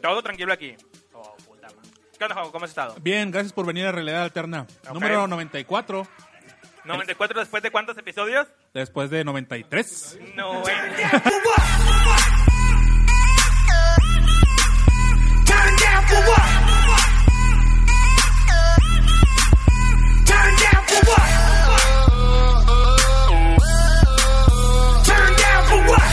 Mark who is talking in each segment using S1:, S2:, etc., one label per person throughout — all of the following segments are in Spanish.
S1: Todo tranquilo aquí. Oh, puta madre. ¿Qué onda, Juanjo? ¿Cómo has estado?
S2: Bien, gracias por venir a Realidad Alterna.
S1: Ok.
S2: Número 94,
S1: 94 después de cuántos episodios?
S2: después de 93.
S1: No, eh.
S3: Turn down for what? Turn down for what? Turn down for what? Turn down for what?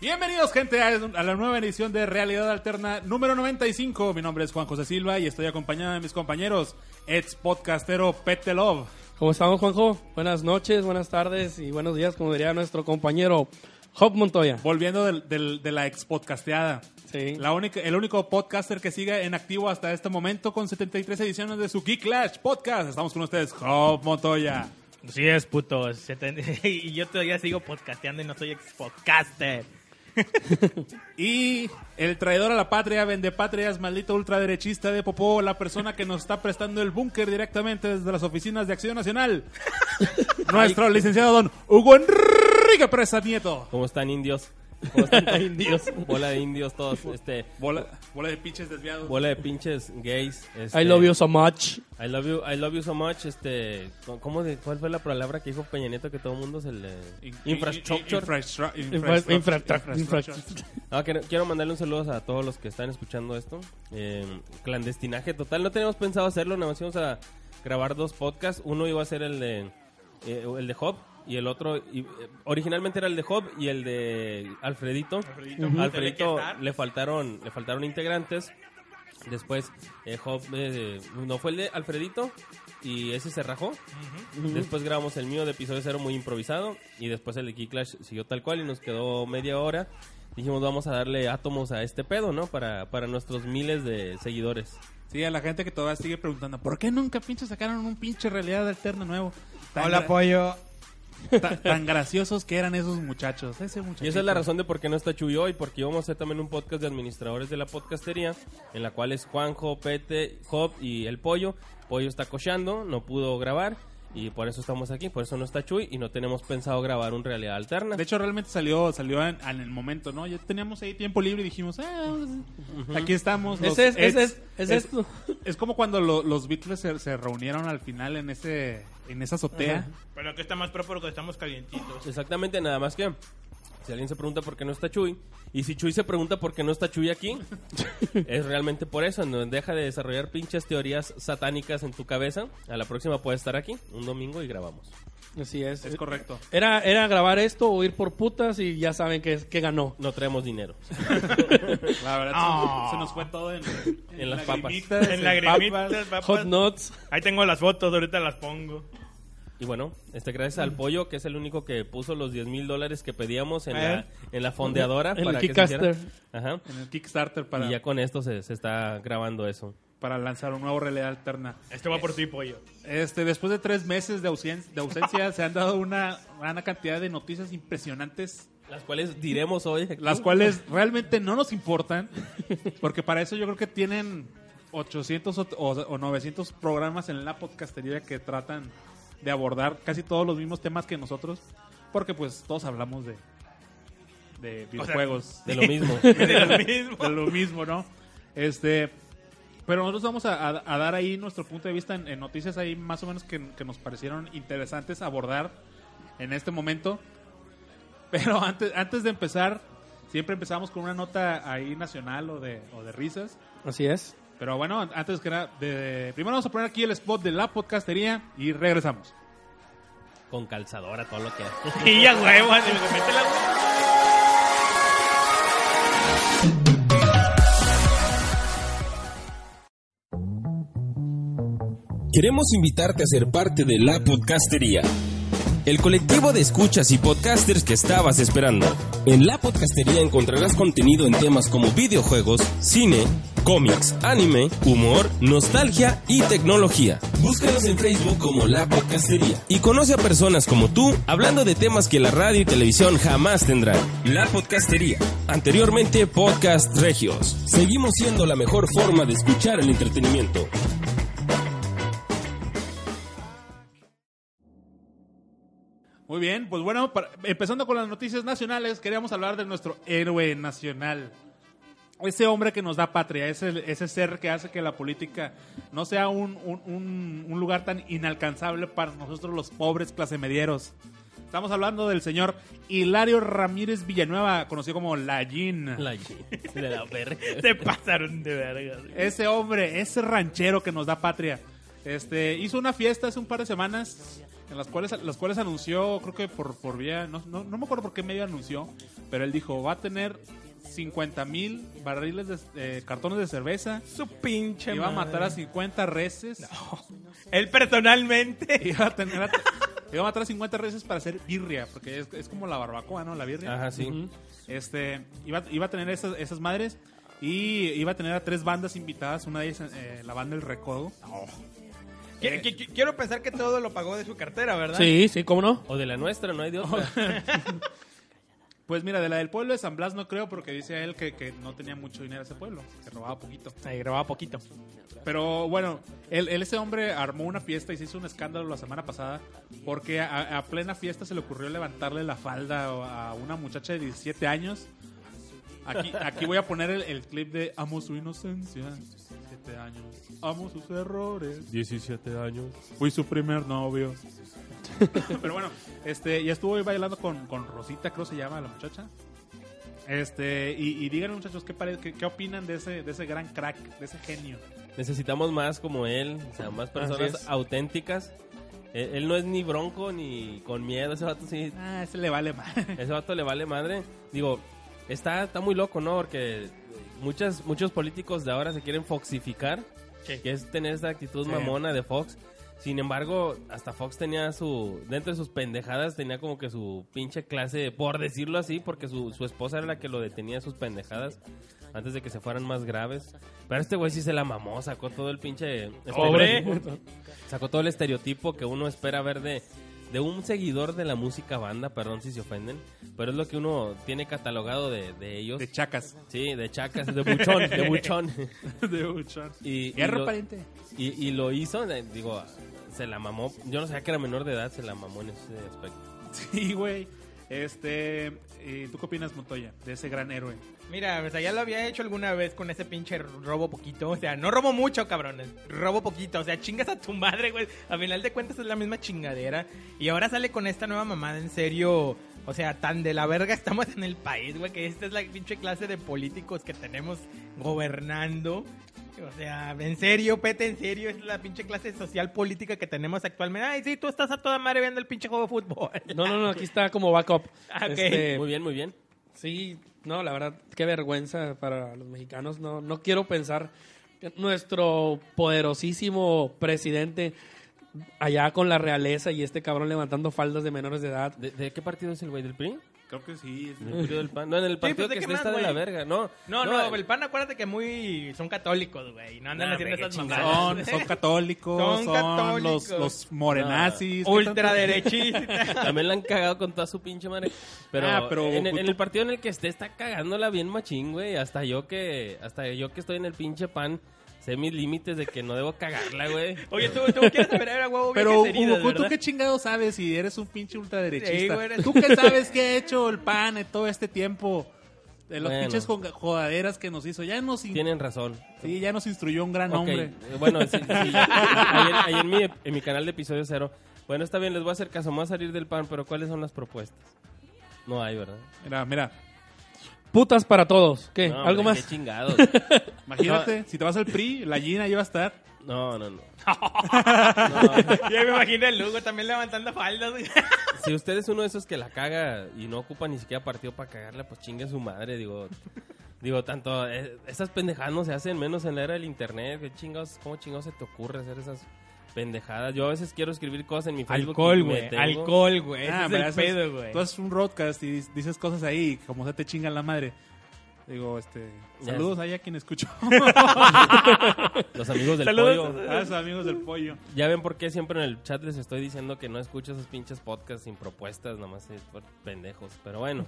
S2: Bienvenidos, gente, a a la nueva edición de Realidad Alterna número 95. Mi nombre es Juan José Silva y estoy acompañado de mis compañeros, ex podcastero Pete Love.
S4: ¿Cómo estamos, Juanjo? Buenas noches, buenas tardes y buenos días, como diría nuestro compañero Job Montoya.
S2: Volviendo del- del- de la ex podcasteada.
S4: Sí.
S2: La única, el único podcaster que sigue en activo hasta este momento con 73 ediciones de su Geek Clash podcast. Estamos con ustedes, Job Montoya.
S5: Sí es, puto. Seten- Y yo todavía sigo podcasteando y no soy ex-podcaster.
S2: Y el traidor a la patria, vendepatrias, maldito ultraderechista de Popó, la persona que nos está prestando el búnker directamente desde las oficinas de Acción Nacional. Nuestro licenciado don Hugo Enrique Presa Nieto.
S6: ¿Cómo están indios? ¿Cómo están
S4: Indios.
S6: Bola de indios todos, este,
S2: Bola, bola de pinches desviados.
S6: bola de pinches gays. este,
S4: I love you so much.
S6: I love you, I love you so much, este, ¿cómo de, ¿cuál fue la palabra que dijo Peña Nieto que todo el mundo se le...
S2: In-
S6: Infrastructure.
S2: infrastru- infrastructure.
S4: Infraestructura.
S6: Ah, que- quiero mandarle un saludo a todos los que están escuchando esto. Eh, clandestinaje total, no teníamos pensado hacerlo, nada más íbamos a grabar dos podcasts. Uno iba a ser el de, eh, el de Hop y el otro... y, eh, originalmente era el de Hop y el de Alfredito. Alfredito, le, faltaron, le faltaron integrantes. Después eh, Hop, eh, no fue el de Alfredito y ese se rajó. Después grabamos el mío de episodio cero muy improvisado y después el de Geek Clash siguió tal cual y nos quedó media hora. Dijimos vamos a darle átomos a este pedo, ¿no? Para, para nuestros miles de seguidores.
S2: Sí, a la gente que todavía sigue preguntando, ¿por qué nunca pinches sacaron un pinche realidad alterna nuevo? Tan
S7: Hola,
S2: gra-
S7: pollo.
S2: ta- tan graciosos que eran esos muchachos. Ese muchachito.
S6: Y esa es la razón de por qué no está Chuy hoy, porque íbamos a hacer también un podcast de administradores de la podcastería, en la cual es Juanjo, Pete, Job y el Pollo. Pollo está cochando, no pudo grabar y por eso estamos aquí, por eso no está Chuy y no tenemos pensado grabar un realidad alterna.
S2: De hecho, realmente salió salió en, en el momento, ¿no? Ya teníamos ahí tiempo libre y dijimos, ah, vamos a- aquí estamos. los
S4: Ese es- ese
S2: ex-
S4: es- es esto.
S2: es como cuando lo- los Beatles se, se reunieron al final en ese en esa azotea.
S5: Pero que está más pro porque estamos calientitos.
S6: Exactamente, nada más que si alguien se pregunta por qué no está Chuy, y si Chuy se pregunta por qué no está Chuy aquí, es realmente por eso. No, deja de desarrollar pinches teorías satánicas en tu cabeza. A la próxima puede estar aquí un domingo y grabamos.
S4: Así es.
S2: Es correcto.
S4: Era, era grabar esto o ir por putas y ya saben que, es- que ganó.
S6: No traemos dinero.
S2: La verdad,
S4: Ah.
S2: se, se nos fue todo en,
S6: En las papas.
S2: lagrimitas,
S5: En lagrimitas, papas.
S4: Hot nuts.
S5: Ahí tengo las fotos, ahorita las pongo.
S6: Y bueno, este gracias al pollo, que es el único que puso los 10 mil dólares que pedíamos en, la, en la fondeadora.
S4: En el
S6: para que se
S4: Kickstarter.
S6: hiciera. Ajá.
S2: En el Kickstarter para,
S6: Y ya con esto se, se está grabando eso.
S2: para lanzar un nuevo realidad alterna.
S5: Esto va por ti, pollo.
S2: Este, después de tres meses de, ausen- de ausencia, se han dado una, una cantidad de noticias impresionantes
S6: Las cuales diremos hoy. aquí.
S2: las cuales realmente no nos importan, porque para eso yo creo que tienen 800 o, o- o 900 programas en la podcastería que tratan de abordar casi todos los mismos temas que nosotros, porque pues todos hablamos de, de videojuegos,
S6: De lo mismo.
S5: De lo mismo.
S2: de lo mismo, ¿no? Este, pero nosotros vamos a, a- a dar ahí nuestro punto de vista en, en noticias ahí más o menos que, que nos parecieron interesantes abordar en este momento. Pero antes, antes de empezar, siempre empezamos con una nota ahí nacional o de, o de risas.
S4: Así es.
S2: Pero bueno, an- antes que nada, de- primero vamos a poner aquí el spot de la podcastería y regresamos.
S6: con calzadora, todo lo que
S5: Y ya, huevo, así, güey, métela, güey.
S8: Queremos invitarte a ser parte de La Podcastería, el colectivo de escuchas y podcasters que estabas esperando. En La Podcastería encontrarás contenido en temas como videojuegos, cine, cómics, anime, humor, nostalgia y tecnología. Búscanos en Facebook como La Podcastería y conoce a personas como tú hablando de temas que la radio y televisión jamás tendrán. La Podcastería, anteriormente Podcast Regios. Seguimos siendo la mejor forma de escuchar el entretenimiento.
S2: Muy bien, pues bueno, para- empezando con las noticias nacionales, queríamos hablar de nuestro héroe nacional. Ese hombre que nos da patria, ese, ese ser que hace que la política no sea un, un- un- un lugar tan inalcanzable para nosotros los pobres clasemedieros. Estamos hablando del señor Hilario Ramírez Villanueva, conocido como Lallín.
S6: La G. De la verga.
S5: Te pasaron de verga. güey.
S2: Ese hombre, ese ranchero que nos da patria. Este, hizo una fiesta hace un par de semanas en las cuales, las cuales anunció, creo que por, por vía, no, no, no me acuerdo por qué medio anunció, pero él dijo, va a tener 50 mil barriles de eh, cartones de cerveza,
S5: Su pinche
S2: iba a matar a
S5: madre.
S2: 50 reses,
S5: Él personalmente.
S2: iba, a tener a- iba a matar a 50 reses para hacer birria, porque es, es como la barbacoa, ¿no? La birria.
S6: Ajá, sí.
S2: Este, iba, iba a tener esas, esas madres y iba a tener a tres bandas invitadas, una de ellas, eh, la banda El Recodo.
S5: Qui- qui- qui- Quiero pensar que todo lo pagó de su cartera, ¿verdad?
S4: Sí, sí, ¿cómo no?
S6: O de la nuestra, no hay de otra.
S2: Pues mira, de la del pueblo de San Blas no creo porque dice él que, que no tenía mucho dinero ese pueblo, que robaba poquito.
S5: Ahí grababa poquito.
S2: Pero bueno, él, él, ese hombre armó una fiesta y se hizo un escándalo la semana pasada porque a, a plena fiesta se le ocurrió levantarle la falda a una muchacha de 17 años. Aquí, aquí voy a poner el, el clip de Amo su inocencia, 17 años. Amo sus errores.
S6: 17 años.
S2: Fui su primer novio. Pero bueno, este, ya estuvo ahí bailando con, con Rosita, creo se llama la muchacha. Este, y, y díganme muchachos, ¿qué, pare- qué, qué opinan de ese, de ese gran crack, de ese genio?
S6: Necesitamos más como él, o sea, más
S4: Así
S6: personas
S4: es.
S6: auténticas. Él, él no es ni bronco ni con miedo, ese vato sí,
S2: Ah, ese le vale más.
S6: ese vato le vale madre. Digo, está, está muy loco, ¿no? Porque muchas, muchos políticos de ahora se quieren foxificar, que es tener esa actitud mamona de Fox. Sin embargo, hasta Fox tenía su, dentro de sus pendejadas, tenía como que su pinche clase, por decirlo así, porque su, su esposa era la que lo detenía sus pendejadas antes de que se fueran más graves. Pero este güey sí se la mamó, sacó todo el pinche... este
S5: Pobre.
S6: Sacó todo el estereotipo que uno espera ver de, de un seguidor de la música banda, perdón si se ofenden, pero es lo que uno tiene catalogado de, de ellos.
S2: De chacas.
S6: sí, de chacas, de buchón, de buchón.
S2: de Uchan.
S6: Y, y
S2: Guerra,
S6: lo,
S2: pariente.
S6: y- y lo hizo, eh, digo, se la mamó. Yo no sabía que era menor de edad, se la mamó en ese aspecto.
S2: Sí, güey. Este, ¿y ¿tú qué opinas, Montoya, de ese gran héroe?
S5: Mira, o sea, ya lo había hecho alguna vez con ese pinche robo poquito. O sea, no robo mucho, cabrones. Robo poquito. O sea, chingas a tu madre, güey. A final de cuentas es la misma chingadera. Y ahora sale con esta nueva mamada, en serio. O sea, tan de la verga estamos en el país, güey, que esta es la pinche clase de políticos que tenemos gobernando. O sea, en serio, Pete, en serio, es la pinche clase social política que tenemos actualmente. Ay, sí, tú estás a toda madre viendo el pinche juego de fútbol.
S4: No, no, no, aquí está como backup.
S5: Ah, ok.
S4: Este,
S6: Muy bien, muy bien.
S4: Sí, no, la verdad, qué vergüenza para los mexicanos. No, no quiero pensar que nuestro poderosísimo presidente allá con la realeza y este cabrón levantando faldas de menores de edad.
S6: ¿De, de qué partido es el güey del PRI?
S2: Creo que sí.
S6: ¿Del PRI o del PAN? No, en el partido
S5: pues, ¿de
S6: que
S5: qué
S6: está,
S5: más,
S6: está de
S5: güey?
S6: la verga, ¿no?
S5: No, no, el pan acuérdate que muy son católicos, güey, no andan
S6: Nah,
S5: haciendo
S6: hombre,
S5: esas
S6: qué
S2: Son,
S5: mamadas.
S2: son católicos, son,
S5: Son católicos.
S2: los, los morenazis. ¿qué tanto?
S5: Ultraderechista.
S6: También la han cagado con toda su pinche madre. Pero,
S2: Ah, pero
S6: en, el-
S2: tú-
S6: en el partido en el que esté está cagándola bien machín, güey. Hasta yo que hasta yo que estoy en el pinche pan sé mis límites de que no debo cagarla, güey.
S5: Oye, tú, tú quieres saber a huevo
S2: Pero
S5: viejas heridas,
S2: Hugo, ¿tú
S5: ¿verdad?
S2: qué chingado sabes si eres un pinche
S5: Sí,
S2: ultraderechista?
S5: güey, eres-
S2: ¿Tú qué sabes qué ha hecho el PAN en todo este tiempo? De las
S6: Bueno.
S2: pinches jonga- jodaderas que nos hizo. Ya nos, in-
S6: Tienen razón.
S2: sí, ya nos instruyó un gran
S6: Ok,
S2: hombre.
S6: eh, Bueno, sí, sí, ahí, en, ahí en mi, en mi canal de episodio cero. Bueno, está bien, les voy a hacer caso. Me voy a salir del pan, pero ¿cuáles son las propuestas? No hay, ¿verdad?
S2: Mira, mira.
S4: Putas para todos.
S2: Eh,
S4: ¿Qué?
S6: No,
S4: ¿Algo
S6: hombre,
S4: más?
S6: Qué chingados.
S2: Imagínate, si te vas al PRI, la Gina iba a estar.
S6: No, no, no.
S5: Ya me imagino el Hugo también levantando faldas. güey.
S6: Si usted es uno de esos que la caga y no ocupa ni siquiera partido para cagarla, pues chingue a su madre, digo. Digo, tanto, eh, esas pendejadas no se hacen menos en la era del internet. ¿Qué chingados, ¿Cómo chingados se te ocurre hacer esas pendejadas? Yo a veces quiero escribir cosas en mi Facebook. y
S5: Alcohol,
S6: me
S5: güey.
S6: detengo.
S5: Alcohol, güey.
S2: Ah,
S5: Ese
S2: pero
S5: es
S2: eso
S5: el
S2: es-
S5: pedo, güey.
S2: Tú haces un broadcast y dis- dices cosas ahí, como se te chinga la madre. Digo, este.
S6: Ya
S2: Saludos ahí a quien escuchó.
S6: Los amigos del
S5: Saludos.
S6: pollo.
S2: a los Ah, amigos del pollo.
S6: Ya ven por qué siempre en el chat les estoy diciendo que no escucho esos pinches podcasts sin propuestas, nomás es por pendejos. Pero bueno,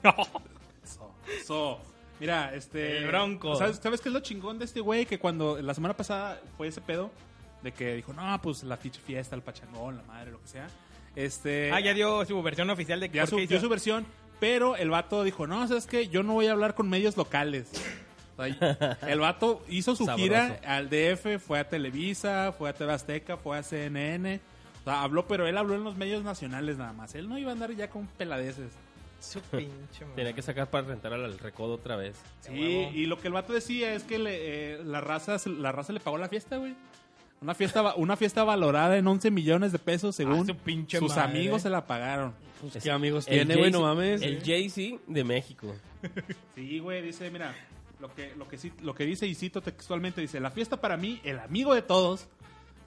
S2: So, mira, este.
S5: El Bronco.
S2: ¿Sabes, sabes qué es lo chingón de este güey? Que cuando la semana pasada fue ese pedo de que dijo, no, pues la pinche fiesta, el pachangón, la madre, lo que sea. Este,
S5: Ah, ya dio su versión oficial de
S2: ya
S5: por
S2: su-
S5: qué
S2: dio
S5: hizo.
S2: su versión, pero el vato dijo, no, ¿sabes qué? Yo no voy a hablar con medios locales. O sea, el vato hizo su
S6: Sabroso.
S2: gira al DF, fue a Televisa, fue a TV Azteca, fue a CNN. O sea, habló, pero él habló en los medios nacionales nada más. Él no iba a andar ya con peladeces.
S5: Su pinche madre.
S6: Tenía que sacar para rentar al recodo otra vez.
S2: Sí, y lo que el vato decía es que le, eh, la, raza, se- la raza le pagó la fiesta, güey. Una fiesta, va- una fiesta valorada en 11 millones de pesos, según
S5: Ah, su pinche
S2: sus
S5: madre.
S2: amigos se la pagaron.
S4: Pues,
S6: Es-
S4: ¿Qué amigos
S6: el
S4: tiene, güey?
S6: Jay-Z-
S4: No mames.
S6: El Jay-Z de México.
S2: Sí, güey, dice, mira, lo que, lo, que, sí- lo que dice y cito textualmente, dice, la fiesta para mí, el amigo de todos,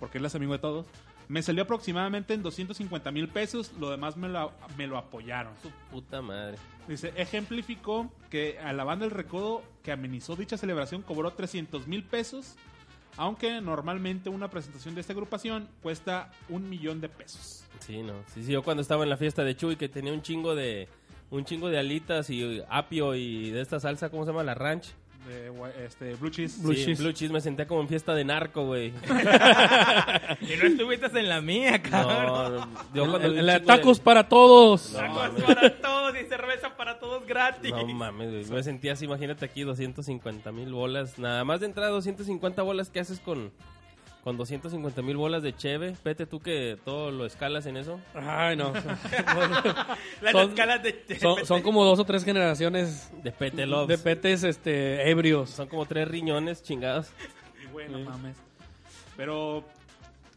S2: porque él es amigo de todos, me salió aproximadamente en 250 mil pesos, lo demás me lo, me lo apoyaron.
S6: Su puta madre.
S2: Dice, ejemplificó que a la banda El Recodo que amenizó dicha celebración cobró 300 mil pesos, aunque normalmente una presentación de esta agrupación cuesta un millón de pesos.
S6: Sí, no. Sí, sí, yo cuando estaba en la fiesta de Chuy que tenía un chingo de un chingo de alitas y apio y de esta salsa, ¿cómo se llama? La ranch.
S2: De, gua- este, Blue Cheese.
S4: Blue
S6: sí,
S4: cheese.
S6: Blue cheese me senté como en fiesta de narco, güey.
S5: Y no estuviste en la mía, cabrón.
S6: No, no, yo
S4: El,
S6: cuando vi
S4: el-
S6: un
S4: el
S6: chingo
S4: tacos
S6: de-
S4: para todos.
S6: No,
S5: Tacos
S6: mames.
S5: para todos y cerveza para todos gratis.
S6: No mames, güey. Me sentía así, imagínate aquí 250 mil bolas. Nada más de entrada 250 bolas, ¿qué haces con, con 250 mil bolas de cheve? Vete tú que todo lo escalas en eso.
S4: Ay, no.
S5: Las
S4: Son-
S5: escalas de...
S4: son, son como dos o tres generaciones
S6: De pete loves.
S4: de petes este, ebrios.
S6: Son como tres riñones chingados.
S2: Y bueno, mames. Pero,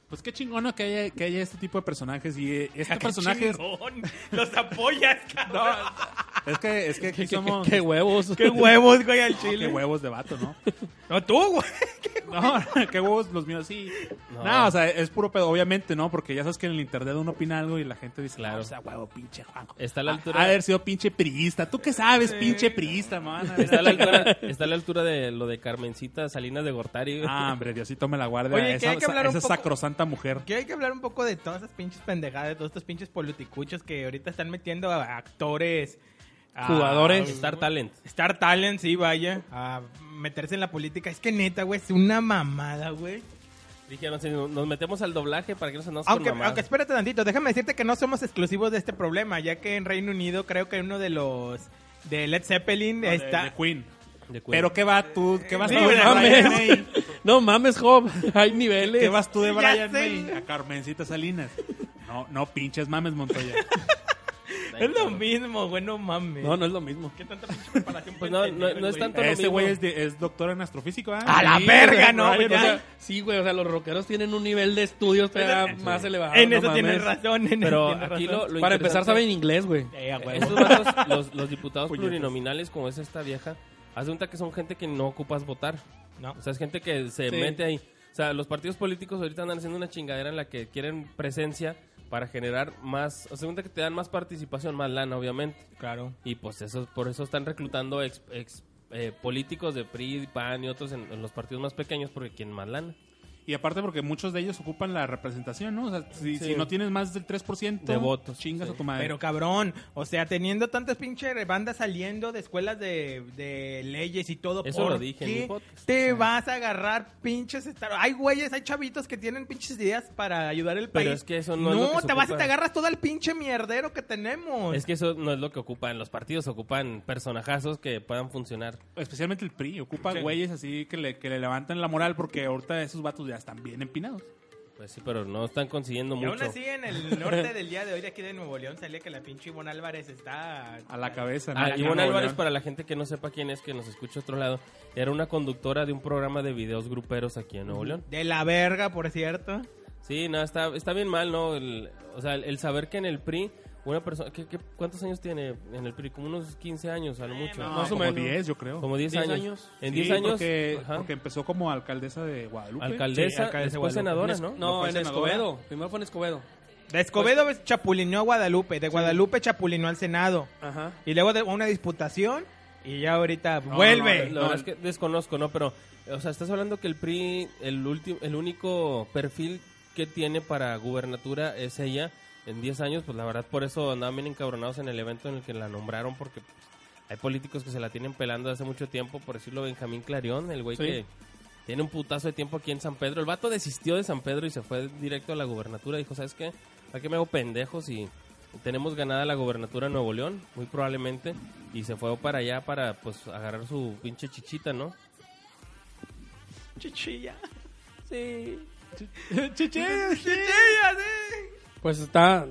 S2: pues qué chingona que haya, que haya este tipo de personajes. Y eh, este personaje es,
S5: Chingón. Los apoyas, cabrón.
S2: No, es que, es que aquí
S4: ¿Qué, qué-
S2: somos...
S4: qué huevos.
S5: Qué huevos, güey, al
S2: qué
S5: chile.
S2: huevos de vato, ¿no?
S5: No, tú, güey.
S2: No, qué huevos los míos, sí. No.
S6: No.
S2: o sea, es puro pedo, obviamente, ¿no? Porque ya sabes que en el internet uno opina algo y la gente dice, claro.
S6: Claro.
S2: o sea, huevo, pinche Juanjo.
S6: Está a la
S2: Ha-
S6: altura-
S2: Ha de haber sido pinche priista. ¿Tú qué sabes, pinche priista, man?
S6: Está a la altura, está a la altura de lo de Carmencita Salinas de Gortari. güey.
S2: Ah, hombre, Diosito me la guarde.
S5: Oye, que
S2: esa
S5: hay que hablar
S2: esa-
S5: un
S2: esa
S5: poco-
S2: sacrosanta mujer.
S5: Que hay que hablar un poco de todas esas pinches pendejadas, de todos estos pinches politicuchos que ahorita están metiendo a actores, a
S4: Jugadores.
S2: Ah,
S6: Star Talent.
S5: Star Talent, sí, vaya, a meterse en la política. Es que neta, güey, es una mamada, güey.
S6: Dijeron, si nos metemos al doblaje para que no se nos
S5: Aunque, aunque espérate tantito, déjame decirte que no somos exclusivos de este problema, ya que en Reino Unido creo que uno de los de Led Zeppelin
S2: De-
S5: está
S2: de Queen.
S6: Pero
S2: Pero qué va tú, qué vas
S5: sí,
S2: tú de
S5: güey,
S2: Brian
S4: mames.
S2: May.
S4: No mames, Job. Hay niveles.
S2: ¿Qué vas tú de
S5: Ya
S2: Brian
S5: sé.
S2: May a Carmencita Salinas? No, no pinches mames, Montoya.
S5: es lo mismo, güey, no mames.
S4: No, no es lo mismo.
S5: ¿Qué tanta pinche preparación
S6: Pues
S5: puedes
S6: no,
S5: tener,
S6: no- no es
S5: güey?
S6: tanto lo
S2: Ese güey
S6: mismo.
S2: es, de- es doctor en astrofísico, ¿ah?
S5: A la
S4: Sí,
S5: verga,
S4: güey,
S5: no,
S4: Brian,
S5: ya.
S4: o sea, sí, güey, o sea, los rockeros tienen un nivel de estudio todavía más elevado.
S5: En
S4: Ah, no
S5: eso tienes
S4: mames.
S5: razón, en
S6: Pero
S5: eso tienes
S6: aquí
S5: razón.
S6: lo, lo
S4: Para empezar,
S6: interesante-
S4: saben inglés, güey.
S5: Eh, a huevo.
S6: Esos vatos, los, los diputados
S2: Puñetas.
S6: plurinominales, como es esta vieja, haz de cuenta que son gente que no ocupas votar.
S5: No.
S6: O sea, es gente que se
S4: Sí.
S6: mete ahí. O sea, los partidos políticos ahorita andan haciendo una chingadera en la que quieren presencia para generar más. O sea, cuenta que te dan más participación, más lana, obviamente.
S5: Claro.
S6: Y pues eso, por eso están reclutando ex, ex, eh, políticos de PRI, PAN y otros en, en los partidos más pequeños porque quieren más lana.
S2: Y aparte porque muchos de ellos ocupan la representación, ¿no? O sea, si,
S6: Sí.
S2: si no tienes más del 3%
S6: De votos,
S2: chingas
S6: sí.
S2: a tu madre.
S5: Pero cabrón, o sea, teniendo tantas pinches bandas saliendo de escuelas de, de leyes y todo,
S6: Eso
S5: ¿por
S6: lo dije en
S5: qué
S6: mi podcast.
S5: te vas a agarrar pinches estar- Hay güeyes, hay chavitos que tienen pinches ideas para ayudar el país.
S6: Pero es que eso no es lo que se
S5: te vas y
S6: ocupa.
S5: te agarras todo el pinche mierdero que tenemos.
S6: Es que eso no es lo que ocupan los partidos, ocupan personajazos que puedan funcionar.
S2: Especialmente el PRI, ocupa güeyes así que le, que le levantan la moral porque ahorita esos vatos ya están bien empinados.
S6: Pues sí, pero no están consiguiendo
S5: y aún
S6: mucho.
S5: así, en el norte del día de hoy de aquí de Nuevo León salía que la pinche Ivonne Álvarez está...
S2: A la cabeza. ¿no?
S6: Ah,
S2: Acá
S6: Ivonne
S2: no,
S6: Álvarez,
S2: ¿no?
S6: para la gente que no sepa quién es, que nos escucha a otro lado, era una conductora de un programa de videos gruperos aquí en Nuevo León.
S5: De la verga, por cierto.
S6: Sí, no, está, está bien mal, ¿no? El- o sea, el, el saber que en el PRI, una persona, ¿qué, qué- cuántos años tiene en el PRI? Como unos 15 años, a lo mucho.
S2: No,
S4: más o
S2: como
S4: menos.
S2: 10, yo creo.
S6: Como 10,
S4: 10
S6: años.
S4: años.
S6: En
S2: Sí,
S6: 10 años,
S2: Porque,
S6: ajá.
S2: porque empezó como alcaldesa de Guadalupe.
S6: alcaldesa,
S2: Sí, alcaldesa de
S6: después senadora, ¿no?
S4: No,
S2: fue
S4: en
S2: senadora.
S4: Escobedo. Primero fue en Escobedo.
S5: De Escobedo
S6: Pues
S5: chapulineó a Guadalupe, de Guadalupe chapulineó al Senado.
S4: Ajá.
S5: Y luego de una disputación y ya ahorita
S2: no,
S5: vuelve.
S6: La verdad es que desconozco, ¿no? Pero, o sea, estás hablando que el PRI, el, último, el único perfil que tiene para gubernatura es ella en 10 años, pues la verdad por eso andaban bien encabronados en el evento en el que la nombraron, porque pues, hay políticos que se la tienen pelando hace mucho tiempo, por decirlo, Benjamín Clarión, el güey
S2: Sí.
S6: que tiene un putazo de tiempo aquí en San Pedro. El vato desistió de San Pedro y se fue directo a la gubernatura, dijo, ¿sabes qué? Aquí me hago pendejos y tenemos ganada la gobernatura de Nuevo León, muy probablemente. Y se fue para allá para, pues, agarrar su pinche chichita, ¿no?
S5: Chichilla.
S2: Chiche.
S5: Chichilla, sí.
S4: Pues está.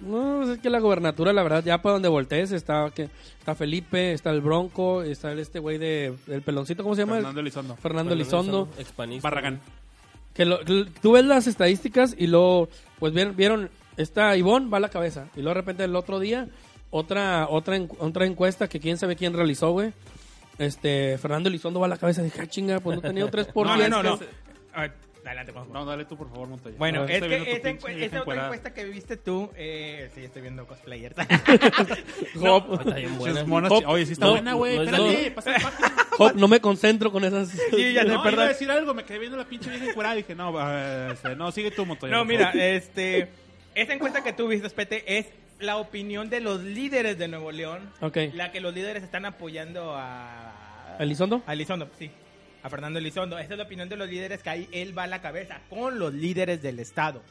S4: No, pues es que la gobernatura, la verdad, ya para donde voltees, está, que, está Felipe, está el Bronco, está el- este güey de, el peloncito, ¿cómo se llama?
S2: Fernando Elizondo.
S4: Fernando Elizondo.
S6: Expanista.
S2: Barragán.
S4: Que lo- que tú ves las estadísticas y luego, pues vieron, vieron esta Ivonne va a la cabeza. Y luego de repente el otro día, otra, otra, en- otra encuesta que quién sabe quién realizó, güey. Este, Fernando Elizondo va a la cabeza. Dije, ah, chinga, pues no tenía 3 por
S5: No, no,
S4: 10.
S5: no, no.
S4: que-
S5: A ver, Adelante, por favor.
S2: No, dale tú, por favor, Montoya.
S5: Bueno,
S2: Ahora
S5: es
S2: Ah, estoy viendo
S5: que
S2: tu
S5: esta,
S2: pinche
S5: encue-
S2: vieja
S5: esta otra
S2: encuerada.
S5: encuesta que viste tú, eh, sí, estoy viendo cosplayers.
S4: Job,
S6: Está bien buena.
S2: Pinches monas
S4: Hop.
S2: chi- Oye, sí está
S4: No,
S2: buena, güey.
S6: no es
S2: Espérate, pasa el pack.
S4: Job, no me concentro con esas.
S5: Sí, ya sé,
S2: No, iba a
S5: perdón.
S2: decir algo, me quedé viendo la pinche vieja encuerada y dije, no, va, este, no, sigue tú, Montoya.
S5: No,
S2: por
S5: mira,
S2: favor.
S5: este, esta encuesta que tú viste, Pete, es la opinión de los líderes de Nuevo León.
S4: Ok.
S5: La que los líderes están apoyando a...
S4: ¿Elizondo?
S5: A Elizondo, sí. A Fernando Elizondo. Esa es la opinión de los líderes que ahí él va a la cabeza, con los líderes del Estado.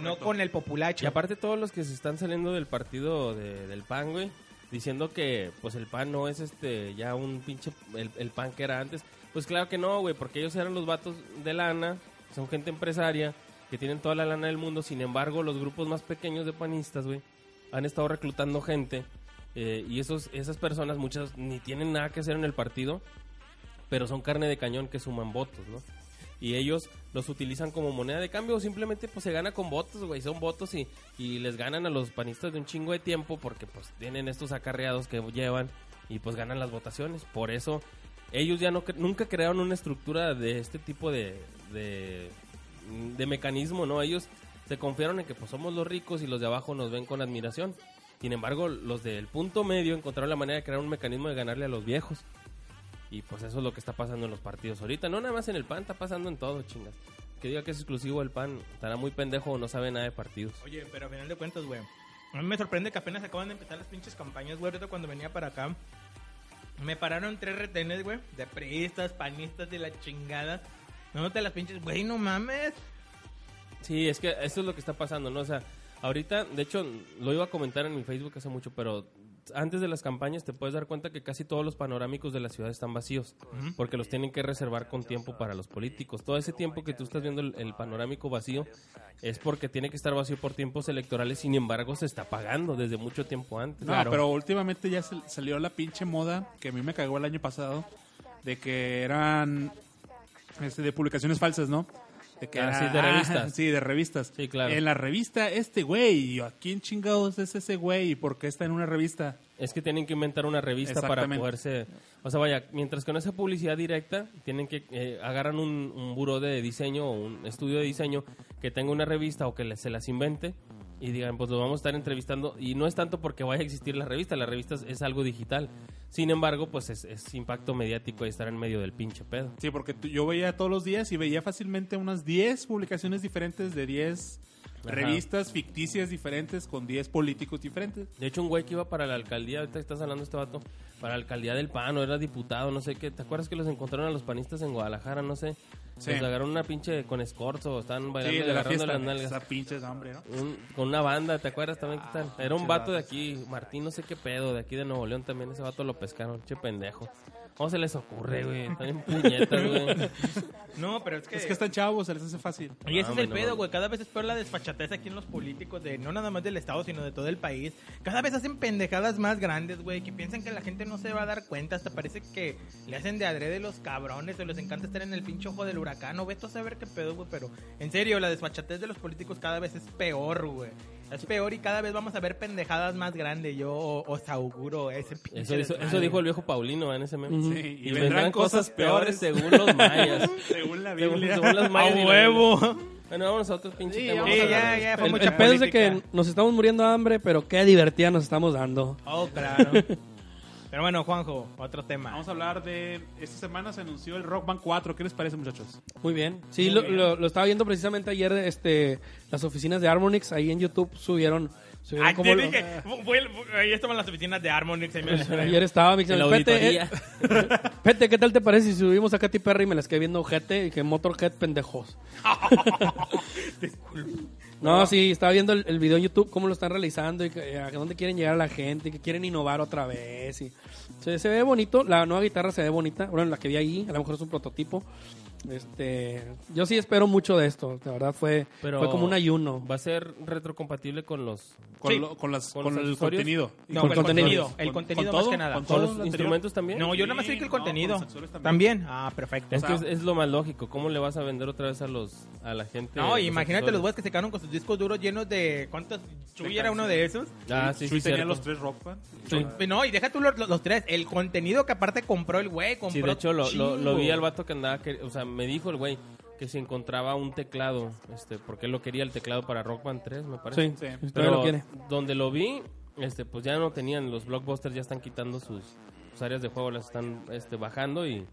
S5: No con el populacho.
S6: Y aparte todos los que se están saliendo del partido de- del PAN, güey, diciendo que pues el PAN no es este ya un pinche el, el PAN que era antes. Pues claro que no, güey, porque ellos eran los vatos de lana, son gente empresaria que tienen toda la lana del mundo. Sin embargo, los grupos más pequeños de panistas, güey, han estado reclutando gente eh, y esos esas personas muchas ni tienen nada que hacer en el partido, pero son carne de cañón que suman votos, ¿no? y ellos los utilizan como moneda de cambio o simplemente pues se gana con votos, güey, son votos y, y les ganan a los panistas de un chingo de tiempo porque pues tienen estos acarreados que llevan y pues ganan las votaciones. Por eso ellos ya no cre- nunca crearon una estructura de este tipo de, de, de mecanismo, ¿no? Ellos se confiaron en que pues somos los ricos y los de abajo nos ven con admiración. Sin embargo, los del punto medio encontraron la manera de crear un mecanismo de ganarle a los viejos. Y pues eso es lo que está pasando en los partidos ahorita. No nada más en el PAN, está pasando en todo, chingas. Que diga que es exclusivo el PAN, estará muy pendejo o no sabe nada de partidos.
S5: Oye, pero a final de cuentas, güey. A mí me sorprende que apenas acaban de empezar las pinches campañas, güey. Ahorita cuando venía para acá, me pararon tres retenes, güey. De priistas, panistas de la chingada. No te las pinches, güey, no mames.
S6: Sí, es que eso es lo que está pasando, ¿no? O sea, ahorita, de hecho, lo iba a comentar en mi Facebook hace mucho, pero antes de las campañas te puedes dar cuenta que casi todos los panorámicos de la ciudad están vacíos, porque los tienen que reservar con tiempo para los políticos. Todo ese tiempo que tú estás viendo el, el panorámico vacío es porque tiene que estar vacío por tiempos electorales, sin embargo se está pagando desde mucho tiempo antes.
S2: No, pero últimamente ya sal- salió la pinche moda que a mí me cagó el año pasado de que eran este, de publicaciones falsas, ¿no? De que
S6: Ah,
S2: era-
S6: sí, de revistas.
S2: sí, de revistas.
S6: Sí, claro.
S2: En la revista, este güey, y yo, ¿a quién chingados es ese güey? ¿Y por qué está en una revista?
S6: Es que tienen que inventar una revista para
S2: Exactamente.
S6: poderse... O sea, vaya, mientras que no sea publicidad directa, tienen que eh, agarran un, un buró de diseño o un estudio de diseño que tenga una revista o que le- se las invente y digan, pues lo vamos a estar entrevistando. Y no es tanto porque vaya a existir la revista, la revista es, es algo digital. Sin embargo, pues es, es impacto mediático y estar en medio del pinche pedo.
S2: Sí, porque tú- yo veía todos los días y veía fácilmente unas 10 publicaciones diferentes de 10
S6: Ajá.
S2: revistas ficticias diferentes con 10 políticos diferentes.
S6: De hecho, un güey que iba para la alcaldía, ahorita estás hablando este vato, para la alcaldía del PAN, o era diputado, no sé qué. ¿Te acuerdas que los encontraron a los panistas en Guadalajara? No sé.
S2: Sí.
S6: Les agarraron una pinche con escorzo, estaban
S2: Sí,
S6: bailando y
S2: de la
S6: agarrando
S2: fiesta.
S6: las nalgas.
S2: Esa pinche hambre, ¿no?
S6: Un- con una banda, ¿te acuerdas también qué
S2: Ah,
S6: tal? Era un vato de aquí, Martín, no sé qué pedo, de aquí de Nuevo León también. Ese vato lo pescaron, che pendejo. ¿Cómo se les ocurre, güey? Están en puñetas, güey.
S5: No, pero es que.
S2: Es que están chavos, se les hace fácil.
S5: Y ese
S6: Ah,
S5: es el
S6: bueno,
S5: pedo,
S6: bueno.
S5: güey. Cada vez es peor la desfachatez aquí en los políticos, de no nada más del Estado, sino de todo el país. Cada vez hacen pendejadas más grandes, güey, que piensan que la gente no se va a dar cuenta. Hasta parece que le hacen de adrede los cabrones, o les encanta estar en el pinche ojo del huracán. O vete a saber qué pedo, güey. Pero en serio, la desfachatez de los políticos cada vez es peor, güey. Es peor y cada vez vamos a ver pendejadas más grandes. Yo os auguro ese pinche.
S6: Eso, hizo-
S5: desmadre.
S6: eso dijo el viejo Paulino ¿eh? en ese meme.
S4: Ujú.
S2: Sí, y, vendrán, cosas peores
S6: según los mayas.
S2: según la
S6: Según-
S2: Biblia.
S6: según las mayas y
S5: ¡A
S6: la-
S5: huevo!
S6: Bueno, vámonos a otro pinche
S2: Sí,
S6: tema.
S2: vamos
S6: Vamos a
S5: Sí, ya,
S6: hablar de-
S5: ya, Ah, fue
S4: El,
S5: mucha
S4: el pedo es de
S5: política.
S4: que nos estamos muriendo de hambre, pero qué divertida nos estamos dando.
S5: Oh, claro. Pero bueno, Juanjo, otro tema.
S2: Vamos a hablar de. Esta semana se anunció el Rock Band 4. ¿Qué les parece, muchachos?
S4: Muy bien. Sí, lo, lo- lo estaba viendo precisamente ayer. este Las oficinas de Harmonix ahí en YouTube subieron. subieron
S5: Ay,
S4: cómo
S5: te
S4: lo-
S5: Ah, dije, fu- fue el- fu- ahí estaban las oficinas de Harmonix. ahí me las-
S4: Ayer estaba
S6: En la
S4: mixando. Pete,
S6: auditoría.
S4: eh, Pete, ¿qué tal te parece si subimos a Katy Perry y me las quedé viendo ojete y que Motorhead pendejos? no, sí, estaba viendo el, el video en YouTube, cómo lo están realizando y que- eh, a dónde quieren llegar a la gente y que quieren innovar otra vez. Y, se, se ve bonito, la nueva guitarra se ve bonita. Bueno, la que vi ahí, a lo mejor es un prototipo. Este, yo sí espero mucho de esto, la verdad fue,
S6: Pero
S4: fue como un ayuno.
S6: Va a ser retrocompatible con los,
S2: Con,
S5: Sí.
S2: lo- con, las,
S6: ¿Con
S2: con,
S6: los
S2: el
S6: accesorios?
S2: contenido.
S5: No,
S4: con
S5: el
S4: contenido.
S5: contenido. El
S2: Con-
S5: contenido
S2: con
S5: más
S2: todo,
S5: que nada.
S2: con
S6: con
S2: todo
S6: los
S2: lo anterior.
S6: instrumentos también.
S5: No, yo nada más
S2: Sí,
S5: sé que el
S2: no,
S5: contenido.
S2: con los accesorios
S5: también.
S2: también.
S5: Ah, perfecto.
S6: Es que
S2: sea-
S6: es, es lo más lógico. ¿Cómo le vas a vender otra vez a los a la gente?
S5: No,
S6: los
S5: imagínate los
S6: accesorios?
S5: güeyes que se quedaron con sus discos duros llenos de. ¿Cuántos? Chuy era
S2: canciones.
S5: uno de esos.
S6: Ah, sí,
S2: Chuy
S6: sí,
S2: tenía
S6: cierto.
S2: los tres Rock Band.
S6: Sí.
S5: Chuy- No, y deja tú los, los- los tres. El contenido que aparte compró el güey. Compró
S6: Sí, de hecho lo, lo- lo vi
S5: chingo.
S6: al vato que andaba, que- o sea, me dijo el güey que si encontraba un teclado, este, porque él lo quería el teclado para Rock Band 3, me parece.
S4: Sí, todavía lo quiere.
S6: donde lo vi, este, pues ya no tenían, los blockbusters ya están quitando sus, sus áreas de juego, las están este, bajando y,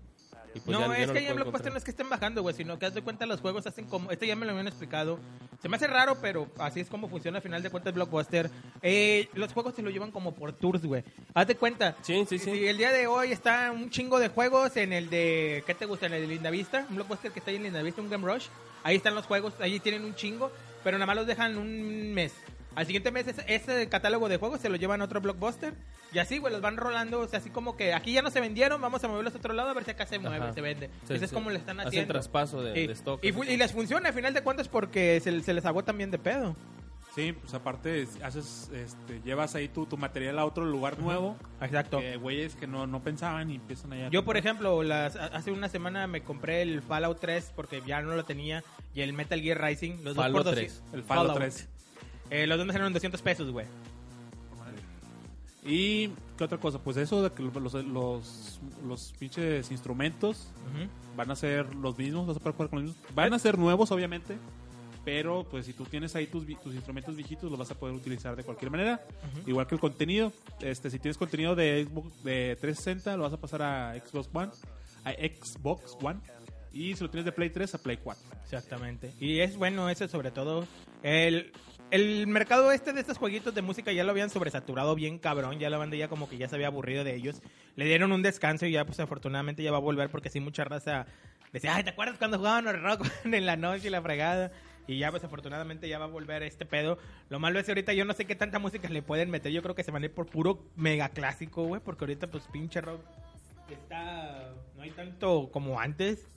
S6: y pues ya
S5: no,
S6: ya
S5: es
S6: lo
S5: que ya
S6: puedo
S5: en Blockbuster
S6: encontrar.
S5: no es que estén bajando, güey, sino que haz de cuenta los juegos hacen como... Este ya me lo habían explicado. Se me hace raro, pero así es como funciona al final de cuentas Blockbuster. Eh, los juegos se lo llevan como por tours, güey. Haz de cuenta.
S6: Sí, sí, sí.
S5: Si el día de hoy está un chingo de juegos en el de... ¿Qué te gusta? En el de Lindavista. Un Blockbuster que está ahí en Lindavista, un Game Rush. Ahí están los juegos, ahí tienen un chingo, pero nada más los dejan un mes. Al siguiente mes ese, ese catálogo de juegos se lo llevan a otro blockbuster y así, güey, los van rolando, o sea, así como que aquí ya no se vendieron, vamos a moverlos a otro lado a ver si acá se mueve,
S6: Ajá.
S5: se vende.
S6: Sí,
S5: Eso es
S6: sí.
S5: como le están
S6: Hacen
S5: haciendo.
S6: traspaso de-
S5: Sí.
S6: de stock.
S5: Y, fu- y les funciona, al final de cuentas, porque se, se les hago también de pedo.
S2: Sí, pues aparte es- haces, este, llevas ahí tu, tu material a otro lugar nuevo.
S5: Exacto.
S2: Que güeyes que no, no pensaban y empiezan allá.
S5: Yo, por ejemplo, las, a- hace una semana me compré el Fallout 3 porque ya no lo tenía y el Metal Gear Rising, los dos por
S6: Fallout
S5: 200.
S6: 3.
S2: El Fallout 3.
S5: Eh, los dos me salieron 200 pesos, güey.
S2: ¿Y qué otra cosa? Pues eso de que los, los, los pinches instrumentos
S5: Ujú.
S2: van a ser los mismos, vas a poder jugar con los mismos. Van a ser nuevos, obviamente. Pero, pues, si tú tienes ahí tus, vi- tus instrumentos viejitos, los vas a poder utilizar de cualquier manera. Igual que el contenido. Este, si tienes contenido de Xbox de 360, lo vas a pasar a Xbox One. A Xbox One. Y si lo tienes de Play 3, a Play 4.
S5: Exactamente. Y es bueno eso, sobre todo. El, el mercado este de estos jueguitos de música ya lo habían sobresaturado bien cabrón. Ya la banda ya como que ya se había aburrido de ellos. Le dieron un descanso y ya, pues afortunadamente ya va a volver porque sí, mucha raza decía, ay, ¿te acuerdas cuando jugaban el rock en la noche y la fregada? Y ya, pues afortunadamente ya va a volver este pedo. Lo malo es que ahorita yo no sé qué tanta música le pueden meter. Yo creo que se van a ir por puro mega clásico, güey, porque ahorita, pues pinche rock está. No hay tanto como antes.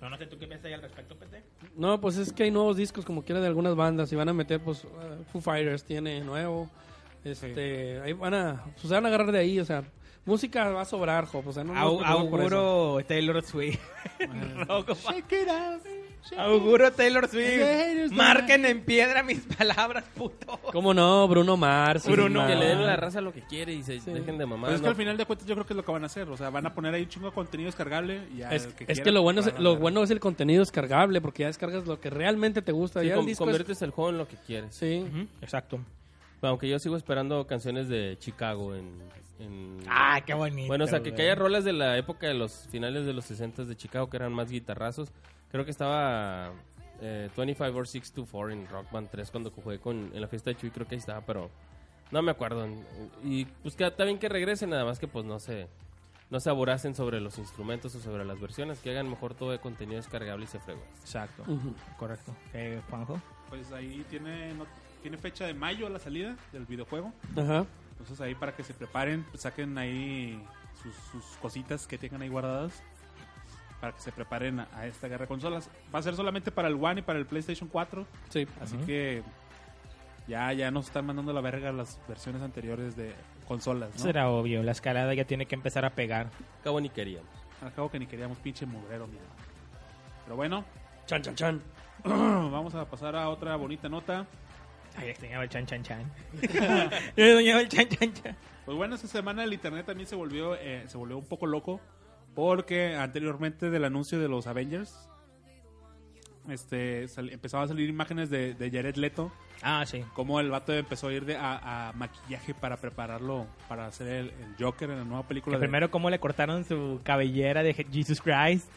S5: No, no sé tú qué piensas ahí al respecto, Pete.
S4: No, pues es que hay nuevos discos como quiera de algunas bandas y van a meter pues eh, Foo Fighters tiene nuevo. Este, ahí van a pues, van a agarrar de ahí, o sea, música va a sobrar, jo, o sea, no nos
S5: Au-
S4: preocupemos por eso.
S5: auguro Taylor Swift. Rock, auguro Taylor Swift. Marquen en piedra mis palabras, puto.
S4: ¿Cómo no? Bruno Mars.
S6: Sí,
S4: Bruno
S6: Que
S4: Mars.
S6: le den a la raza lo que quiere y se dejen de mamar.
S2: Pero Pues es que
S6: ¿no?
S2: al final de cuentas yo creo que es lo que van a hacer. O sea, van a poner ahí un chingo de contenido descargable. Y ya
S4: Es,
S2: el
S4: es
S2: quiera,
S4: que lo bueno es,
S2: van a
S4: lo
S2: ver.
S4: bueno es el contenido descargable porque ya descargas lo que realmente te gusta,
S6: Sí,
S4: ya el
S6: con-
S4: disco es-
S6: conviertes el juego en lo que quieres.
S4: Sí.
S5: Exacto.
S6: Aunque yo sigo esperando canciones de Chicago en... en-
S5: Ah, qué bonito.
S6: Bueno, o sea, que,
S5: güey.
S6: que haya rolas de la época de los finales de los 60 de Chicago que eran más guitarrazos. Creo que estaba eh, 25 or 624 en Rock Band 3 cuando jugué con, en la fiesta de Chuy, creo que ahí estaba, pero no me acuerdo. Y pues que, está bien que regresen, nada más que pues no se, no se aboracen sobre los instrumentos o sobre las versiones, que hagan mejor todo de contenido descargable y se fregó.
S5: Exacto.
S4: Ujú.
S5: Correcto. Eh, Juanjo.
S2: Pues ahí tiene, no- tiene fecha de mayo la salida del videojuego.
S4: Ajá.
S2: Entonces ahí para que se preparen, pues, saquen ahí sus, sus cositas que tengan ahí guardadas. Para que se preparen a, a esta guerra de consolas. Va a ser solamente para el One y para el PlayStation 4.
S4: Sí.
S2: Así que ya, ya nos están mandando la verga las versiones anteriores de consolas, ¿no?
S5: Será obvio, la escalada ya tiene que empezar a pegar.
S6: Cabo ni querían.
S2: Al cabo que ni queríamos pinche mugrero, mierda. Pero bueno,
S4: Chan chan chan.
S2: vamos a pasar a otra bonita nota.
S5: Ay, extrañaba el chan chan chan. Yo extrañaba el chan chan chan.
S2: Pues bueno, esta semana el internet también se volvió, eh, se volvió un poco loco porque anteriormente del anuncio de los Avengers este, sal- empezaba a salir imágenes de, de Jared Leto,
S5: Ah, sí.
S2: cómo el vato empezó a ir de, a, a maquillaje para prepararlo para hacer el, el Joker en la nueva película.
S5: Que
S2: de-
S5: primero cómo le cortaron su cabellera de Je- Jesus Christ.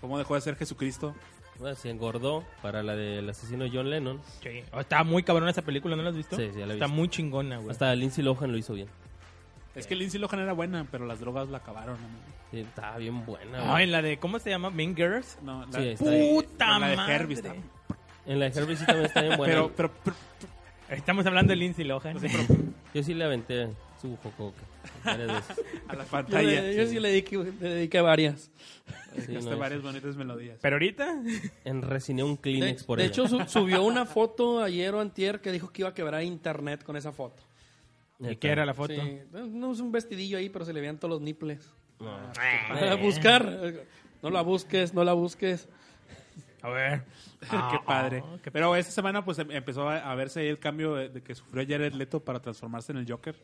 S2: Cómo dejó de ser Jesucristo.
S6: Bueno, se engordó para la del asesino John Lennon.
S5: Sí. está muy cabrón esa película, ¿no la has visto?
S6: Sí, sí, ya la he
S5: Está
S6: visto.
S5: muy chingona, güey.
S6: Hasta Lindsay Lohan lo hizo bien.
S2: Es que Lindsay Lohan era buena, pero las drogas la acabaron. amigo.
S6: Sí, estaba bien buena.
S5: Ah,
S6: güey.
S5: en la de, ¿cómo se llama? Mean Girls.
S2: No, la,
S6: Sí, está bien.
S5: ¡Puta
S2: la de
S5: madre!
S2: Herbie está-
S6: En la de Herbie sí también está bien buena.
S2: pero, pero, pero-
S5: Estamos hablando de Lindsay Lohan.
S6: Yo sí le aventé su jocoque. varias veces.
S2: a la
S4: Yo,
S2: pantalla.
S4: le- yo sí le dediqué, le dediqué varias.
S6: Sí,
S2: Dedicaste
S6: no,
S2: varias bonitas melodías.
S5: Pero ahorita,
S6: Enresiné un
S4: De,
S6: Kleenex por
S4: de
S6: ella.
S4: hecho, su- subió una foto ayer o antier que dijo que iba a quebrar internet con esa foto.
S6: Neta.
S5: ¿qué era la foto?
S4: Sí. No es un vestidillo ahí, pero se le veían todos los nipples.
S6: No.
S2: Ah,
S4: A buscar. No la busques, no la busques.
S5: A ver.
S2: Ah,
S5: Ah,
S2: qué padre.
S5: oh,
S2: Pero esta semana pues em- empezó a, a verse ahí el cambio de, de que sufrió Jared Leto para transformarse en el Joker.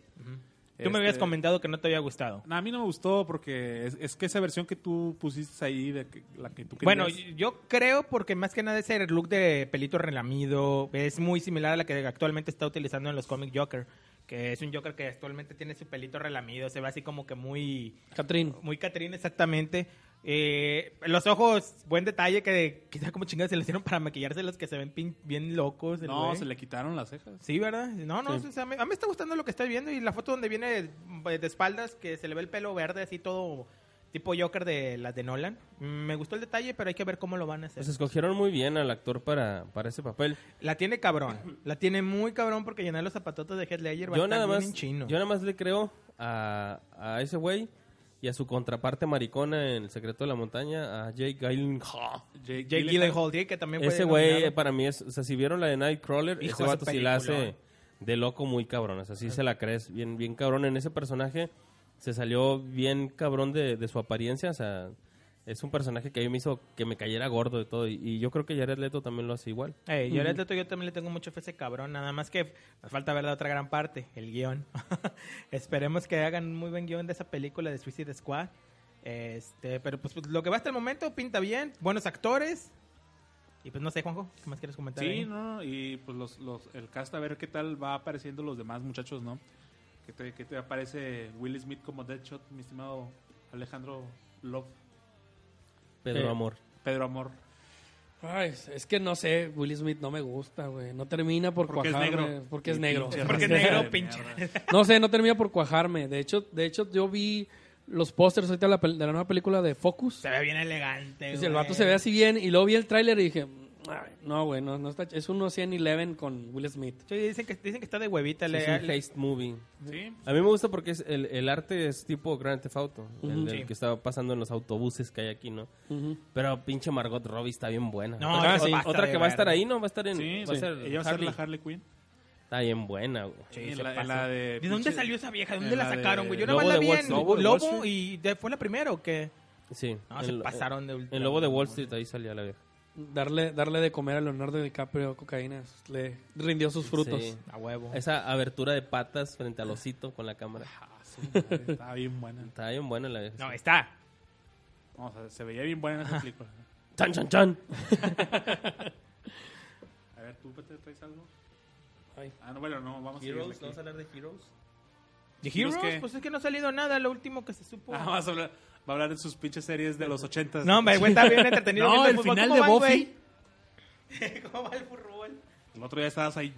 S5: Tú me habías
S2: Este,
S5: comentado que no te había gustado.
S2: no, a mí no me gustó porque es, es que esa versión que tú pusiste ahí, de que- la que tú querías.
S5: Bueno, yo creo porque más que nada ese look de pelito relamido es muy similar a la que actualmente está utilizando en los cómics Joker, que es un Joker que actualmente tiene su pelito relamido, se ve así como que muy
S4: Catrín.
S5: muy Catrín exactamente. Eh, los ojos, buen detalle que quizá como chingados se le hicieron para maquillarse los que se ven pin- bien locos. el
S2: no,
S5: güey.
S2: se le quitaron las cejas.
S5: Sí, ¿verdad? No, no, o sea, me- a mí me está gustando lo que estoy viendo y la foto donde viene eh, de espaldas que se le ve el pelo verde así todo tipo Joker de las de Nolan. Mm, Me gustó el detalle, pero hay que ver cómo lo van a hacer.
S6: Pues escogieron muy bien al actor para, para ese papel.
S5: La tiene cabrón, la tiene muy cabrón porque llenar los zapatotos de Heath Ledger va a
S6: Yo
S5: estar
S6: nada,
S5: bien
S6: más,
S5: en chino.
S6: yo nada más le creo a, a ese güey y a su contraparte maricona en El Secreto de la Montaña, a Jake Gyllenhaal.
S2: Jake,
S5: Jake Gyllenhaal, sí, que también fue
S6: Ese güey eh,
S5: nominado.
S6: para mí es... O sea, si vieron la de Nightcrawler,
S5: Hijo,
S6: ese
S5: ese
S6: vato sí la hace
S5: peliculón.
S6: de loco muy cabrón. O sea, sí se la crees bien, bien cabrón. En ese personaje se salió bien cabrón de, de su apariencia. O sea, es un personaje que a mí me hizo que me cayera gordo de todo. Y, y yo creo que Jared Leto también lo hace igual.
S5: Eh, yo, le trato- yo también le tengo mucho fe a ese cabrón, nada más que nos falta ver la otra gran parte, el guión. Esperemos que hagan un muy buen guión de esa película de Suicide Squad. Este, pero pues, pues, lo que va hasta el momento pinta bien, buenos actores. Y pues no sé, Juanjo, ¿qué más quieres comentar? ahí?
S2: Sí, no, y pues los, los- el cast a ver qué tal va apareciendo los demás muchachos, ¿no? Que te, que te aparece Will Smith como Deadshot, mi estimado Alejandro Love,
S6: Pedro
S4: Eh,
S6: Amor.
S2: Pedro Amor.
S4: Ay, es- es que no sé, Will Smith no me gusta, güey. No termina por
S2: Porque es
S4: cuajarme.
S2: negro.
S4: Porque es
S2: Y pinche
S4: negro.
S5: Porque es
S2: racista
S5: negro,
S2: de
S5: pinche.
S2: mierda.
S4: No sé, no termina por cuajarme. De hecho, de hecho yo vi los pósters ahorita de la, pel- de la nueva película de Focus.
S5: Se ve bien elegante.
S6: Pues,
S4: Entonces, el
S5: güey.
S4: vato se ve así bien. Y luego vi el tráiler y dije, "Ay, no, güey, no, no está. ch- Es un 111 con Will Smith.
S5: Sí, dicen, que, dicen que está de huevita.
S6: Sí,
S5: le-
S6: es un
S5: le-
S6: heist movie.
S2: Sí,
S6: A mí me gusta porque es el, el arte es tipo Grand Theft Auto, el, del
S5: Sí.
S6: que está pasando en los autobuses que hay aquí, ¿no?
S4: Ujú.
S6: Pero pinche Margot Robbie está bien buena.
S5: No,
S6: otra,
S5: sí.
S6: otra-
S5: basta
S6: Ah, otra
S5: de
S6: que va a
S5: ver.
S6: estar ahí, ¿no? Va a
S5: Mm.
S6: estar en
S2: sí,
S6: va a
S2: sí.
S6: ser
S2: ella va a ser la
S6: Harley.
S2: Harley Quinn.
S6: Está bien buena, güey.
S5: Sí,
S2: en
S5: se
S2: la- en
S5: pasa.
S2: la de
S5: ¿De
S2: pinche-
S5: dónde salió esa vieja? ¿De dónde
S2: en
S5: la
S2: la de
S5: sacaron, güey? Yo nada
S6: Lobo
S5: más
S6: de
S5: la vi
S6: Wall
S5: en
S6: Street. Lobo de Wall
S5: Lobo
S6: Street.
S5: y de- fue la primera o qué?
S6: Sí.
S5: No, se pasaron de ultra-
S6: El lobo de Wall Street, ahí salía la vieja.
S4: Darle, darle de comer a Leonardo DiCaprio cocaína le rindió sus frutos.
S6: Sí.
S5: A huevo.
S6: Esa abertura de patas frente al osito con la cámara.
S2: Ah, su madre, Estaba bien buena.
S6: Está bien buena la vieja.
S5: No, está.
S2: No, o sea, se veía bien buena en esa película.
S6: ¡Chan, chan, chan!
S2: A ver, ¿tú Peter, traes algo?
S4: Ay.
S2: Ah, no, bueno, no, vamos a seguirle aquí.
S6: hablar de Heroes?
S5: ¿De
S2: Heroes
S5: Heroes?
S2: qué?
S5: Pues es que no ha salido nada, lo último que se supo.
S2: Ah, vas a hablar, va a hablar de sus pinches series de los ochentas.
S5: No, hombre, güey, está bien entretenido.
S2: No,
S5: viendo
S2: el
S5: fútbol.
S2: final
S5: ¿Cómo
S2: de
S5: van,
S2: Buffy.
S5: güey? ¿Cómo va el fútbol?
S2: El otro día estabas ahí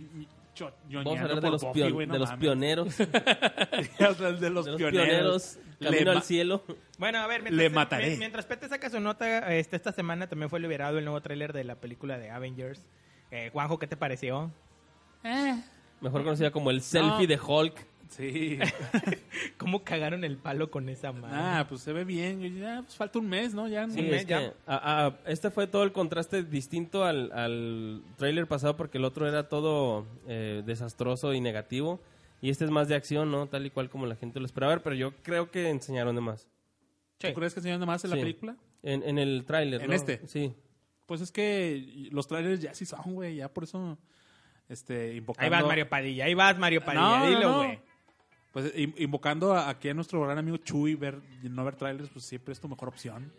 S2: cho- ñoñando
S6: Vamos a hablar de
S2: por
S6: los,
S2: Buffy,
S6: pion-
S2: güey, no
S6: de los
S2: mames.
S6: pioneros. De
S2: O sea, de los
S6: los
S2: pioneros.
S6: pioneros.
S2: Le
S6: Camino
S2: ma-
S6: al cielo.
S5: Bueno, a ver,
S2: Le
S5: mientras,
S2: mataré.
S5: mi- mientras Pete saca su nota, este, esta semana también fue liberado el nuevo tráiler de la película de Avengers. Eh, Juanjo, ¿qué te pareció?
S6: Mejor conocida como el selfie de Hulk.
S2: Sí.
S5: ¿Cómo cagaron el palo con esa madre?
S2: ah, pues se ve bien. güey, Ya, pues falta un mes, ¿no? Ya,
S6: Sí,
S2: un
S5: me-
S6: es
S2: mes.
S6: que,
S5: ya.
S6: a- a- este fue todo el contraste distinto al, al trailer pasado porque el otro era todo eh, desastroso y negativo. Y este es más de acción, ¿no? Tal y cual como la gente lo esperaba. A ver, Pero yo creo que enseñaron de más.
S2: ¿Tú crees que enseñaron más en la
S6: Sí.
S2: película?
S6: En, en el tráiler,
S2: ¿En
S6: ¿no?
S2: este?
S6: Sí.
S2: Pues es que los trailers ya sí son, güey. Ya por eso, este, invocando...
S5: Ahí vas, Mario Padilla, ahí vas, Mario Padilla,
S2: No, no,
S5: dilo,
S2: no.
S5: güey.
S2: Pues in- invocando a- aquí a nuestro gran amigo Chuy, ver, no ver trailers, pues siempre es tu mejor opción.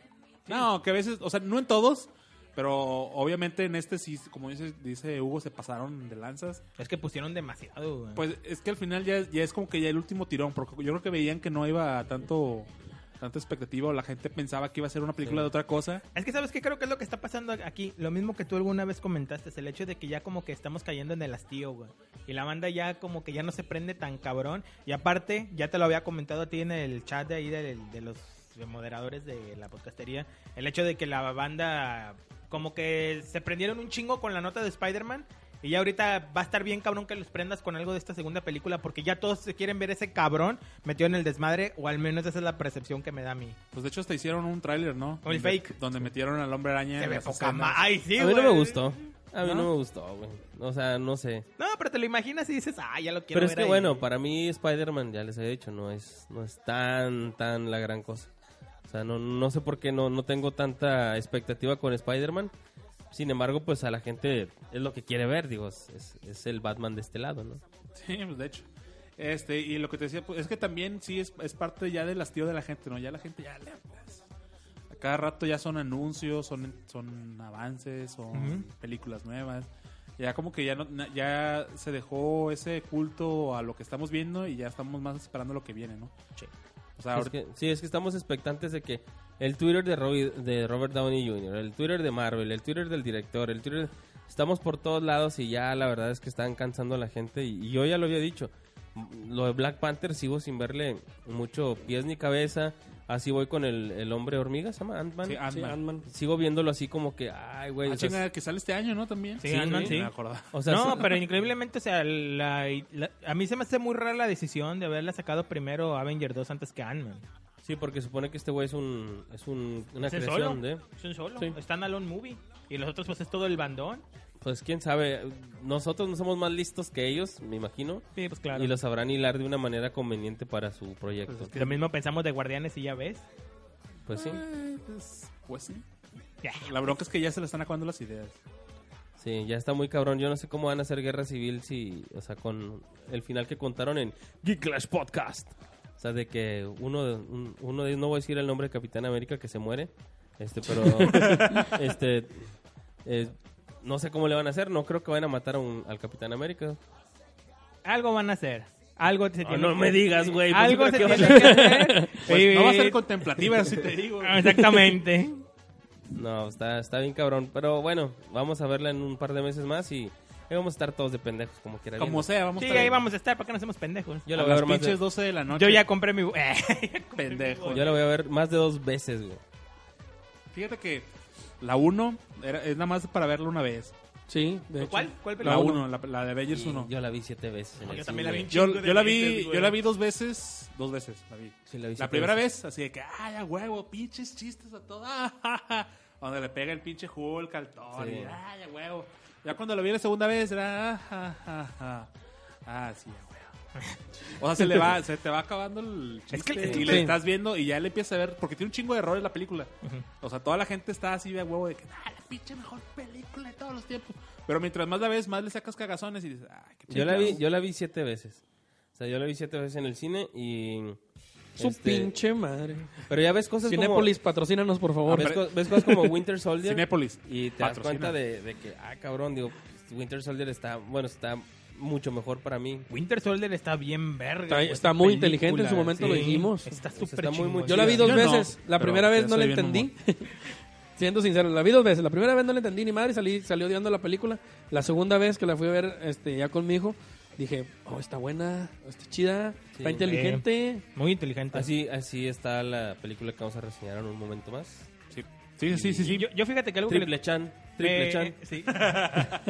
S2: No, que a veces, o sea, no en todos, Pero obviamente en este sí, como dice, dice Hugo, se pasaron de lanzas.
S5: Es que pusieron demasiado, güey.
S2: Pues es que al final ya, es- ya es como que ya el último tirón, porque yo creo que veían que no iba a tanto tanta expectativa o la gente pensaba que iba a ser una película de otra cosa.
S5: Es que sabes que creo que es lo que está pasando aquí. Lo mismo que tú alguna vez comentaste, es el hecho de que ya como que estamos cayendo en el hastío, güey. Y la banda ya como que ya no se prende tan cabrón. Y aparte, ya te lo había comentado a ti en el chat de ahí del- de, los moderadores de la podcastería, el hecho de que la banda como que se prendieron un chingo con la nota de Spider-Man. Y ya ahorita va a estar bien cabrón que los prendas con algo de esta segunda película porque ya todos se quieren ver ese cabrón metido en el desmadre o al menos esa es la percepción que me da a mí.
S2: Pues de hecho hasta hicieron un tráiler, ¿no?
S5: O
S2: Donde-
S5: el fake.
S2: Donde metieron al hombre araña.
S5: Se
S2: en
S5: ve
S2: las
S5: poca
S2: escenas.
S5: ma- Ay, sí,
S6: A mí no
S5: güey.
S6: me gustó. A mí
S2: ¿No?
S6: no me gustó, güey. O sea, no sé.
S5: No, pero te lo imaginas y dices, ah, ya lo quiero
S6: Pero
S5: ver
S6: es que
S5: ahí".
S6: bueno, para mí Spider-Man, ya les he dicho, no es, no es tan, tan la gran cosa. O sea, no, no sé por qué no, no tengo tanta expectativa con Spider-Man. Sin embargo, pues a la gente es lo que quiere ver, digo, es, es- es el Batman de este lado, ¿no?
S2: Sí, pues de hecho. Este, y lo que te decía, pues, es que también sí es, es parte ya del hastío de la gente, ¿no? Ya la gente ya le... pues, a cada rato ya son anuncios, son, son avances, son películas nuevas. Ya como que ya, no, na- ya se dejó ese culto a lo que estamos viendo y ya estamos más esperando lo que viene, ¿no? O sea,
S6: Es
S2: Ah, ahorita...
S6: que- sí, es que estamos expectantes de que el Twitter de, Roy- de Robert Downey Jr., el Twitter de Marvel, el Twitter del director, el Twitter... Estamos por todos lados y ya la verdad es que están cansando a la gente y, y yo ya lo había dicho. M- Lo de Black Panther sigo sin verle mucho pies ni cabeza. Así voy con el, el hombre hormiga, ¿se llama Ant-Man?
S2: Sí, Ant-Man.
S6: Sí, Sigo viéndolo así como que, ay, güey.
S2: Ah,
S6: o sea,
S2: chinga, que sale este año, ¿no? También.
S5: Sí, Ant-Man, sí.
S2: Me acordaba.
S6: o sea,
S5: no,
S6: se-
S5: pero increíblemente, o sea, la- la- a mí se me hace muy rara la decisión de haberla sacado primero Avenger 2 antes que Ant-Man.
S6: sí, porque supone que este güey es un es un- una
S5: Es un
S6: creación
S5: solo.
S6: de...
S5: Es un solo.
S6: Sí.
S5: Están alone movie. Y los otros, pues es todo el bandón.
S6: Pues quién sabe, nosotros no somos más listos que ellos, me imagino.
S5: Sí, pues claro.
S6: Y lo sabrán hilar de una manera conveniente para su proyecto. Pues,
S5: Lo mismo pensamos de Guardianes y ya ves.
S6: sí,
S2: Eh, pues, pues sí.
S5: Ya.
S2: La bronca es que ya se le están acabando las ideas.
S6: sí, ya está muy cabrón. Yo no sé cómo van a hacer guerra civil si, o sea, con el final que contaron en Geek Clash Podcast. O sea, de que uno, de- un- uno de no voy a decir el nombre de Capitán América que se muere, este, pero, este, eh, no sé cómo le van a hacer. No creo que vayan a matar a un- al Capitán América.
S5: Algo van a hacer. Algo se
S6: No,
S5: tiene
S6: Ah, no
S5: que-
S6: me digas, güey. pues,
S5: Algo
S6: ¿qué
S5: se
S6: vas a
S5: tiene que
S6: hacer?
S5: hacer.
S2: Pues, no va a ser
S5: Y-
S2: contemplativa, si te digo.
S5: Exactamente.
S6: No, está, está bien cabrón. Pero bueno, vamos a verla en un par de meses más y ahí vamos a estar todos de pendejos, como quiera.
S2: Como
S6: viendo.
S2: sea, vamos
S5: Sí,
S2: estar
S5: ahí vamos a estar. ¿Para qué no hacemos pendejos?
S6: Yo
S2: a
S6: la voy a
S2: las
S6: ver más
S2: pinches
S6: de,
S2: 12 de la noche.
S5: Yo ya compré mi...
S2: pendejo.
S6: yo la voy a ver más de dos veces, güey.
S2: Fíjate que la 1 era- es nada más para verla una vez.
S4: Sí, de hecho.
S5: ¿Cuál? ¿Cuál
S2: La
S5: película?
S2: 1, la, la de Avengers
S6: Y
S2: 1.
S6: Yo la vi siete veces. en
S5: Yo
S6: el
S5: también la
S6: cine,
S5: vi
S6: güey.
S2: Yo,
S5: Chingo de
S2: yo la vi,
S5: veces, güey.
S2: yo la vi dos veces, dos veces la vi.
S6: Sí, la vi siete
S2: primera
S6: veces.
S2: vez, así de que, ay, a huevo, pinches chistes a toda. Donde le pega el pinche Hulk al Thor,
S6: Sí.
S2: y, ay, a huevo. Ya cuando la vi la segunda vez, era, ah, ja, ja, ja. ah, sí, a huevo. O sea, se le va, se te va acabando el chiste
S5: Es que- es que-
S2: y le
S4: sí.
S2: estás viendo y ya le empiezas a ver, porque tiene un chingo de errores la película. O sea, toda la gente está así de a huevo de que, ah, la pinche mejor película de todos los tiempos. Pero mientras más la ves, más le sacas cagazones y dices, ay, qué
S6: Yo la vi,
S2: chingados".
S6: yo la vi siete veces. O sea, yo la vi siete veces en el cine y...
S4: Su
S6: este,
S4: pinche madre.
S6: Pero ya ves cosas
S4: Cinépolis, patrocínanos, por
S6: como...
S4: favor.
S6: Ves, co- ves cosas como Winter Soldier.
S2: Cinépolis.
S6: Y te das
S2: Patrocina.
S6: cuenta de, de que, ah, cabrón, digo, Winter Soldier está, bueno, está mucho mejor para mí.
S5: Winter Soldier está bien verga.
S4: Está,
S5: güey.
S4: está muy inteligente, en su momento lo dijimos.
S5: Está
S6: está
S5: súper
S6: muy,
S5: chingón.
S6: muy
S4: Yo la vi dos
S2: Yo no,
S4: veces. la
S2: pero
S4: primera
S2: ya
S4: vez no la
S2: soy bien
S4: entendí. Siendo sincero, la vi dos veces. La primera vez no la entendí ni madre, salí, salió odiando la película. La segunda vez que la fui a ver este, ya con mi hijo, dije, oh, está buena, está chida, está inteligente.
S5: Muy inteligente.
S6: Así, así está la película que vamos a reseñar en un momento más.
S2: Sí, sí, sí, sí.
S5: Yo, yo fíjate que algo que
S6: Triple
S5: le...
S6: Chan, Triple
S5: Eh,
S6: Chan.
S5: eh, sí.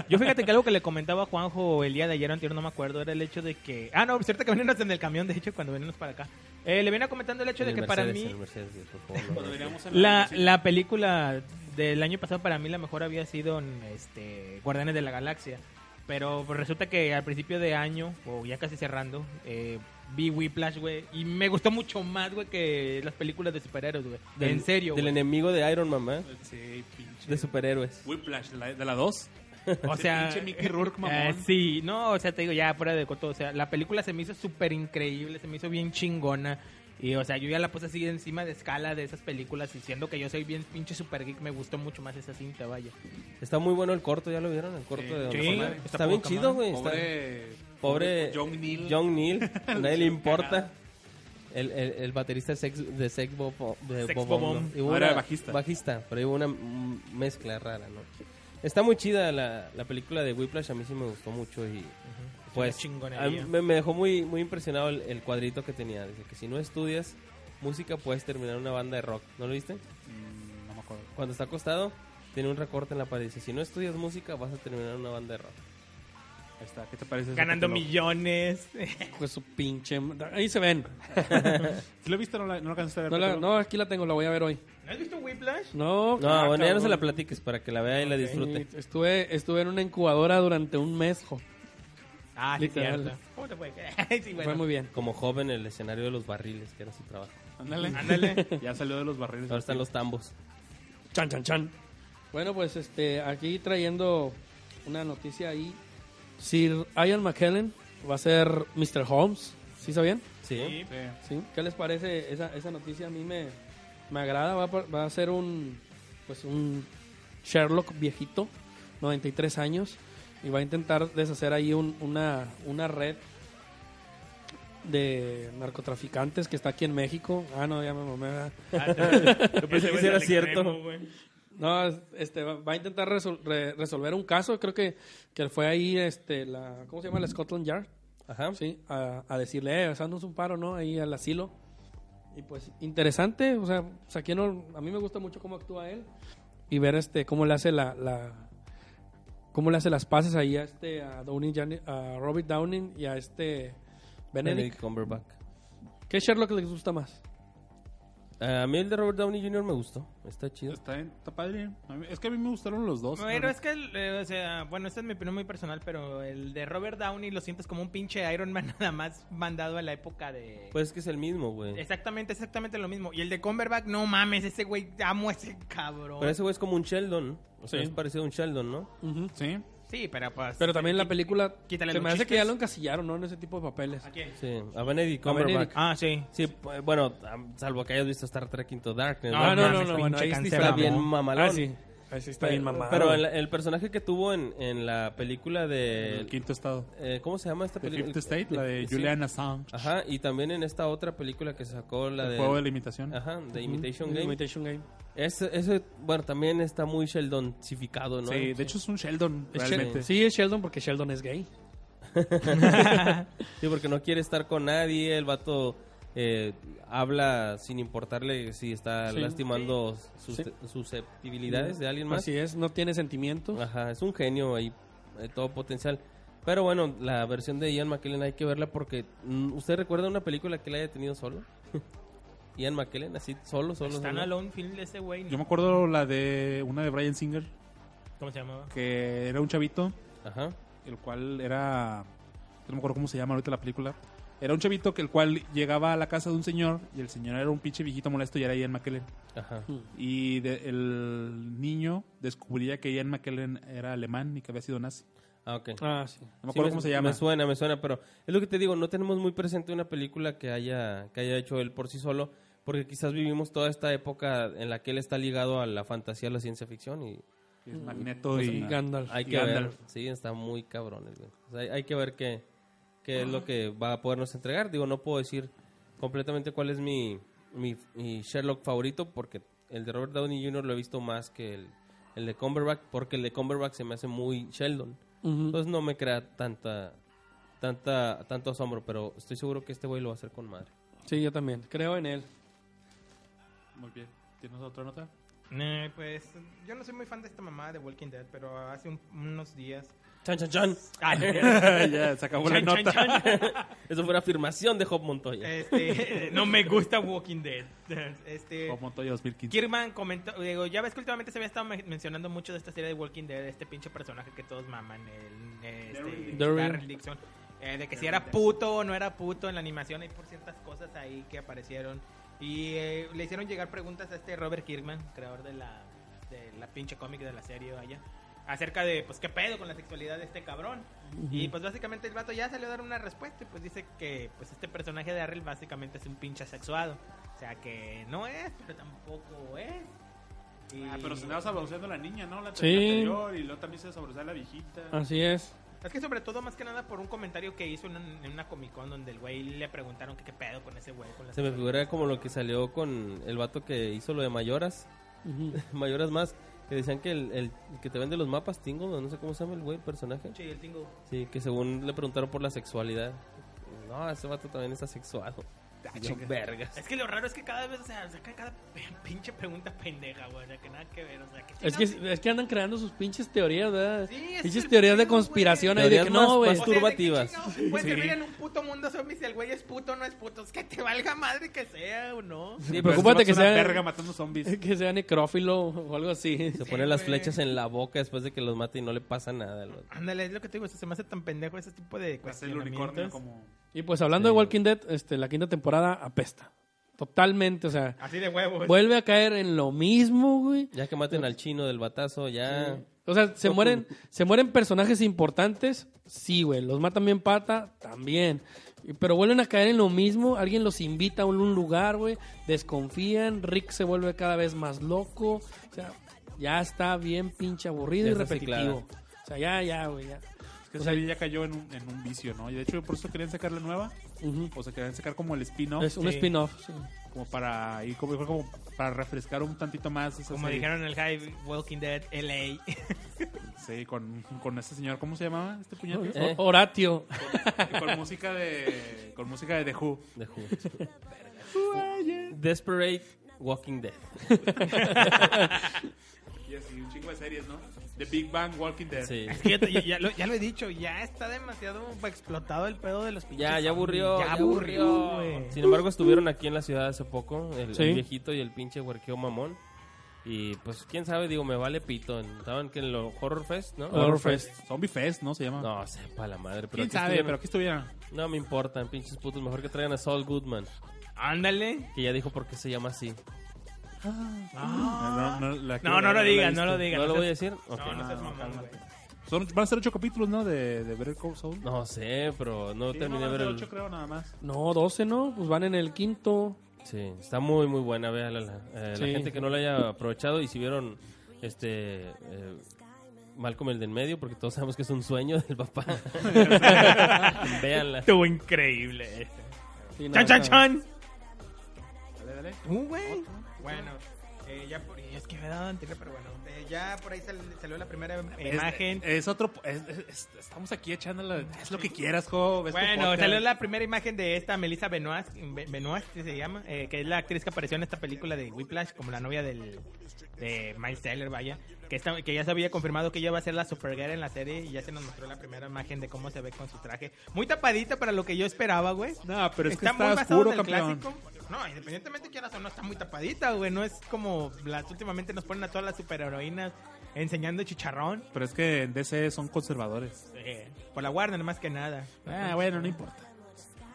S5: Yo fíjate que algo que le comentaba a Juanjo el día de ayer anterior, no me acuerdo, era el hecho de que... Ah, no, es cierto que venimos en el camión, de hecho, cuando venimos para acá. Eh, le venía comentando el hecho de
S6: El
S5: que para
S6: Mercedes,
S5: mí
S6: el Mercedes, Dios, por favor, no, no, no.
S5: la, la película del año pasado para mí la mejor había sido en, este Guardianes de la Galaxia. Pero pues, resulta que al principio de año, o ya casi cerrando, eh, vi Whiplash, güey. Y me gustó mucho más, güey, que las películas de superhéroes, güey.
S6: Del-
S5: En serio,
S6: Del
S5: güey.
S6: enemigo de Iron Man, ¿eh?
S2: Sí, pinche.
S6: de superhéroes.
S2: Whiplash, de la- de la 2.
S5: O sea,
S2: Pinche Mickey Rourke, mamón.
S5: eh, sí, no, o sea, te digo, ya fuera de coto, o sea, la película se me hizo súper increíble, se me hizo bien chingona. Y, o sea, yo ya la puse así encima de escala de esas películas, y siendo que yo soy bien pinche super geek, me gustó mucho más esa cinta, vaya.
S6: Está muy bueno el corto, ¿ya lo vieron? El corto
S2: Sí.
S6: de Don
S5: Sí,
S6: Omar.
S5: está
S6: Está, bien
S5: poca
S6: chido,
S5: madre.
S6: güey. está-
S2: Pobre.
S6: Pobre
S2: John Neal.
S6: John Neal. A nadie le importa.
S2: cagado.
S6: El, el, el baterista de Sex, de Sex Bob, de
S5: Sex
S6: Bob
S5: Bobom.
S6: Bom, ¿no? Y
S2: No,
S6: hubo
S2: era
S6: una-
S2: bajista.
S6: Bajista, pero hubo una mm, mezcla rara, ¿no? Está muy chida la, la película de Whiplash, a mí sí me gustó mucho y pues
S5: una chingonería.
S6: a mí me, me dejó muy muy impresionado el, el cuadrito que tenía. Dice que si no estudias música puedes terminar una banda de rock, ¿no lo viste?
S2: Mm, No me acuerdo.
S6: Cuando está acostado tiene un recorte en la pared. Dice si no estudias música vas a terminar una banda de rock.
S2: Ahí está. ¿Qué te parece? ese
S5: Ganando
S2: capítulo?
S5: millones.
S4: Pues su pinche. ma- Ahí se ven.
S2: ¿Sí lo viste o no, la- no lo alcanzaste a ver?
S4: No, la-
S2: Pedro?
S4: no, aquí la tengo, la voy a ver hoy.
S5: ¿No has visto Whiplash?
S4: No,
S6: No,
S4: ah,
S6: bueno, ya no se la
S4: cabrón.
S6: platiques para que la vea y la disfrute.
S4: Sí, Estuve, estuve en una incubadora durante un mes, jo.
S5: Ah, sí,
S4: Literal.
S5: cierto. ¿Cómo te fue? sí, bueno.
S4: Fue muy bien.
S6: Como joven, el escenario de los barriles, que era su trabajo.
S2: Ándale.
S5: Ándale.
S2: ya salió de los barriles.
S6: Ahora están los tambos.
S4: Chan, chan, chan. Bueno, pues este, aquí trayendo una noticia ahí. Sir Ian McKellen va a ser Mr. Holmes. ¿Sí sabían?
S6: Sí.
S2: Sí.
S4: ¿Sí? ¿Qué les parece esa, esa noticia? A mí me, me agrada. Va, a par- va a ser un, pues un Sherlock viejito, 93 años, y va a intentar deshacer ahí un- una, una red de narcotraficantes que está aquí en México. Ah, no, ya me mamé. ¿verdad?
S6: Yo pensé que sí era cierto.
S4: No, es- este, va va a intentar resol- re- resolver un caso. Creo que, que fue ahí, este, la, ¿cómo se llama? La Scotland Yard.
S6: Ajá.
S4: Sí, a, a decirle, eh, haznos un paro, ¿no? Ahí al asilo. Y pues, interesante, o sea, Saquieno, a mí me gusta mucho cómo actúa él y ver este cómo le hace la, la cómo le hace las pases ahí a este a Downey, Jane- a Robert Downing y a este Benedict.
S6: Benedict Cumberbatch.
S4: ¿Qué Sherlock les gusta más?
S6: Eh, a mí el de Robert Downey Jr. me gustó. Está chido.
S2: Está, bien, está padre. A mí- es que a mí me gustaron los dos.
S5: Pero es que, eh, o sea, bueno, esta es mi opinión muy personal, pero el de Robert Downey lo sientes como un pinche Iron Man nada más mandado a la época de...
S6: Pues es que es el mismo, güey.
S5: Exactamente, exactamente lo mismo. Y el de Cumberbatch, no mames, ese güey, amo a ese cabrón.
S6: Pero ese güey es como un Sheldon. ¿no? O sea,
S2: Sí.
S6: es parecido a un Sheldon, ¿no?
S4: Ujú.
S2: Sí.
S5: Sí, pero pues...
S4: Pero también la película
S5: Quítale
S4: se
S5: los
S4: me hace que
S5: chistes.
S4: ya lo encasillaron, ¿no? En ese tipo de papeles.
S5: ¿A quién?
S6: Sí. A
S4: A
S6: Benedict
S4: Benedict.
S6: Cumberbatch.
S5: Ah, sí.
S6: Sí, p- bueno, am- salvo que hayas visto Star Trek Into Darkness.
S5: No,
S4: Ah, no, no,
S5: mames,
S4: no, bueno,
S5: pinche
S4: ahí sí
S5: cáncer,
S4: está
S5: mamón.
S6: Bien mamalón.
S4: Ah, sí. Ahí sí está bien mamado.
S6: Pero el, el personaje que tuvo en, en la película de...
S2: El quinto estado.
S6: eh, ¿Cómo se llama esta
S2: The
S6: película?
S2: Fifth State, la de
S6: Sí.
S2: Julian Assange.
S6: Ajá, y también en esta otra película que sacó, la
S2: el
S6: de...
S2: juego de la imitación.
S6: Ajá, de Imitation
S4: El
S6: Game.
S4: Imitation Game.
S6: Ese, ese, bueno, también está muy Sheldonificado, ¿no?
S2: Sí, de hecho es un Sheldon,
S4: Es
S2: realmente.
S4: Sheldon. Sí, es Sheldon porque Sheldon es gay.
S6: Sí, porque no quiere estar con nadie, el vato eh, habla sin importarle si está
S4: Sí.
S6: lastimando sus
S4: Sí.
S6: susceptibilidades de alguien más. Ah,
S4: Así es, no tiene sentimientos.
S6: Ajá, es un genio ahí, eh, todo potencial. Pero bueno, la versión de Ian McKellen hay que verla porque mm, ¿usted recuerda una película que le haya tenido solo? Ian McKellen, así solo, solo.
S5: Están
S6: solo.
S5: alone film de ese güey. ¿no?
S2: Yo me acuerdo la de una de Brian Singer,
S5: ¿Cómo se llamaba?
S2: que era un chavito,
S6: Ajá.
S2: el cual era. No me acuerdo cómo se llama ahorita la película. Era un chavito que el cual llegaba a la casa de un señor y el señor era un pinche viejito molesto y era Ian McKellen.
S6: Ajá.
S2: Hmm. Y de- el niño descubría que Ian McKellen era alemán y que había sido nazi.
S6: Ah, ok.
S4: Ah, sí.
S2: No me
S6: Sí,
S2: acuerdo cómo se llama.
S6: Me suena, me suena, pero es lo que te digo, no tenemos muy presente una película que haya, que haya hecho él por sí solo, porque quizás vivimos toda esta época en la que él está ligado a la fantasía, a la ciencia ficción y
S2: Que es Magneto
S4: Pues,
S2: y.
S4: y Gandalf.
S6: hay
S2: Y
S6: que ver,
S2: Gandalf.
S6: sí, está muy cabrón el güey. O sea, hay, hay que ver qué, qué es lo que va a podernos entregar. Digo, no puedo decir completamente cuál es mi, mi, mi Sherlock favorito, porque el de Robert Downey Jr. lo he visto más que el, el de Cumberbatch, porque el de Cumberbatch se me hace muy Sheldon.
S4: Ujú.
S6: Entonces no me crea tanta, tanta, tanto asombro, pero estoy seguro que este güey lo va a hacer con madre.
S4: Sí, yo también. Creo en él.
S2: Muy bien. ¿Tienes otra nota?
S5: Eh, pues yo no soy muy fan de esta mamá de Walking Dead, pero hace un- unos días...
S6: Chan, chan, chan.
S5: Ah, no.
S2: ya, se acabó la
S5: Chan, chan,
S2: nota.
S5: chan.
S6: Eso fue una afirmación de Job Montoya.
S5: Este, no me gusta Walking Dead. Este,
S2: O Montoya 2015.
S5: Kirman comentó, digo, ya ves que últimamente se había estado men- mencionando mucho de esta serie de Walking Dead, de este pinche personaje que todos maman, el eh, este,
S4: Daryl.
S5: Daryl Dixon, eh, de que si era puto o no era puto en la animación, hay por ciertas cosas ahí que aparecieron y eh, le hicieron llegar preguntas a este Robert Kirkman, creador de la de la pinche cómic de la serie vaya. acerca de, pues, qué pedo con la sexualidad de este cabrón. Y pues básicamente el vato ya salió a dar una respuesta y pues dice que pues este personaje de Arrel básicamente es un pinche asexuado. O sea que no es, pero tampoco es. Y-
S2: Ah, pero se andaba saboreando la niña, ¿no? La
S4: Sí.
S2: tercera anterior y luego también se saboreaba la viejita.
S4: Así es.
S5: Es que sobre todo, más que nada, por un comentario que hizo en, un- en una Comic Con donde el güey le preguntaron que qué pedo con ese güey. Con la
S6: Se me
S5: sexualidad.
S6: figura como lo que salió con el vato que hizo lo de Mayoras.
S4: Ujú.
S6: Mayoras más. Que decían que el, el- el que te vende los mapas, Tingo, no sé cómo se llama el güey, el personaje.
S5: Sí, el tingo.
S6: Sí, que según le preguntaron por la sexualidad. No, ese vato también está sexuado.
S5: Ah,
S6: Yo, vergas.
S5: Es que lo raro es que cada vez, o sea, sacan cada pe- pinche pregunta pendeja, güey. O sea, que nada que ver. O sea, que
S4: Es que, es que andan creando sus pinches teorías, ¿verdad?
S5: Sí, ese es
S4: pinches
S5: el
S4: teorías de
S5: pedo, güey.
S4: conspiración ahí de
S6: Teorías
S4: que
S6: más
S4: no, güey.
S6: pas- turbativas.
S5: Puede servir en un puto mundo zombie si el güey es puto o no es puto. Es que te valga madre que sea o no.
S6: Sí, pero
S2: Este
S4: preocúpate
S2: vato
S4: que
S2: es una
S4: sea- Eh,
S2: verga matando zombies.
S4: Que sea necrófilo o algo así.
S6: se pone las
S5: güey.
S6: flechas en la boca después de que los mata y no le pasa nada. al vato.
S5: Ándale, es lo que te digo. eso se me hace tan pendejo ese tipo de
S2: Pues el unicornio como...
S4: Y pues hablando de Walking Dead, este, la quinta temporada apesta. Totalmente, o sea,
S5: Así de huevos.
S4: vuelve a caer en lo mismo, güey.
S6: Ya que maten al chino del batazo, ya.
S4: O sea,
S6: pues,
S4: se mueren, se mueren personajes importantes, sí, güey. Los matan bien pata, también. Y- Pero vuelven a caer en lo mismo. Alguien los invita a un un lugar, güey. Desconfían. Rick se vuelve cada vez más loco. O sea, ya está bien pinche aburrido
S6: Ya
S4: y
S6: está
S4: repetitivo. O sea, ya, ya, güey, ya.
S2: Es que esa serie ya cayó en un, en un vicio, ¿no? Y de hecho por eso querían sacar la nueva.
S4: Ujú.
S2: O sea, querían sacar como el spin-off.
S4: es un
S5: sí.
S4: spin-off. sí.
S2: Como para ir como, como para refrescar un tantito más. esa
S5: Como
S2: serie.
S5: dijeron en el Hive, Walking Dead LA.
S2: Sí, con, con este señor, ¿cómo se llamaba? Este puñete.
S6: Eh.
S4: O- Horatio.
S2: Con música de. Con música de The Who.
S6: de Who. Desperate Walking Dead.
S2: Y así, un chingo de series, ¿no? The Big Bang, Walking Dead.
S6: Sí.
S5: Es que ya, te- ya- ya lo, ya lo he dicho, ya está demasiado explotado el pedo de los pinches.
S6: Ya, ya aburrió.
S5: Ya aburrió, güey.
S6: Sin embargo, estuvieron aquí en la ciudad hace poco, el, el
S4: Sí.
S6: viejito y el pinche huerqueo mamón. Y pues, quién sabe, digo, me vale pito. Estaban que en lo Horror Fest, ¿no?
S4: Horror Fest.
S2: Zombie Fest, ¿no? Se llama.
S6: No, sepa la madre, pero
S2: ¿Quién
S6: aquí
S2: sabe?
S6: estuvieron.
S2: Pero aquí estuviera.
S6: No me importan, pinches putos. Mejor que traigan a Saul Goodman,
S5: Ándale.
S6: que ya dijo por qué se llama así.
S2: No, no, la-
S5: No, no lo
S2: la-
S5: digas,
S2: la-
S5: no lo digas.
S6: ¿No lo
S5: seas-
S6: voy a decir? Ok.
S5: No, no seas mamón, güey.
S2: Son, van a ser ocho capítulos, ¿no? De, de Better Call Saul.
S6: No sé, pero no
S2: Sí,
S6: terminé
S2: no,
S6: de ver
S2: van a ser
S6: el...
S2: ocho, creo, nada más.
S4: No, 12, ¿no? Pues van en el quinto.
S6: Sí, está muy, muy buena. Véanla. La, eh, la
S4: Sí.
S6: gente que no la haya aprovechado y si vieron este... Eh, Malcolm el del medio, porque todos sabemos que es un sueño del papá. Véanla.
S5: Estuvo increíble. este.
S4: Sí, no,
S5: ¡Chan, chan,
S4: está-
S5: chan!
S2: Dale, dale.
S5: Uh, güey. Bueno, eh, ya por es que me he dado anterior, pero bueno. eh, ya por ahí sal- salió la primera
S2: Es-
S5: imagen.
S2: Es, otro. es- es- estamos aquí echándola. Es lo que quieras, jo. ves tu
S5: Bueno,
S2: este podcast.
S5: salió la primera imagen de esta Melissa Benoist, Be- Benoist ¿sí se llama, Eh, que es la actriz que apareció en esta película de Whiplash como la novia del de Miles Teller, vaya, que esta- que ya se había confirmado que ella va a ser la Supergirl en la serie y ya se nos mostró la primera imagen de cómo se ve con su traje, muy tapadita para lo que yo esperaba, güey.
S2: No, pero es que
S5: muy
S2: está
S5: basado
S2: oscuro,
S5: en el
S2: campeón.
S5: clásico. No, independientemente quieras o no, está muy tapadita, güey. No es como las últimamente nos ponen a todas las superheroínas enseñando chicharrón.
S2: Pero es que en DC son conservadores.
S5: eh, por la guardia, más que nada.
S2: Ah, bueno, no importa.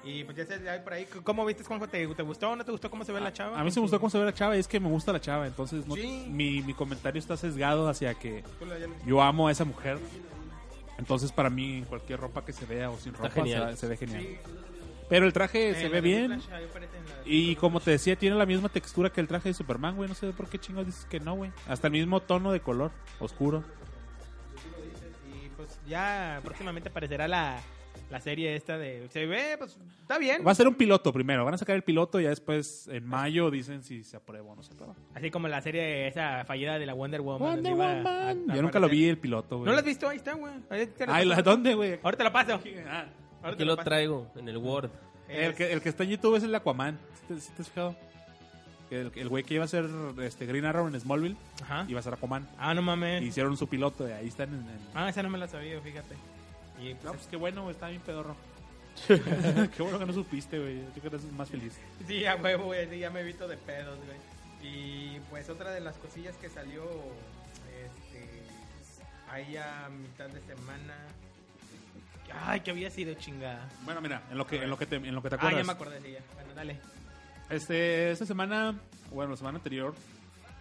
S5: Y pues ya se hay por ahí. ¿Cómo viste, Juanjo? ¿Te, te gustó o no te gustó cómo se ve la chava?
S2: A mí se me gustó cómo se ve la chava y es que me gusta la chava, entonces no-
S5: Sí.
S2: mi, mi comentario está sesgado hacia que
S5: Tú la- ya la-
S2: yo amo a esa mujer. Entonces para mí en cualquier ropa que se vea o sin ropa
S6: genial.
S2: se, se ve genial. Pero el traje se
S5: Eh,
S2: ve
S5: la de
S2: bien
S5: Flash, ahí aparece en la-
S2: y como te decía tiene la misma textura que el traje de Superman, güey, no sé por qué chingados dices que no, güey. Hasta el mismo tono de color oscuro.
S5: Y pues ya próximamente aparecerá la, la serie esta de... Se ve, pues está bien.
S2: Va a ser un piloto primero, van a sacar el piloto y ya después en mayo dicen si se aprueba o no se aprueba.
S5: Así como la serie esa fallida de la Wonder Woman.
S2: Wonder
S5: donde iba a- a-
S2: Woman.
S5: a
S2: Yo nunca lo vi
S5: aparecer.
S2: el piloto, güey.
S5: ¿No lo has visto? Ahí está, güey. Ahí te lo
S2: Ay,
S5: paso.
S2: ¿la- ¿dónde, güey? Ah,
S5: Ahora te lo paso. Ahora
S6: Aquí
S5: te
S6: lo
S5: paso.
S6: traigo en el Word.
S2: El que, el que está en YouTube es el Aquaman. ¿Sí te, sí te has fijado? El el güey que iba a ser este, Green Arrow en Smallville
S5: Ajá.
S2: iba a ser Aquaman.
S5: Ah, no mames.
S2: E hicieron su piloto y ahí están en. en-
S5: Ah, esa no me la sabía, fíjate. Y
S2: No,
S5: pues,
S2: pues qué bueno, güey, está bien pedorro. qué bueno que no supiste, güey. Yo creo que eres más feliz.
S5: Sí, a huevo, güey, sí, ya me evito de pedos, güey. Y pues otra de las cosillas que salió este, ahí a mitad de semana. Ay, que había sido chingada.
S2: Bueno, mira, en lo que, en lo que, te, en lo que te
S5: Ah,
S2: acuerdas.
S5: ya me acordé de ella. Bueno, dale.
S2: Este, esta semana, bueno, la semana anterior,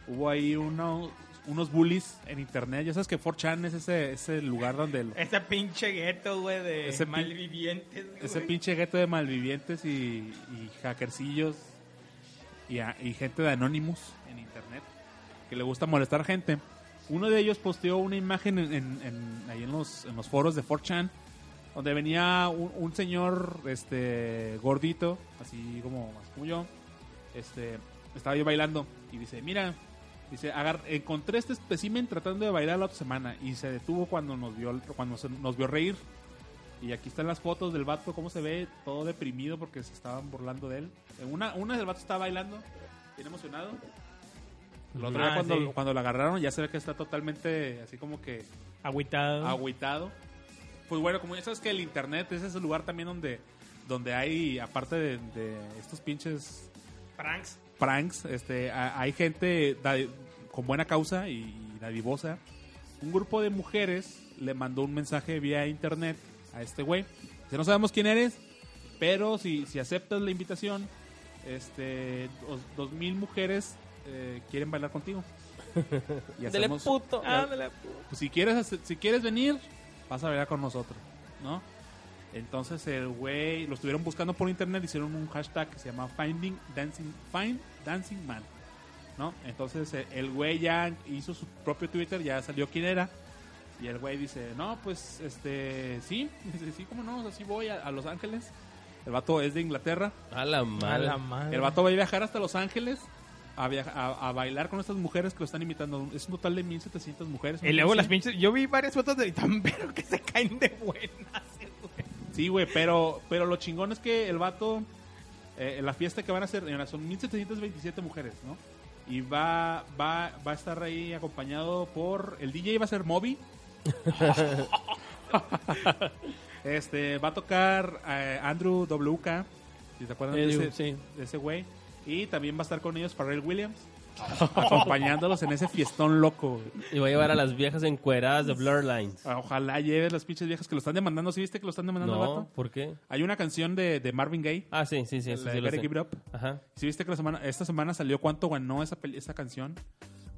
S2: hubo ahí uno- unos, unos bullies en internet. Ya sabes que 4chan es ese, ese lugar donde el-
S5: Ese pinche gueto, güey, de
S2: Ese pin-
S5: malvivientes. güey.
S2: ese pinche gueto de malvivientes y, y hackercillos y, a- y gente de Anonymous en internet que le gusta molestar gente. Uno de ellos posteó una imagen en, en- en- ahí en los, en los foros de 4chan donde venía un, un señor este gordito, así como, así como yo. Este, estaba yo bailando y dice, mira, dice, agar- encontré este espécimen tratando de bailar la otra semana y se detuvo cuando nos vio cuando se- nos vio reír. Y aquí están las fotos del vato, cómo se ve, todo deprimido porque se estaban burlando de él. En Una, una del vato está bailando, bien emocionado. El otro
S5: Ah,
S2: día cuando,
S5: sí.
S2: cuando lo agarraron ya se ve que está totalmente así como que
S5: Agüitado.
S2: agüitado. Pues bueno, como ya sabes que el internet es ese lugar también donde, donde hay, aparte de, de estos pinches
S5: Franks.
S2: pranks, este, a- hay gente da- con buena causa y dadivosa. Un grupo de mujeres le mandó un mensaje vía internet a este güey. Dice, no sabemos quién eres, pero si, si aceptas la invitación, este, dos, dos mil mujeres eh, quieren bailar contigo. Y
S4: Dele
S2: hacemos-
S4: puto.
S5: Ándale.
S2: pues si quieres hacer- si quieres venir, vas a bailar con nosotros, ¿no? Entonces el güey lo estuvieron buscando por internet, hicieron un hashtag que se llama Finding Dancing Find Dancing Man, ¿no? Entonces eh, el güey ya hizo su propio Twitter, ya salió quién era. Y el güey dice, "No, pues este, sí, dice, sí, cómo no, así voy a, a Los Ángeles." El vato es de Inglaterra.
S6: A la madre.
S5: madre.
S2: El vato va a viajar hasta Los Ángeles a, viaja- a, a bailar con estas mujeres que lo están imitando. Es un total de 1700 mujeres.
S5: Y luego
S2: Sí.
S5: las pinches. Yo vi varias fotos de tan pero que se caen de buenas, güey.
S2: Sí, güey, pero, pero lo chingón es que el vato, eh, en la fiesta que van a hacer, mira, son 1727 mujeres, ¿no? Y va, va, va a estar ahí acompañado por. El DJ va a ser Moby. este, va a tocar eh, Andrew WK, si te acuerdan de
S4: Andrew,
S2: ese,
S4: sí.
S2: de ese güey. Y también va a estar con ellos Pharrell Williams, acompañándolos en ese fiestón loco, güey.
S6: Y va a llevar a las viejas encueradas de Blur Lines.
S2: Ojalá lleves las pinches viejas que lo están demandando. ¿Sí viste que lo están demandando, al
S6: No,
S2: vato?
S6: ¿por qué?
S2: Hay una canción de, de Marvin Gaye.
S6: Ah, sí, sí, sí. eso
S2: la
S6: sí
S2: de
S6: lo
S2: Gotta
S6: sé.
S2: Give It Up.
S6: Ajá.
S2: Si viste que la semana, esta semana salió cuánto ganó esa, peli- esa canción.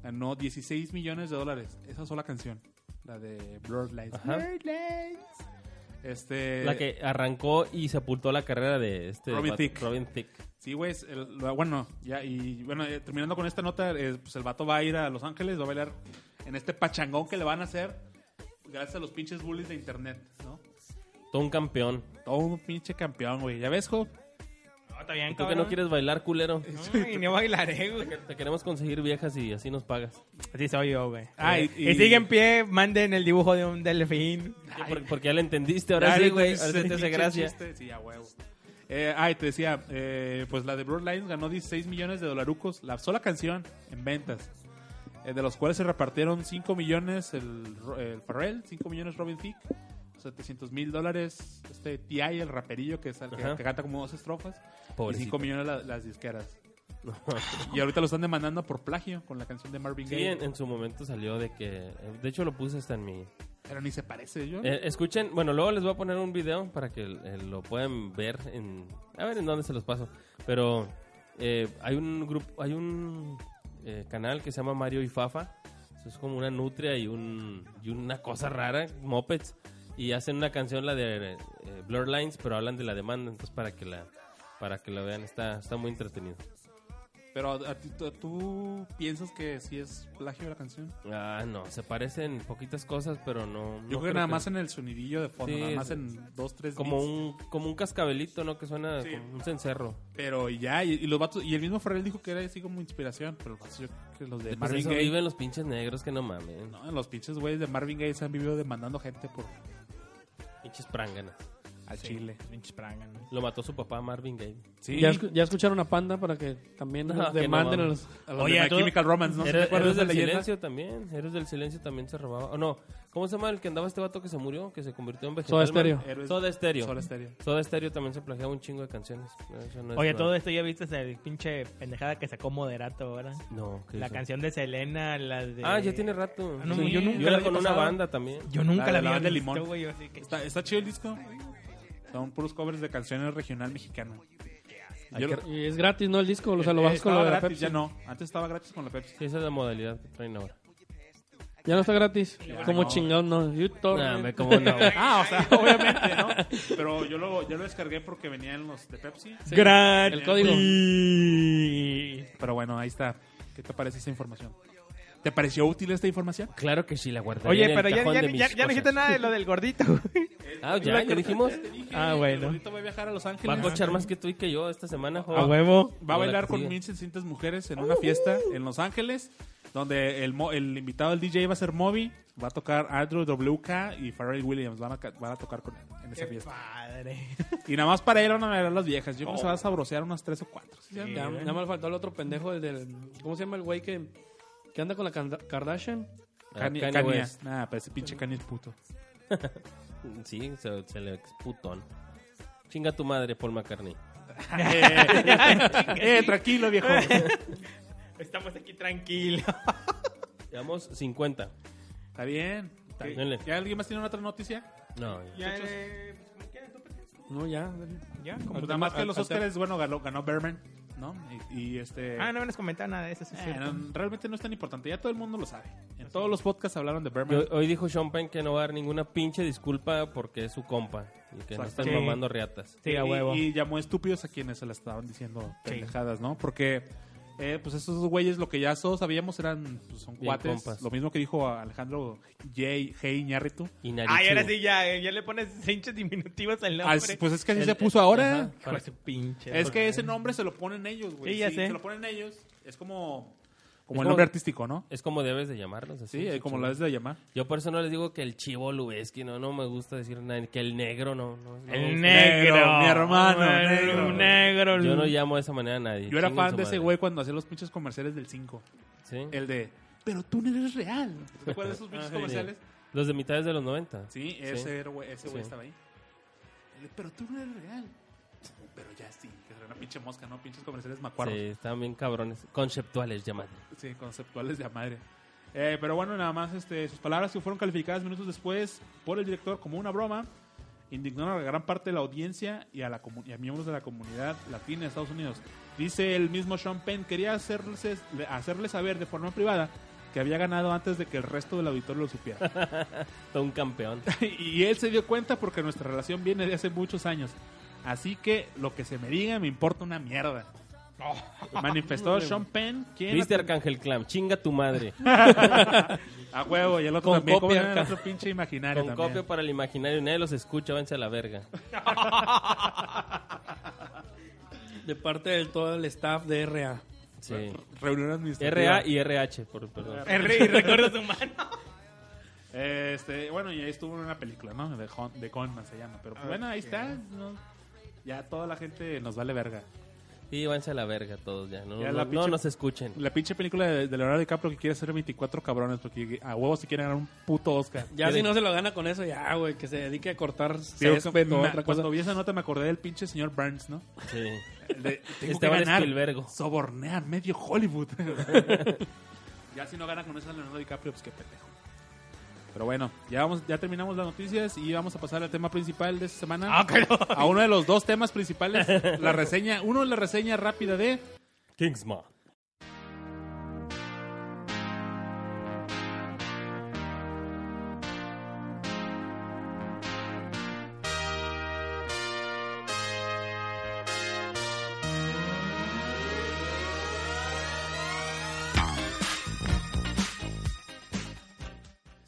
S2: Ganó 16 millones de dólares. Esa sola canción. La de Blurred Lights.
S6: Ajá.
S2: Blurred Lights. Este.
S6: La que arrancó y sepultó la carrera de este
S2: Robin
S6: vato,
S2: Thicke.
S6: Robin Thicke.
S2: Sí, güey. es el- la- Bueno, ya. Y bueno, eh, terminando con esta nota, eh, pues el vato va a ir a Los Ángeles, va a bailar en este pachangón que le van a hacer gracias a los pinches bullies de internet, ¿no?
S6: Todo un campeón.
S2: Todo un pinche campeón, güey. ¿Ya ves, Job?
S5: No, está bien,
S6: ¿Y tú que no quieres bailar, culero?
S5: No, y no bailaré, güey.
S6: Te queremos conseguir viejas y así nos pagas.
S5: Así soy yo, güey.
S2: Ah, y-
S5: y,
S2: y-
S5: sigue en pie, manden el dibujo de un delfín.
S6: Por- Porque, ya le entendiste, ahora sí, güey. Ahora sí te hace gracia.
S2: Sí, a huevo. Eh, ay, te decía, eh, pues la de Broad Lines ganó 16 millones de dolarucos, la sola canción en ventas, eh, de los cuales se repartieron 5 millones el, Ro- el Farrell, 5 millones Robin Thicke, 700 mil dólares este T.I., el raperillo que, sal- que,
S6: Ajá.
S2: que canta como dos estrofas, y 5
S6: Pobrecito.
S2: millones la- las disqueras. y ahorita lo están demandando por plagio con la canción de Marvin
S6: Sí,
S2: Gaye,
S6: en, en su momento salió de que... De hecho, lo puse hasta en mi...
S2: pero ni se parece yo.
S6: Eh, escuchen, bueno, luego les voy a poner un video para que eh, lo puedan ver en... A ver en dónde se los paso. Pero eh, hay un grupo, hay un eh, canal que se llama Mario y Fafa. Eso Es como una nutria y, un, y una cosa rara, mopeds. Y hacen una canción, la de eh, Blur Lines, pero hablan de la demanda. Entonces, para que la, para que la vean, está, está muy entretenido.
S2: Pero a ti- tú- tú piensas que sí es plagio la canción.
S6: Ah, no, se parecen poquitas cosas, pero no... no
S2: Yo creo que nada
S6: que-
S2: más en el sonidillo de fondo,
S6: Sí,
S2: nada
S6: es-
S2: más en dos, tres
S6: Como
S2: beats.
S6: un, como un cascabelito, ¿no? Que suena
S2: Sí.
S6: como un cencerro.
S2: Pero y ya, y, y los vatos, y el mismo Farrell dijo que era así como inspiración, pero los vatos yo creo que los de
S6: Pues
S2: Marvin
S6: eso
S2: Gaye,
S6: viven los pinches negros que no mamen.
S2: no, los pinches güeyes de Marvin Gaye se han vivido demandando gente por
S6: Pinches pránganas.
S2: al Chile.
S5: Pinches prangan, ¿no?
S6: Lo mató su papá Marvin Gaye.
S2: Sí,
S4: ¿Ya, escu- ya escucharon a Panda para que también
S6: No,
S4: nos
S6: Ah, que no
S4: demanden a
S6: mames.
S4: los-
S2: a los
S5: Oye,
S2: de My
S5: tú-
S2: Chemical Romance, ¿no? ¿Se te
S6: Héroes,
S2: acuerdas de
S6: del
S2: esa leyenda?
S6: silencio también. Héroes del silencio también se robaba. Oh, no. ¿Cómo se llama el que andaba este vato que se murió? Que se convirtió en vegetal.
S4: Soda Stereo.
S6: man?
S2: Héroes-
S6: Soda Stereo.
S2: Soda Stereo.
S6: Soda Stereo también se plagiaba un chingo de canciones. No, eso no es
S5: Oye,
S6: nuevo.
S5: todo esto ya viste el pinche pendejada que sacó Moderato ahora.
S6: No, ¿qué
S5: La
S6: hizo?
S5: canción de Selena, la de.
S6: Ah, ya tiene rato.
S5: Ah, no,
S6: Sí,
S5: yo
S6: Yo
S5: nunca la
S6: era
S5: había
S6: con una
S5: pasado.
S6: banda también.
S5: Yo nunca
S2: La de
S5: la,
S2: la
S5: había
S2: banda
S5: visto,
S2: Limón.
S5: güey. Así que...
S2: Está, está chido el disco. Son puros covers de canciones regional mexicana. Yo lo-
S4: Y es gratis, ¿no? El disco, o sea, lo
S2: eh,
S4: bajas con lo
S2: estaba
S4: de la
S2: gratis, ya
S4: Pepsi.
S2: no. Antes estaba gratis con la Pepsi.
S6: Sí, esa es la modalidad que traen ahora.
S4: Ya no está gratis. Como chingón, no. YouTube.
S6: Nah, hombre, ¿cómo no, güey?
S2: Ah, o sea, obviamente, ¿no? Pero yo lo, yo lo descargué porque venían los de Pepsi.
S4: Gratis. El código.
S2: Pero bueno, ahí está. ¿Qué te parece esta información? ¿Te pareció útil esta información?
S6: Claro que sí, la guardaría
S5: Oye,
S6: en el
S5: pero ya,
S6: cajón
S5: ya,
S6: de
S5: ya,
S6: mis
S5: ya no dijiste
S6: cosas.
S5: nada de lo del gordito.
S6: Ah, ya, ya dijimos.
S5: ah, bueno.
S2: Ahorita voy a viajar a Los
S6: Va
S2: Ángeles.
S6: a cochar más que tú y que yo esta semana,
S5: A
S6: joven.
S5: huevo.
S2: Va a bailar
S6: Ahora
S2: con
S6: sí.
S2: 1600 mujeres en una fiesta en Los Ángeles, donde el, mo- el invitado del DJ va a ser Moby, va a tocar Andrew WK y Pharrell Williams, van a, ca- van a tocar con él en esa fiesta.
S5: Padre.
S2: Y nada más para él van a bailar las viejas. Yo creo que se va a sabrosear unas tres o cuatro.
S4: Ya, ya me faltó el otro pendejo, el del. ¿Cómo se llama el güey que, que anda con la Kanda- Kardashian?
S6: Ah,
S2: Kanye,
S6: Kanye
S2: Kanye.
S6: West.
S2: Nah, pero ese pinche Kanye es puto.
S6: Sí, se, se le exputón. Chinga tu madre, Paul McCartney.
S2: eh, tranquilo, viejo.
S5: Estamos aquí tranquilos.
S6: Llevamos 50.
S2: Está bien. está bien.
S6: Denle.
S2: ¿Ya alguien más tiene una otra noticia?
S6: No,
S5: Ya, eh, pues, ¿cómo quieres tú?
S4: No, ya.
S5: Ya,
S2: Pues
S5: como
S2: nada más que
S5: al-
S2: los
S5: al-
S2: Oscars, bueno, ganó, ganó Berman, ¿no? Y, y este...
S5: Ah, no me has comentado nada de eso. sí, es
S2: eh,
S5: cierto.
S2: no, realmente no es tan importante, ya todo el mundo lo sabe. En todos los podcasts hablaron de Berman.
S6: Yo- hoy dijo Sean Penn que no va a dar ninguna pinche disculpa porque es su compa y que no están
S5: Sí.
S6: mamando riatas.
S5: Sí, a
S2: Y-
S5: huevo.
S2: Y, llamó estúpidos a quienes se la estaban diciendo pendejadas, ¿no? Porque, eh, pues esos güeyes, lo que ya todos sabíamos eran, pues son
S6: Bien
S2: cuates.
S6: compas.
S2: Lo mismo que dijo Alejandro J. G. Iñárritu.
S6: Y
S5: Ay, ahora
S6: Narichu.
S5: sí, ya, eh, ya le pones hinchas diminutivos al
S2: Ah,
S5: nombre.
S2: es- pues es que así
S6: El-
S2: se puso ahora.
S6: Ajá.
S5: Hijo de su pinche.
S2: Es que ese nombre se lo ponen ellos, güey.
S5: Sí, ya
S2: Si
S5: sé.
S2: Se lo ponen ellos. Es como, como
S6: Es
S2: el
S6: como-
S2: nombre artístico, ¿no?
S6: Es como debes de llamarlos así.
S2: Sí, eh,
S6: ese
S2: como
S6: chingón.
S2: lo es de llamar.
S6: Yo por eso no les digo que el chivo Lubeski, no, no me gusta decir nada, que el negro, no. no, no me
S5: El
S6: gusta.
S5: negro,
S2: Negro, mi hermano,
S5: Bueno,
S2: negro.
S5: negro.
S6: Yo no llamo de esa manera a nadie.
S2: Yo era
S6: Chinguen
S2: fan
S6: su
S2: de ese
S6: madre.
S2: güey cuando hacía los pinches comerciales del 5.
S6: Sí.
S2: El de, pero tú no eres real. ¿Te acuerdas de esos pinches
S6: Ah, sí.
S2: comerciales?
S6: Los de mitades de los 90.
S2: Sí, ese era güey, ese güey
S6: Sí.
S2: estaba ahí. El de, Pero tú no eres real. Pero ya sí, que era una pinche mosca, ¿no? Pinches comerciales macuarros.
S6: Sí,
S2: Sí,
S6: estaban bien cabrones. Conceptuales, llamados.
S2: conceptuales de la madre. Eh, pero bueno, nada más este, sus palabras que fueron calificadas minutos después por el director como una broma indignaron a la gran parte de la audiencia y a, la comu- y a miembros de la comunidad latina de Estados Unidos. Dice el mismo Sean Penn, quería hacerles, hacerle saber de forma privada que había ganado antes de que el resto del auditorio lo supiera.
S6: Todo un campeón.
S2: Y él se dio cuenta porque nuestra relación viene de hace muchos años. Así que lo que se me diga me importa una mierda. Manifestó Sean Penn, quien
S6: Viste Arcángel Clam, chinga tu madre.
S2: a huevo y el otro
S6: Con
S2: también,
S6: copia,
S2: ¿cómo era
S6: ca-
S2: el otro pinche imaginario
S6: Con
S2: también?
S6: copio para el imaginario, nadie los escucha, váyanse a la verga.
S4: De parte de todo el staff de RA.
S6: Sí.
S2: Reunión administrativa.
S6: RA y RH, por, perdón.
S5: R y recuerdos humanos.
S2: Este, bueno, y ahí estuvo en una película, ¿no? De, Hon- de Conman se llama, pero pues, bueno, ahí está. ¿no? Ya toda la gente nos vale verga.
S6: Sí, váyanse a la verga todos ya. No,
S2: Ya
S6: no-
S2: la
S6: no
S2: pinche-
S6: nos escuchen.
S2: La pinche película de, de Leonardo DiCaprio que quiere hacer 24 cabrones porque a huevo se quiere ganar un puto Oscar.
S4: Ya
S6: ¿Qué
S4: si
S6: de-
S4: no se lo gana con eso, ya, güey, que se dedique a cortar
S2: Digo,
S4: césped
S2: me-
S4: o otra cosa.
S2: Cuando vi esa nota me acordé del pinche señor Burns, ¿no?
S6: Sí.
S2: El de, tengo
S6: Esteban
S2: que ganar.
S6: Spielbergo.
S2: Soborné a medio Hollywood. ya si no gana con esa Leonardo DiCaprio, pues qué pendejo. Pero bueno, ya, vamos, ya terminamos las noticias y vamos a pasar al tema principal de esta semana.
S6: Ah,
S2: A uno de los dos temas principales. La reseña, uno es la reseña rápida de...
S6: Kingsman.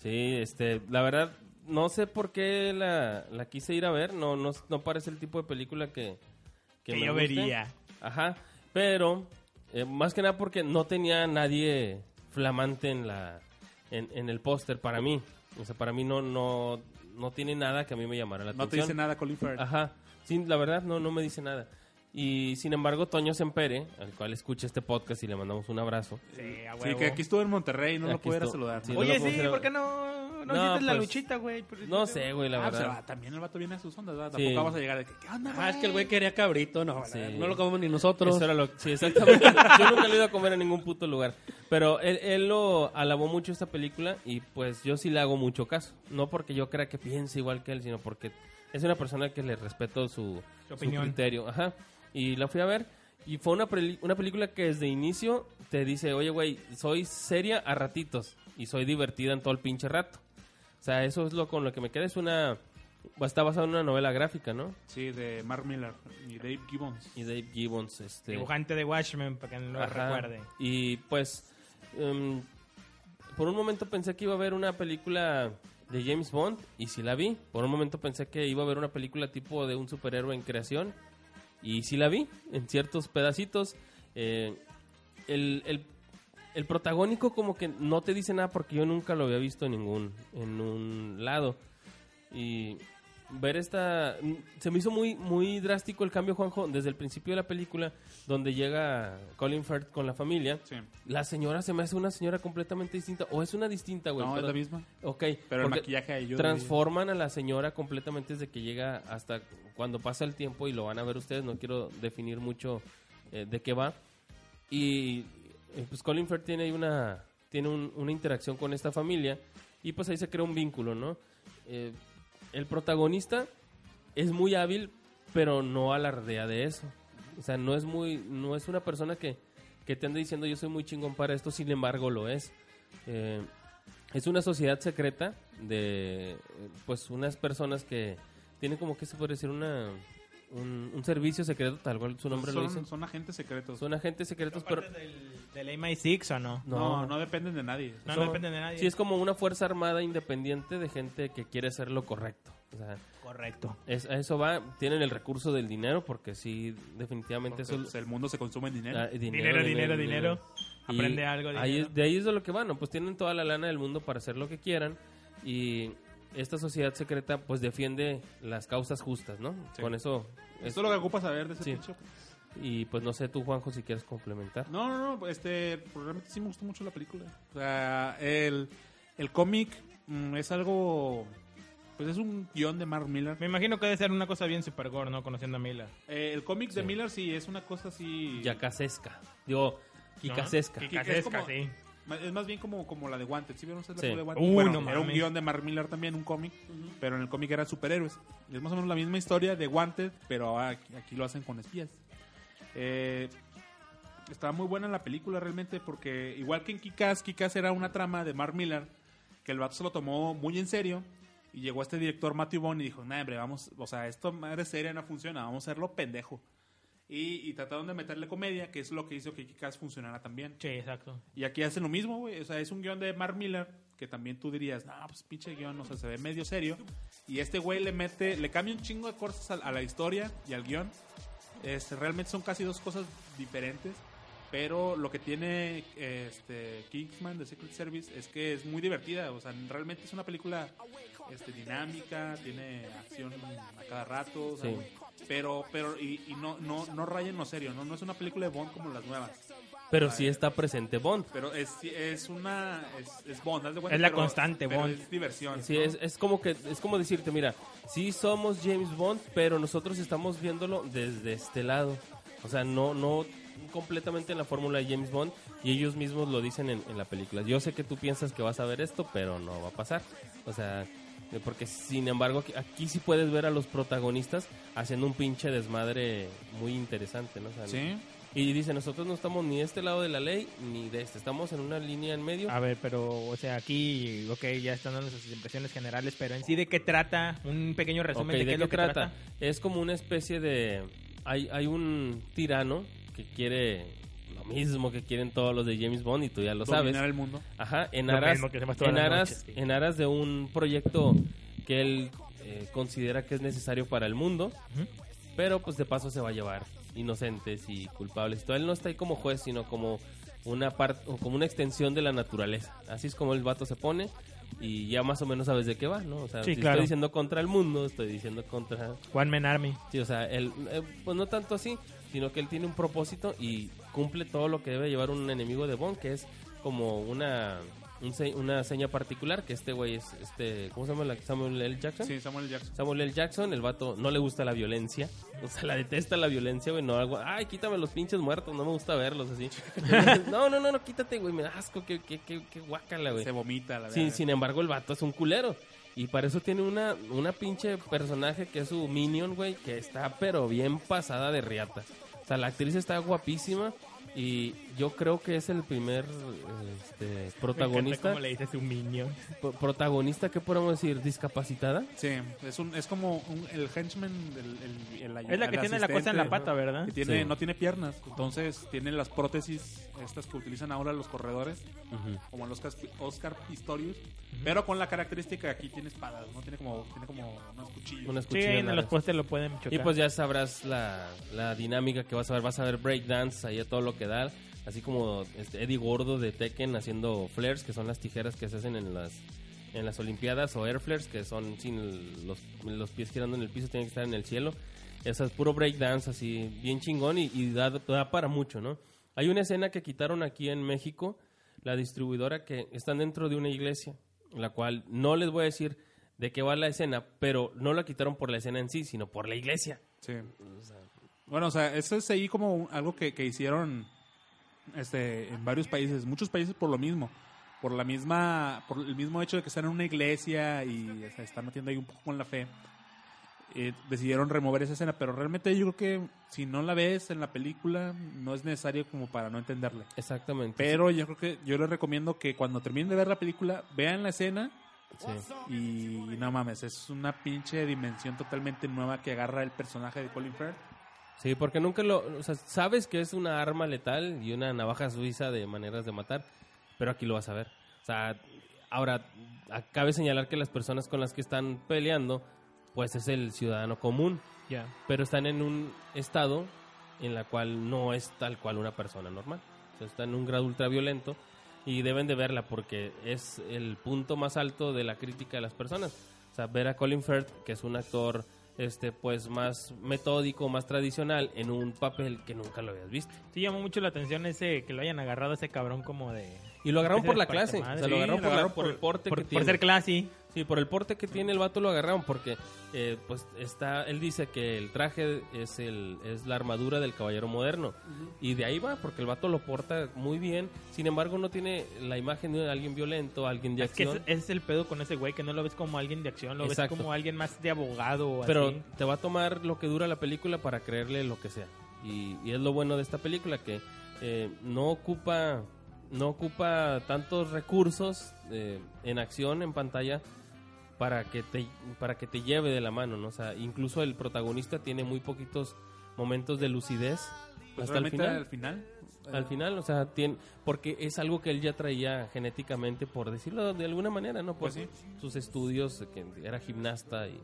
S6: Sí, este, la verdad, no sé por qué la, la quise ir a ver. No, no, no parece el tipo de película que,
S5: Que
S6: me
S5: yo
S6: gusta.
S5: vería.
S6: Ajá, pero eh, más que nada porque no tenía nadie flamante en la en, en el póster para mí. O sea, para mí no no no tiene nada que a mí me llamara la
S2: No te
S6: atención.
S2: dice nada Colin Firth.
S6: Ajá. Sí, la verdad no no me dice nada. Y sin embargo, Toño Sempere, al cual escucha este podcast y le mandamos un abrazo.
S5: Sí, a
S2: sí, que aquí estuvo en Monterrey y no lo
S6: Aquí
S2: pude ir a
S6: estuvo.
S2: saludar.
S6: Sí,
S2: ¿no?
S6: no
S5: Oye,
S6: lo puedo
S5: sí,
S6: hacer.
S5: ¿por qué no, no,
S6: No,
S5: hiciste la
S6: pues,
S5: luchita, güey? Por eso
S6: No
S5: te-
S6: sé, güey, la
S2: Ah, o sea,
S6: verdad.
S2: va, también el vato viene a sus ondas, ¿verdad?
S6: Sí.
S2: Tampoco vamos a llegar de que, ¿qué onda,
S4: Ah, es que el güey quería cabrito, no,
S6: Sí.
S4: no lo comemos ni nosotros.
S6: Eso era lo- sí, exactamente. Yo nunca lo he ido a comer en ningún puto lugar. Pero él, él lo alabó mucho esta película y pues yo sí le hago mucho caso. No porque yo crea que piense igual que él, sino porque es una persona que le respeto su, su
S5: opinión.
S6: criterio. Ajá. Y la fui a ver y fue una, peli- una película que desde inicio te dice, oye, güey, soy seria a ratitos. y soy divertida en todo el pinche rato. O sea, eso es lo con lo que me queda. Es una. Está basado en una novela gráfica, ¿no?
S2: Sí, de Mark Miller y Dave Gibbons.
S6: Y Dave Gibbons, este.
S5: Dibujante de Watchmen, para que no lo
S6: Ajá.
S5: recuerde.
S6: Y pues, em, por un momento pensé que iba a haber una película de James Bond y sí la vi. Por un momento pensé que iba a haber una película tipo de un superhéroe en creación y sí la vi en ciertos pedacitos. Eh, el, el- el protagónico como que no te dice nada porque yo nunca lo había visto en ningún en un lado. Y ver esta... Se me hizo muy, muy drástico el cambio, Juanjo, desde el principio de la película, donde llega Colin Firth con la familia.
S2: Sí.
S6: La señora se me hace una señora completamente distinta. O es una distinta, güey.
S2: No, es
S6: pero-
S2: la misma.
S6: Ok.
S2: Pero el
S6: porque
S2: maquillaje ayuda.
S6: Transforman a la señora completamente desde que llega hasta cuando pasa el tiempo y lo van a ver ustedes. No quiero definir mucho eh, de qué va. Y eh, pues Colin Firth tiene ahí una, tiene un- una interacción con esta familia y pues ahí se crea un vínculo, ¿no? Eh, el protagonista es muy hábil, pero no alardea de eso. O sea, no es muy, no es una persona que, que te ande diciendo yo soy muy chingón para esto, sin embargo lo es. Eh, es una sociedad secreta de eh, pues unas personas que tienen como que se puede decir una un, un servicio secreto, tal cual su nombre lo
S2: Son,
S6: dice.
S2: son agentes secretos.
S6: Son agentes secretos, pero
S5: ¿Parte del, del MI6 o no?
S2: No, no, dependen de nadie.
S5: No,
S6: Son-
S5: no depende de nadie.
S6: Sí, es como una fuerza armada independiente de gente que quiere hacer lo correcto. O sea,
S5: Correcto.
S6: es- a eso va. Tienen el recurso del dinero porque sí, definitivamente
S2: Porque,
S6: eso...
S2: pues, el mundo se consume en dinero.
S6: ah,
S5: Dinero, dinero, dinero.
S6: Y
S5: Aprende algo. Dinero.
S6: ahí es- de ahí es de lo que van. ¿no? Pues tienen toda la lana del mundo para hacer lo que quieran y esta sociedad secreta pues defiende las causas justas, ¿no?
S2: Sí.
S6: Con eso...
S2: Esto es lo que ocupa saber de ese
S6: Sí.
S2: pinche-
S6: Y pues no sé tú, Juanjo, si quieres complementar.
S2: No, no, no, este, pues, realmente sí me gustó mucho la película. O sea, el, el cómic mm, es algo, pues es un guión de Mark Miller.
S5: Me imagino que debe ser una cosa bien super gore, ¿no? Conociendo a Mila.
S2: Eh, el cómic de
S6: Sí.
S2: Miller sí es una cosa así...
S6: Yacasesca. Digo, Kikasesca.
S2: Kika-
S5: Kikasesca,
S2: es como-
S5: sí.
S2: ma- Es más bien como, como la de Wanted. ¿Sí vieron ustedes la
S6: Sí.
S2: película de Wanted?
S5: Uh,
S2: bueno,
S5: no
S2: era un
S5: mames.
S2: guión de Mark Miller también, un cómic, pero en el cómic eran superhéroes. Es más o menos la misma historia de Wanted, pero aquí, aquí lo hacen con espías. Eh, estaba muy buena la película realmente porque igual que en Kikas, Kikas era una trama de Mark Miller que el vato se lo tomó muy en serio y llegó este director Matthew Bond y dijo, nah, hombre, vamos, o sea, esto madre seria no funciona, vamos a hacerlo pendejo. Y, y trataron de meterle comedia, que es lo que hizo que Kikas funcionara también.
S5: Sí, exacto.
S2: Y aquí hacen lo mismo, güey. O sea, es un guión de Mark Miller que también tú dirías, no, pues pinche guión, o sea, se ve medio serio. Y este güey le mete, le cambia un chingo de cosas a, a la historia y al guión. Este, realmente son casi dos cosas diferentes. Pero lo que tiene este, Kingsman de Secret Service es que es muy divertida. O sea, realmente es una película este, dinámica, tiene acción a cada rato. o sea,
S6: Sí.
S2: Pero, pero, y, y no, no, no raya en lo serio, ¿no? No es una película de Bond como las nuevas.
S6: Pero sí está presente Bond.
S2: Pero es, sí, es una. Es, es Bond, haz de cuenta,
S5: Es la
S2: pero-
S5: constante,
S2: pero
S5: Bond.
S2: Es diversión.
S6: Sí,
S2: ¿no?
S6: es, es como que es como decirte, mira, sí somos James Bond, pero nosotros estamos viéndolo desde este lado. O sea, no no completamente en la fórmula de James Bond y ellos mismos lo dicen en, en la película. Yo sé que tú piensas que vas a ver esto, pero no va a pasar. O sea, eh, porque sin embargo aquí, aquí sí puedes ver a los protagonistas haciendo un pinche desmadre muy interesante, ¿no? O sea,
S2: Sí.
S6: Y dice, nosotros no estamos ni de este lado de la ley ni de este, estamos en una línea en medio.
S5: A ver, pero, o sea, aquí, ok, ya están dando sus impresiones generales, pero en sí, ¿de qué trata? Un pequeño resumen
S6: Ok,
S5: de qué es lo que trata.
S6: Es como una especie de... Hay, hay un tirano que quiere lo mismo que quieren todos los de James Bond y tú ya lo
S2: Dominar
S6: sabes.
S2: el mundo.
S6: Ajá, en
S4: Lo
S6: aras,
S4: mismo que hacemos todas
S6: en,
S4: las
S6: aras
S4: noches, sí.
S6: en aras de un proyecto que él eh, considera que es necesario para el mundo, pero pues de paso se va a llevar inocentes y culpables. Entonces, él no está ahí como juez, sino como una parte o como una extensión de la naturaleza. Así es como el vato se pone y ya más o menos sabes de qué va, ¿no? O sea,
S5: Sí,
S6: si
S5: claro.
S6: estoy diciendo contra el mundo, estoy diciendo contra
S5: One Man Army.
S6: Sí, o sea, él, eh, pues no tanto así, sino que él tiene un propósito y cumple todo lo que debe llevar un enemigo de Bond, que es como una un se- una seña particular, que este güey es, este, ¿cómo se llama? la- Samuel L. Jackson.
S2: Sí, Samuel Jackson.
S6: Samuel L. Jackson, el vato no le gusta la violencia, o sea, la detesta la violencia, güey, no algo, ay, quítame los pinches muertos, no me gusta verlos así. no, no, no, no, quítate, güey, me da asco, qué, qué, qué, qué guácala, güey.
S2: Se vomita, la verdad.
S6: Sin, sin embargo, el vato es un culero. Y para eso tiene una, una pinche personaje que es su minion, güey, que está pero bien pasada de riata. O sea, la actriz está guapísima. Y yo creo que es el primer este, protagonista,
S5: ¿Cómo le dices un minion?
S6: pro- protagonista, ¿qué podemos decir? ¿Discapacitada?
S2: Sí, es, un, es como un- el henchman del el, el ayu-
S5: Es la que
S2: el
S5: tiene la cosa en
S2: asistente,
S5: la pata, ¿verdad?
S2: que tiene,
S6: Sí.
S2: no tiene piernas, entonces tiene las prótesis estas que utilizan ahora los corredores, como el Oscar, Oscar Pistorius, pero con la característica que aquí tiene espadas, no tiene como tiene como unos cuchillos.
S6: Unas
S5: Sí, ahí
S6: cuchillas
S5: en los
S6: largas.
S5: postes lo pueden chocar.
S6: Y pues ya sabrás la, la dinámica que vas a ver. Vas a ver breakdance ahí a todo lo que da. Así como este, Eddie Gordo de Tekken haciendo flares, que son las tijeras que se hacen en las en las Olimpiadas, o air flares, que son sin el- los, los pies girando en el piso, tienen que estar en el cielo. Eso es puro breakdance, así bien chingón y, y da, da para mucho, ¿no? Hay una escena que quitaron aquí en México, la distribuidora, que están dentro de una iglesia, la cual no les voy a decir de qué va la escena, pero no la quitaron por la escena en sí, sino por la iglesia.
S2: Sí. Bueno, o sea, eso es ahí como un- algo que, que hicieron este en varios países, muchos países por lo mismo, por la misma por el mismo hecho de que están en una iglesia y se están metiendo ahí un poco con la fe. eh, decidieron remover esa escena, pero realmente yo creo que si no la ves en la película no es necesario como para no entenderla.
S6: Exactamente.
S2: Pero yo creo que yo les recomiendo que cuando terminen de ver la película vean la escena
S6: Sí.
S2: y no mames, es una pinche dimensión totalmente nueva que agarra el personaje de Colin Firth.
S6: Sí, porque nunca lo... O sea, sabes que es una arma letal y una navaja suiza de maneras de matar, pero aquí lo vas a ver. O sea, ahora, a- cabe señalar que las personas con las que están peleando, pues es el ciudadano común,
S5: Ya.
S6: pero están en un estado en la cual no es tal cual una persona normal. O sea, está en un grado ultraviolento y deben de verla porque es el punto más alto de la crítica de las personas. O sea, ver a Colin Firth, que es un actor este pues más metódico, más tradicional en un papel que nunca lo habías visto.
S5: Sí, llamó mucho la atención ese que lo hayan agarrado a ese cabrón como de.
S6: Y lo agarraron por la
S5: Especie
S6: clase,
S5: de
S6: o sea,
S5: madre.
S6: lo
S5: Sí,
S6: agarraron
S2: lo
S6: por, la-
S2: agarraron
S6: por el porte
S5: Por,
S6: que
S5: por
S6: tiene.
S5: ser classy.
S6: Sí, por el porte que tiene el vato lo agarraron porque eh, pues está él dice que el traje es el es la armadura del caballero moderno y de ahí va porque el vato lo porta muy bien. Sin embargo, no tiene la imagen de alguien violento, alguien de
S5: Es que ese
S6: acción,
S5: ese es el pedo con ese güey, que no lo ves como alguien de acción, lo
S6: Exacto.
S5: ves como alguien más de abogado. o
S6: pero
S5: así.
S6: te va a tomar lo que dura la película para creerle lo que sea. Y, y es lo bueno de esta película que eh, no ocupa no ocupa tantos recursos eh, en acción en pantalla para que te para que te lleve de la mano, ¿no? O sea, incluso el protagonista tiene muy poquitos momentos de lucidez
S2: Pues
S6: hasta el
S2: realmente
S6: final.
S2: Al final. Eh.
S6: Al final, o sea, tiene, porque es algo que él ya traía genéticamente, por decirlo de alguna manera, ¿no? Por
S2: Pues sí.
S6: sus estudios, que era gimnasta y...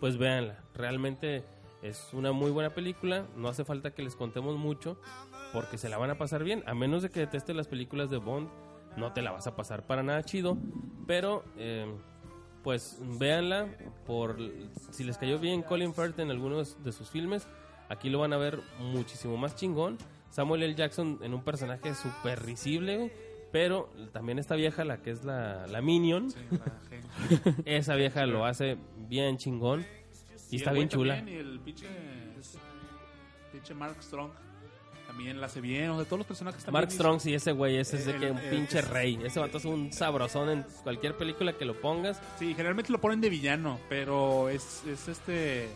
S6: Pues véanla, realmente es una muy buena película, no hace falta que les contemos mucho, porque se la van a pasar bien, a menos de que deteste las películas de Bond, no te la vas a pasar para nada chido, pero... eh, pues véanla por si les cayó bien Colin Firth en algunos de sus filmes aquí lo van a ver muchísimo más chingón Samuel L. Jackson en un personaje súper risible güey, pero también esta vieja la que es la, la Minion
S2: Sí, la gente.
S6: esa vieja lo hace bien chingón y está
S2: el
S6: bien
S2: güey
S6: chula
S2: también, Y el pinche, pinche Mark Strong también la hace bien. O sea, todos los personajes están
S6: Mark
S2: bien
S6: Strong sí ese güey ese es de
S2: El-
S6: que un
S2: el-
S6: pinche
S2: es-
S6: rey ese vato es un sabrosón en cualquier película que lo pongas
S2: hici- Sí, generalmente lo ponen de villano, pero es, es este.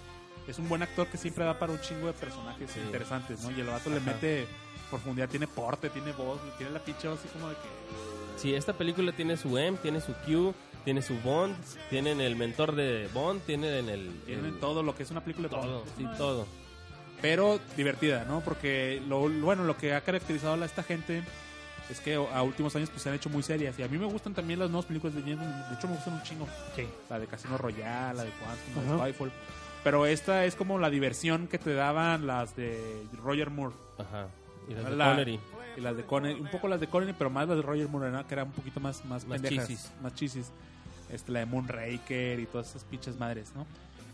S2: Es un buen actor que siempre da para un chingo de personajes
S6: Sí.
S2: interesantes, ¿no? Y el vato le
S6: Ajá.
S2: mete profundidad, tiene porte, tiene voz, tiene la pinche voz así como de que.
S6: Sí, esta película tiene su M, tiene su Q, tiene su Bond, tienen el mentor de Bond, tienen el...
S2: Tiene
S6: el-
S2: todo lo que es una película de
S6: Todo,
S2: Bond.
S6: sí, todo.
S2: pero divertida, ¿no? Porque lo lo bueno, lo que ha caracterizado a esta gente es que a últimos años pues se han hecho muy serias y a mí me gustan también las nuevas películas de James Bond, de hecho me gustan un chingo.
S5: Sí.
S2: La de Casino Royale, la de Quantum, la de
S5: Ajá.
S2: Spyfall. Pero esta es como la diversión que te daban las de Roger Moore
S6: Ajá. Y las de
S2: La-
S6: Connery.
S2: y las de Connery, un poco las de Connery, pero más las de Roger Moore, ¿no? que era un poquito más más,
S6: Más
S2: pendejas,
S6: chisis.
S2: más chisis. Este, la de Moonraker y todas esas pinches madres, ¿no?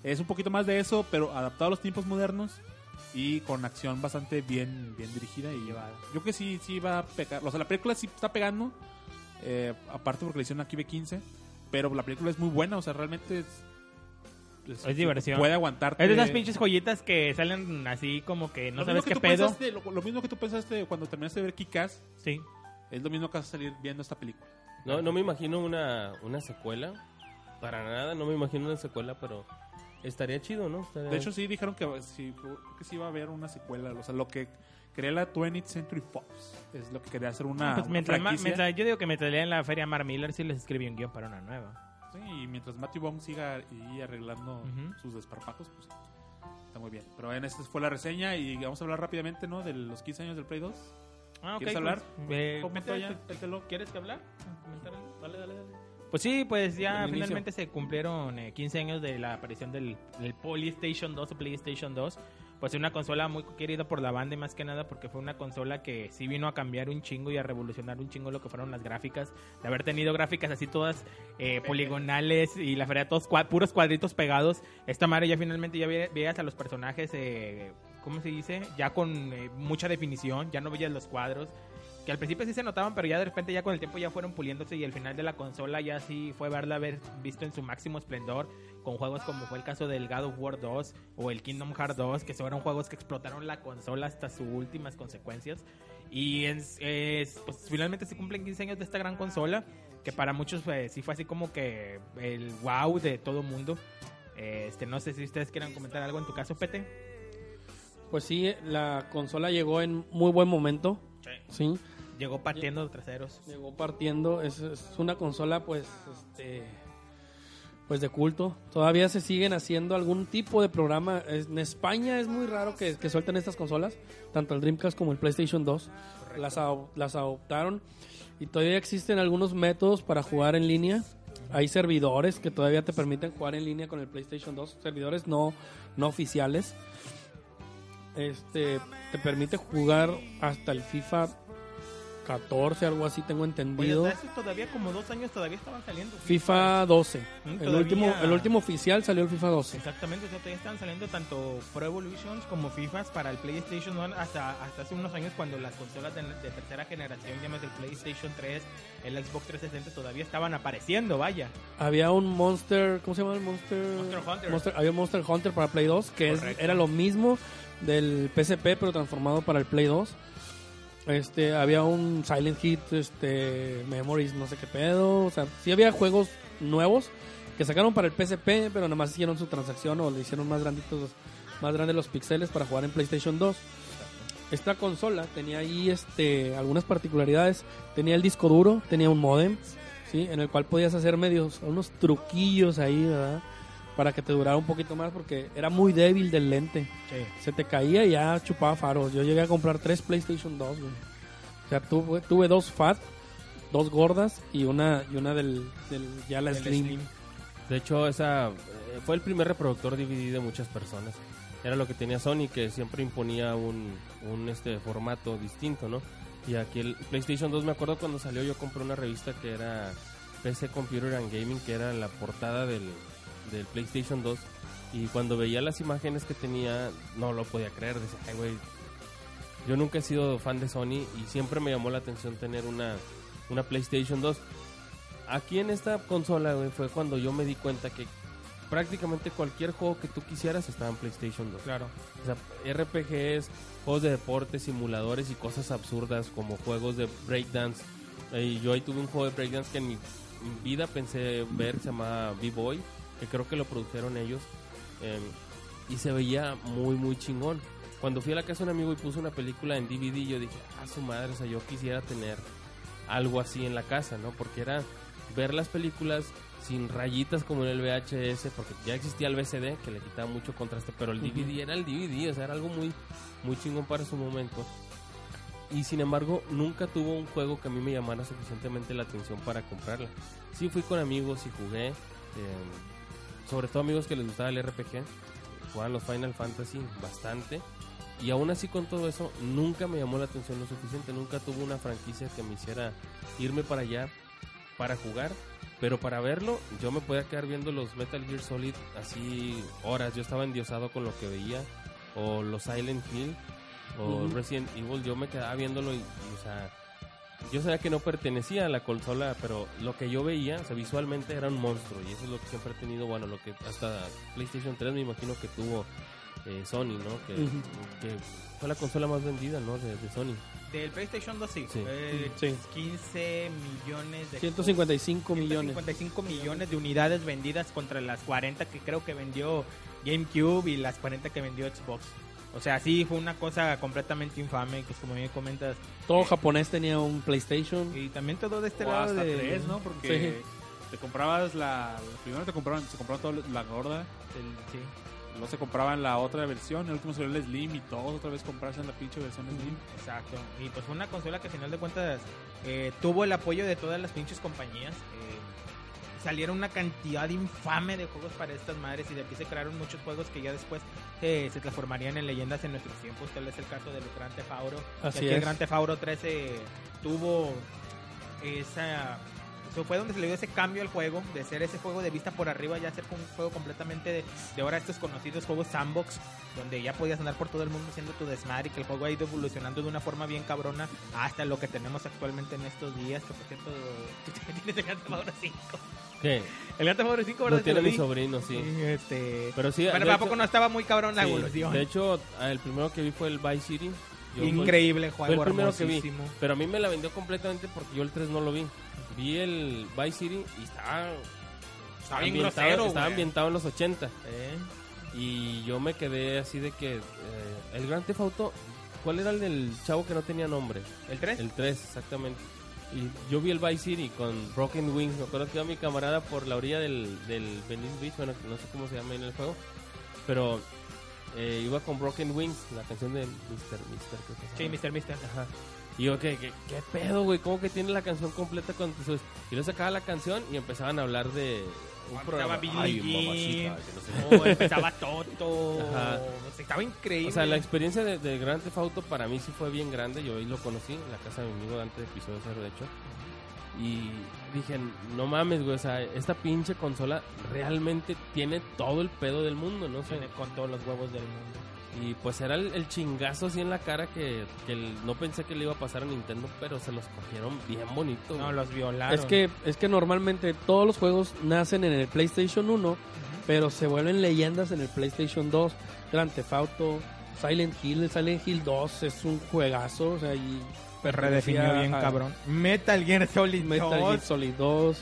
S2: Es un poquito más de eso, pero adaptado a los tiempos modernos y con acción bastante bien bien dirigida y llevada. Yo creo que sí sí va a pegar, o sea, la película sí está pegando eh, aparte porque le hicieron aquí B15, pero la película es muy buena, o sea, realmente es
S5: Es diversión.
S2: Puede aguantarte.
S5: Es de esas pinches joyitas que salen así como que no
S2: Lo mismo
S5: sabes
S2: que
S5: qué
S2: tú
S5: pedo.
S2: pensaste, lo, lo mismo que tú pensaste cuando terminaste de ver Kikas,
S5: Sí.
S2: es lo mismo que vas a salir viendo esta película.
S6: No, no me imagino una, una secuela. Para nada, no me imagino una secuela, pero Estaría chido, ¿no? Estaría-
S2: De hecho, sí dijeron que sí, creo que sí iba a haber una secuela. O sea, lo que quería la 20th Century Fox es lo que quería hacer una.
S5: Pues
S2: una
S5: mientras, ma-
S2: Ah, franquicia.
S5: mientras- yo digo que mientras lean la feria Mar Miller sí les escribí un guión para una nueva.
S2: Sí, y mientras Matthew Baum siga ahí arreglando
S5: Ujú.
S2: sus desparpajos, pues está muy bien. Pero en esta fue la reseña y vamos a hablar rápidamente, ¿no? De los 15 años del Play 2.
S5: Ah, ok,
S2: ¿Quieres
S5: pues,
S2: hablar?
S5: eh,
S2: ¿Cómo
S5: métele,
S2: está ya?
S5: mételo. ¿Quieres que hablar? ¿Comentar algo? Dale, dale, dale. Pues sí, pues ya
S6: El inicio.
S5: finalmente se cumplieron eh, 15 años de la aparición del, del PlayStation 2 o PlayStation 2. Pues una consola muy querida por la banda y más que nada porque fue una consola que sí vino a cambiar un chingo y a revolucionar un chingo lo que fueron las gráficas. De haber tenido gráficas así todas eh, poligonales y la feria todos cua- puros cuadritos pegados. Esta madre ya finalmente ya ve- veías a los personajes, eh, ¿cómo se dice? Ya con eh, mucha definición, ya no veías los cuadros que al principio sí se notaban, pero ya de repente ya con el tiempo ya fueron puliéndose y el final de la consola ya sí fue verla haber visto en su máximo esplendor con juegos como fue el caso del God of War 2 o el Kingdom Hearts 2, que fueron juegos que explotaron la consola hasta sus últimas consecuencias. Y es- es- pues, finalmente se cumplen 15 años de esta gran consola, que para muchos eh, sí fue así como que el wow de todo mundo. Eh, Este, no sé si ustedes quieran comentar algo en tu caso, Pete.
S4: Pues sí, la consola llegó en muy buen momento. Sí.
S5: Llegó partiendo traseros.
S4: Llegó partiendo. Es, es una consola, pues, este, pues de culto. Todavía se siguen haciendo algún tipo de programa. Es- en España es muy raro que, que suelten estas consolas, tanto el Dreamcast como el PlayStation 2. Las, adop- las adoptaron y todavía existen algunos métodos para jugar en línea. Hay servidores que todavía te permiten jugar en línea con el PlayStation 2, servidores no, no oficiales. Este te permite jugar hasta el FIFA 14, algo así tengo
S5: Oye,
S4: entendido.
S5: hasta hace todavía como dos años todavía estaban saliendo.
S4: FIFA 12.
S5: Mm,
S4: El
S5: todavía.
S4: último, el último oficial salió el FIFA 12.
S5: Exactamente, o sea, todavía están saliendo tanto Pro Evolutions como FIFAs para el PlayStation 1 hasta, hasta hace unos años cuando las consolas de, de tercera generación, llámese el PlayStation 3, el Xbox 360, todavía estaban apareciendo, vaya.
S4: Había un Monster, ¿cómo se llama el Monster?
S5: Monster Hunter.
S4: había un Monster Hunter para Play 2, que es- era lo mismo del PSP pero transformado para el Play 2. Este, había un Silent Hit, este, Memories, no sé qué pedo, o sea, sí había juegos nuevos que sacaron para el PSP, pero nada más hicieron su transacción o le hicieron más granditos los- más grandes los píxeles para jugar en PlayStation 2. Esta consola tenía ahí este algunas particularidades, tenía el disco duro, tenía un modem, ¿sí? en el cual podías hacer medios, unos truquillos ahí, ¿verdad? Para que te durara un poquito más porque era muy débil del lente. Se te caía y ya chupaba faros. Yo llegué a comprar tres PlayStation 2, güey. O sea, tuve, tuve dos fat, dos gordas y una y una del, del ya la slim.
S6: De hecho, esa eh, fue el primer reproductor DVD de muchas personas. Era lo que tenía Sony, que siempre imponía un, un, este formato distinto, ¿no? Y aquí el PlayStation 2, me acuerdo cuando salió, yo compré una revista que era PC Computer and Gaming, que era la portada del, del PlayStation 2. Y cuando veía las imágenes que tenía, no lo podía creer. Decía, ay, güey, yo nunca he sido fan de Sony y siempre me llamó la atención tener una, una PlayStation 2. Aquí en esta consola, güey, fue cuando yo me di cuenta que prácticamente cualquier juego que tú quisieras estaba en PlayStation 2.
S5: Claro.
S6: O sea, RPGs, juegos de deportes, simuladores y cosas absurdas como juegos de breakdance. Eh, y yo ahí tuve un juego de breakdance que en mi vida pensé ver, se llamaba B-Boy, que creo que lo produjeron ellos. eh, y se veía muy, muy chingón. Cuando fui a la casa de un amigo y puso una película en DVD, yo dije, ah, su madre, o sea, yo quisiera tener algo así en la casa, ¿no? Porque era ver las películas sin rayitas como en el VHS, porque ya existía el VCD que le quitaba mucho contraste, pero el DVD era el DVD, o sea, era algo muy, muy chingón para su momento. Y sin embargo, nunca tuvo un juego que a mí me llamara suficientemente la atención para comprarla. Sí fui con amigos y jugué, eh, sobre todo amigos que les gustaba el RPG, jugaban los Final Fantasy bastante. Y aún así con todo eso, nunca me llamó la atención lo suficiente, nunca tuvo una franquicia que me hiciera irme para allá para jugar, pero para verlo yo me podía quedar viendo los Metal Gear Solid así horas, yo estaba endiosado con lo que veía, o los Silent Hill, o
S4: Ujú.
S6: Resident Evil, yo me quedaba viéndolo y, y, o sea, yo sabía que no pertenecía a la consola, pero lo que yo veía, o sea, visualmente era un monstruo, y eso es lo que siempre he tenido, bueno, lo que hasta PlayStation 3 me imagino que tuvo eh, Sony, ¿no? Que,
S4: Ujú.
S6: que fue la consola más vendida, ¿no? De, de Sony.
S5: Del PlayStation 2 sí.
S6: Sí.
S5: Eh,
S4: Sí.
S5: 15 millones de
S4: 155 millones.
S5: 155 millones de unidades vendidas contra las 40 que creo que vendió GameCube y las 40 que vendió Xbox. O sea, sí fue una cosa completamente infame, que es como bien comentas.
S4: Todo japonés tenía un PlayStation.
S5: Y también todo de este
S2: o
S5: lado
S2: hasta
S5: de...
S2: tres, ¿no? Porque te comprabas la... Primero te compraban, se compraban toda la gorda,
S5: del- sí.
S2: luego se compraban la otra versión, el último salió el Slim y todo, otra vez comprarse la pinche versión Slim.
S5: Exacto. Y pues fue una consola que al final de cuentas eh, tuvo el apoyo de todas las pinches compañías. eh, salieron una cantidad infame de juegos para estas madres y de aquí se crearon muchos juegos que ya después eh, se transformarían en leyendas en nuestros tiempos. Tal es el caso del Gran Tefauro.
S4: Así
S5: que El
S4: es.
S5: Gran Tefauro 13 tuvo esa... Eso fue donde se le dio ese cambio al juego, de ser ese juego de vista por arriba, ya ser como un juego completamente de, de ahora estos conocidos juegos sandbox, donde ya podías andar por todo el mundo haciendo tu desmadre y que el juego ha ido evolucionando de una forma bien cabrona hasta lo que tenemos actualmente en estos días. Que por cierto, tú tienes el Gato Power 5.
S6: ¿Qué?
S5: El Gato Power 5, ¿verdad?
S6: Lo tiene
S5: Te lo
S6: mi
S5: di.
S6: sobrino, sí.
S5: Este...
S6: Pero sí,
S5: bueno,
S6: de
S5: tampoco
S6: hecho-
S5: no estaba muy cabrón la
S6: sí,
S5: evolución.
S6: De hecho, el primero que vi fue el Vice City. Yo-
S5: Increíble
S6: Fue el
S5: juego,
S6: primero que vi.
S5: hermosísimo.
S6: Pero a mí me la vendió completamente porque yo el 3 no lo vi. Vi el Vice City y estaba,
S5: Estaba bien
S6: ambientado,
S5: grosero,
S6: estaba
S5: güey.
S6: ambientado en los 80.
S5: Eh,
S6: Y yo me quedé así de que eh, el Gran Theft Auto, ¿cuál era el del chavo que no tenía nombre?
S5: ¿El 3?
S6: El 3, exactamente. Y yo vi el Vice City con Broken Wings. Me acuerdo que iba mi camarada por la orilla del, del Venice Beach. Bueno, no sé cómo se llama ahí en el juego. Pero eh, iba con Broken Wings, la canción de Mr. Mister. creo que se
S5: Sí,
S6: llama.
S5: Mr. Mister.
S6: Ajá. Y yo, ¿qué, qué, qué pedo, güey? ¿Cómo que tiene la canción completa con tus... Y luego sacaba la canción y empezaban a hablar de un programa.
S5: Estaba Billie
S6: Ay,
S5: Jean.
S6: mamacita, que no sé
S5: Oh, empezaba Toto.
S6: Ajá.
S5: O sea, estaba increíble.
S6: O sea, la experiencia de, del Gran Theft Auto para mí sí fue bien grande. Yo ahí lo conocí en la casa de mi amigo antes de episodio 0, de hecho. Y dije, no mames, güey. O sea, esta pinche consola realmente tiene todo el pedo del mundo, ¿no? O sea,
S5: Viene con todos los huevos del mundo.
S6: y pues era el, el chingazo así en la cara que, que el- no pensé que le iba a pasar a Nintendo, pero se los cogieron bien bonito.
S5: No,
S6: güey.
S5: los violaron.
S4: Es que es que normalmente todos los juegos nacen en el PlayStation 1, pero se vuelven leyendas en el PlayStation 2. Grand Theft Auto, Silent Hill, el Silent Hill 2 es un juegazo, o sea, y
S5: Pues redefinió
S4: Ajá.
S5: bien, cabrón. Metal Gear Solid
S4: Metal Gear
S5: 2
S4: Solid 2,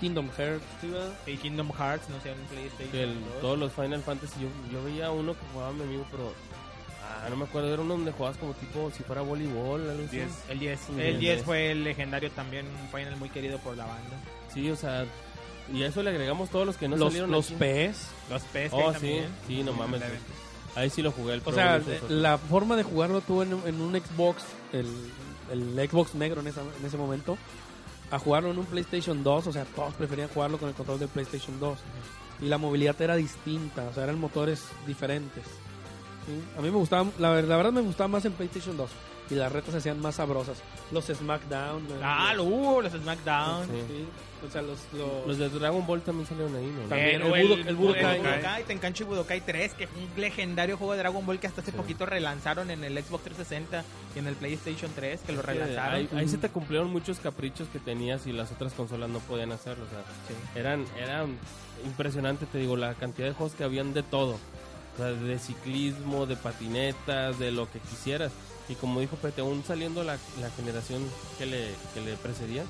S4: Kingdom Hearts, ¿sí, verdad?
S5: y Kingdom Hearts, no sé, en PlayStation.
S6: que el-
S5: 2.
S6: todos los Final Fantasy, yo, yo veía uno que jugaba mi amigo, pero ah, no me acuerdo, era uno donde jugabas como tipo si fuera voleibol, algo así.
S2: Diez.
S5: El 10.
S6: Sí,
S5: El
S6: el
S5: 10
S6: 10.
S5: fue el legendario también, un final muy querido por la banda.
S6: Sí, o sea, y a eso le agregamos todos los que no
S4: los
S6: salieron
S4: los
S6: aquí.
S4: PS.
S5: Los PS
S6: Oh, sí,
S5: también.
S6: sí, no mames. Ahí sí lo jugué el
S4: O
S6: Pro
S4: sea,
S6: Evolution Soccer.
S4: la forma de jugarlo tú en, en un Xbox, el, el Xbox negro en, esa- en ese momento, a jugarlo en un PlayStation 2, o sea, todos preferían jugarlo con el control del PlayStation 2. Y la movilidad era distinta, o sea, eran motores diferentes. ¿sí? A mí me gustaba, la, ver- la verdad me gustaba más en PlayStation 2. Y las retas se hacían más sabrosas. Los SmackDown. eh,
S5: Ah, lo- uh, los SmackDown.
S6: Sí.
S4: sí, o sea, los... los-
S6: Los de Dragon Ball también salieron ahí, ¿no?
S4: También.
S5: Pero
S4: el Budo- el Budokai.
S5: Tenkanchi Budokai 3, que fue un legendario juego de Dragon Ball que hasta hace poquito relanzaron en el Xbox 360 y en el PlayStation 3, que lo
S6: Que
S5: relanzaron.
S6: Ahí, ahí se te cumplieron muchos caprichos que tenías y las otras consolas no podían hacerlo. O sea, eran, eran impresionante, te digo, la cantidad de juegos que habían de todo. O sea, de ciclismo, de patinetas, de lo que quisieras. Y como dijo Pete, aún saliendo la, la generación que le, que le precedía,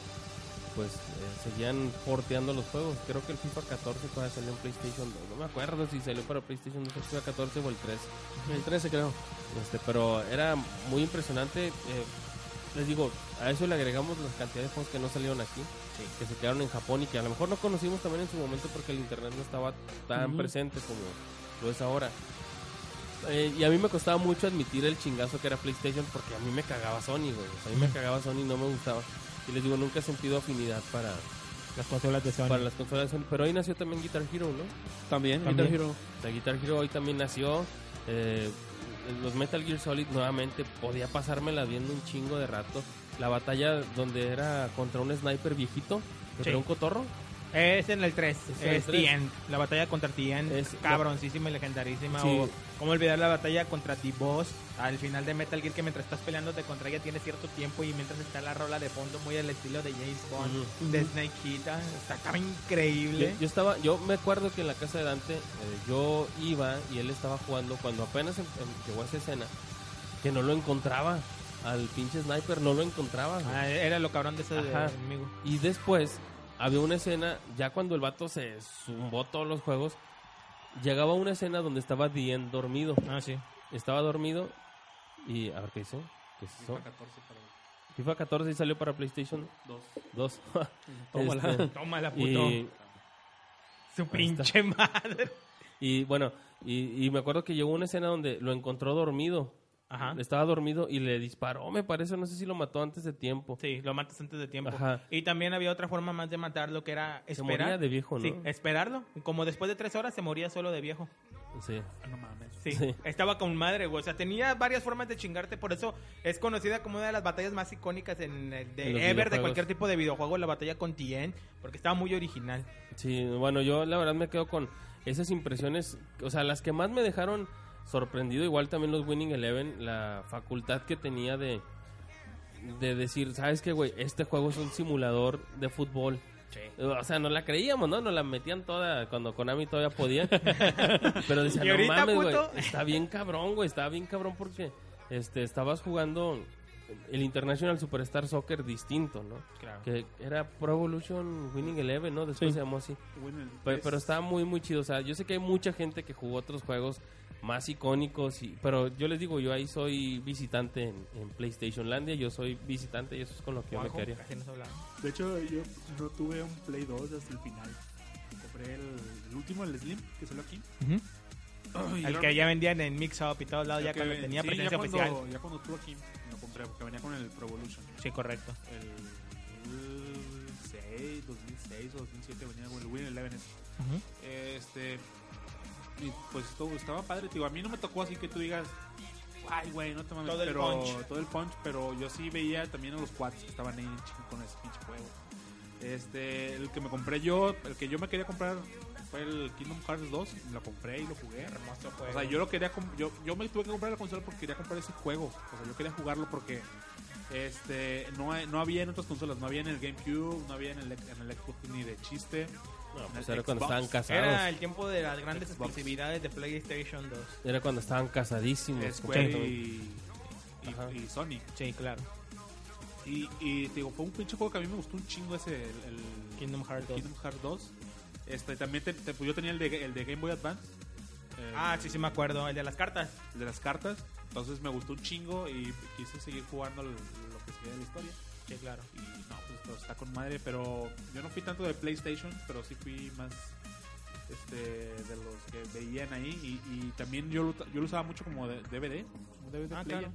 S6: pues eh, seguían porteando los juegos. Creo que el FIFA 14 todavía salió en PlayStation 2. No me acuerdo si salió para PlayStation 2, el FIFA 14 o el 13.
S4: el 13 creo.
S6: Este, pero era muy impresionante. eh, les digo, a eso le agregamos la cantidad de juegos que no salieron aquí, que se quedaron en Japón y que a lo mejor no conocimos también en su momento porque el internet no estaba tan
S4: Ujú.
S6: presente como lo es ahora. Eh, y a mí me costaba mucho admitir el chingazo que era PlayStation porque a mí me cagaba Sony, güey. O sea, a mí me cagaba Sony, no me gustaba. Y les digo, nunca he sentido afinidad para,
S5: Las consolas de Sony.
S6: para las consolas de Sony. Pero ahí nació también Guitar Hero, ¿no?
S4: También,
S5: También.
S4: Guitar Hero.
S6: La Guitar Hero hoy también nació. eh, los Metal Gear Solid nuevamente podía pasármela viendo un chingo de rato. La batalla donde era contra un sniper viejito, que
S5: Sí.
S6: era un cotorro.
S5: Es en el 3.
S6: en el
S5: Es
S6: tres.
S5: The End. La batalla contra The End.
S6: Es-
S5: cabroncísima y legendarísima.
S6: Sí.
S5: O, ¿Cómo olvidar la batalla contra T-Boss? Al final de Metal Gear, que mientras estás peleándote contra ella tienes cierto tiempo y mientras está la rola de fondo, muy al estilo de James Bond, de Snake Eater. O sea, estaba
S6: Yo,
S5: increíble.
S6: yo estaba, yo me acuerdo que en la casa de Dante eh, yo iba y él estaba jugando cuando apenas em- em- llegó a esa escena que no lo encontraba al pinche sniper, no lo encontraba. güey.
S5: Ah, era lo cabrón de ese de-
S6: Ajá.
S5: amigo.
S6: Y después había una escena, ya cuando el vato se zumbó todos los juegos, llegaba una escena donde estaba Dien dormido.
S5: Ah, sí.
S6: Estaba dormido y a ver qué hizo. ¿Qué es eso? FIFA 14 y salió para PlayStation 2.
S4: Tómala.
S5: Tómala, puto.
S6: y,
S5: Su pinche madre.
S6: y bueno, y, y me acuerdo que llegó una escena donde lo encontró dormido.
S5: Ajá.
S6: Estaba dormido y le disparó, me parece, no sé si lo mató antes de tiempo.
S5: Sí, lo matas antes de tiempo.
S6: Ajá.
S5: Y también había otra forma más de matarlo que era esperar.
S6: moría de viejo, ¿no?
S5: Sí, esperarlo. Como después de tres horas se moría solo de viejo.
S6: Sí.
S9: No mames.
S5: Sí,
S6: Sí.
S5: estaba con madre, güey. O sea, tenía varias formas de chingarte. Por eso es conocida como una de las batallas más icónicas en el
S6: En los
S5: de Ever, de
S6: videojuegos.
S5: cualquier tipo de videojuego, la batalla con Tien, porque estaba muy original.
S6: Sí, bueno, yo la verdad me quedo con esas impresiones, o sea, las que más me dejaron sorprendido, igual también los Winning Eleven, la facultad que tenía de, de decir, ¿sabes qué, güey? Este juego es un simulador de fútbol. O sea, no la creíamos, ¿no? Nos la metían toda cuando Konami todavía podía. Pero decía,
S5: Y
S6: no
S5: ahorita,
S6: mames, güey.
S5: puto".
S6: Está bien cabrón, güey. Está bien cabrón porque este, estabas jugando el International Superstar Soccer distinto, ¿no?
S5: Claro.
S6: Que era Pro Evolution Winning Eleven, ¿no? Después
S4: Sí.
S6: se llamó así. Pe- Pero estaba muy, muy chido. O sea, yo sé que hay mucha gente que jugó otros juegos más icónicos. Y, pero yo les digo, yo ahí soy visitante en, en PlayStation Landia. Yo soy visitante y eso es con lo que yo me
S5: Juanjo,
S6: quería.
S5: casi no se hablaba.
S2: De hecho, yo no tuve un Play 2 hasta el final. Compré el, el último, el Slim, que salió aquí. Ay,
S5: El
S2: era-
S5: que ya vendían en Mix Up y todos lados,
S2: el
S5: ya
S2: que
S5: cuando
S2: ven-
S5: tenía
S2: sí,
S5: presencia
S2: ya cuando,
S5: oficial.
S2: Ya cuando estuvo aquí, me lo compré porque venía con el Pro Evolution.
S5: Sí, correcto.
S2: El 2006, 2006 o 2007 venía con el Win Eleven. ese. Este. y, pues todo estaba padre, digo, a mí no me tocó así que tú digas, ay, güey, no te mames",
S5: Todo el
S2: pero,
S5: punch.
S2: todo el punch, pero yo sí veía también a los cuates que estaban ahí en chinga con ese pinche juego. Este, el que me compré yo, el que yo me quería comprar fue el Kingdom Hearts 2, lo compré y lo jugué.
S5: Hermoso
S2: O
S5: juego.
S2: sea, yo lo quería comp- yo, yo me tuve que comprar la consola porque quería comprar ese juego. O sea, yo quería jugarlo porque este no, hay- no había en otras consolas, no había en el GameCube, no había en el, en el Xbox ni de chiste. En
S6: Pues
S2: el
S6: era cuando
S2: Xbox.
S6: estaban casados.
S5: Ah, Era el tiempo de las grandes
S2: Xbox.
S5: exclusividades de PlayStation 2.
S6: Era cuando estaban casadísimos.
S2: eh, Square
S6: completamente.
S2: y, y-
S6: Ajá.
S2: y Sony.
S5: Sí, claro.
S2: Y, y te digo, fue un pinche juego que a mí me gustó un chingo ese, el, el-
S5: Kingdom Hearts 2.
S2: Kingdom Hearts 2. Este, también te- te- pues yo tenía el de, el de Game Boy Advance. el-
S5: Ah, sí, sí me acuerdo. El de las cartas.
S2: el de las cartas. Entonces me gustó un chingo y quise seguir jugando lo, lo que seguía de la historia.
S5: Sí, claro.
S2: Y no, pues todo está con madre, pero yo no fui tanto de PlayStation, pero sí fui más este, de los que veían ahí. Y, y también yo lo, yo lo usaba mucho como de- DVD, como DVD
S5: Ah,
S2: player.
S5: claro.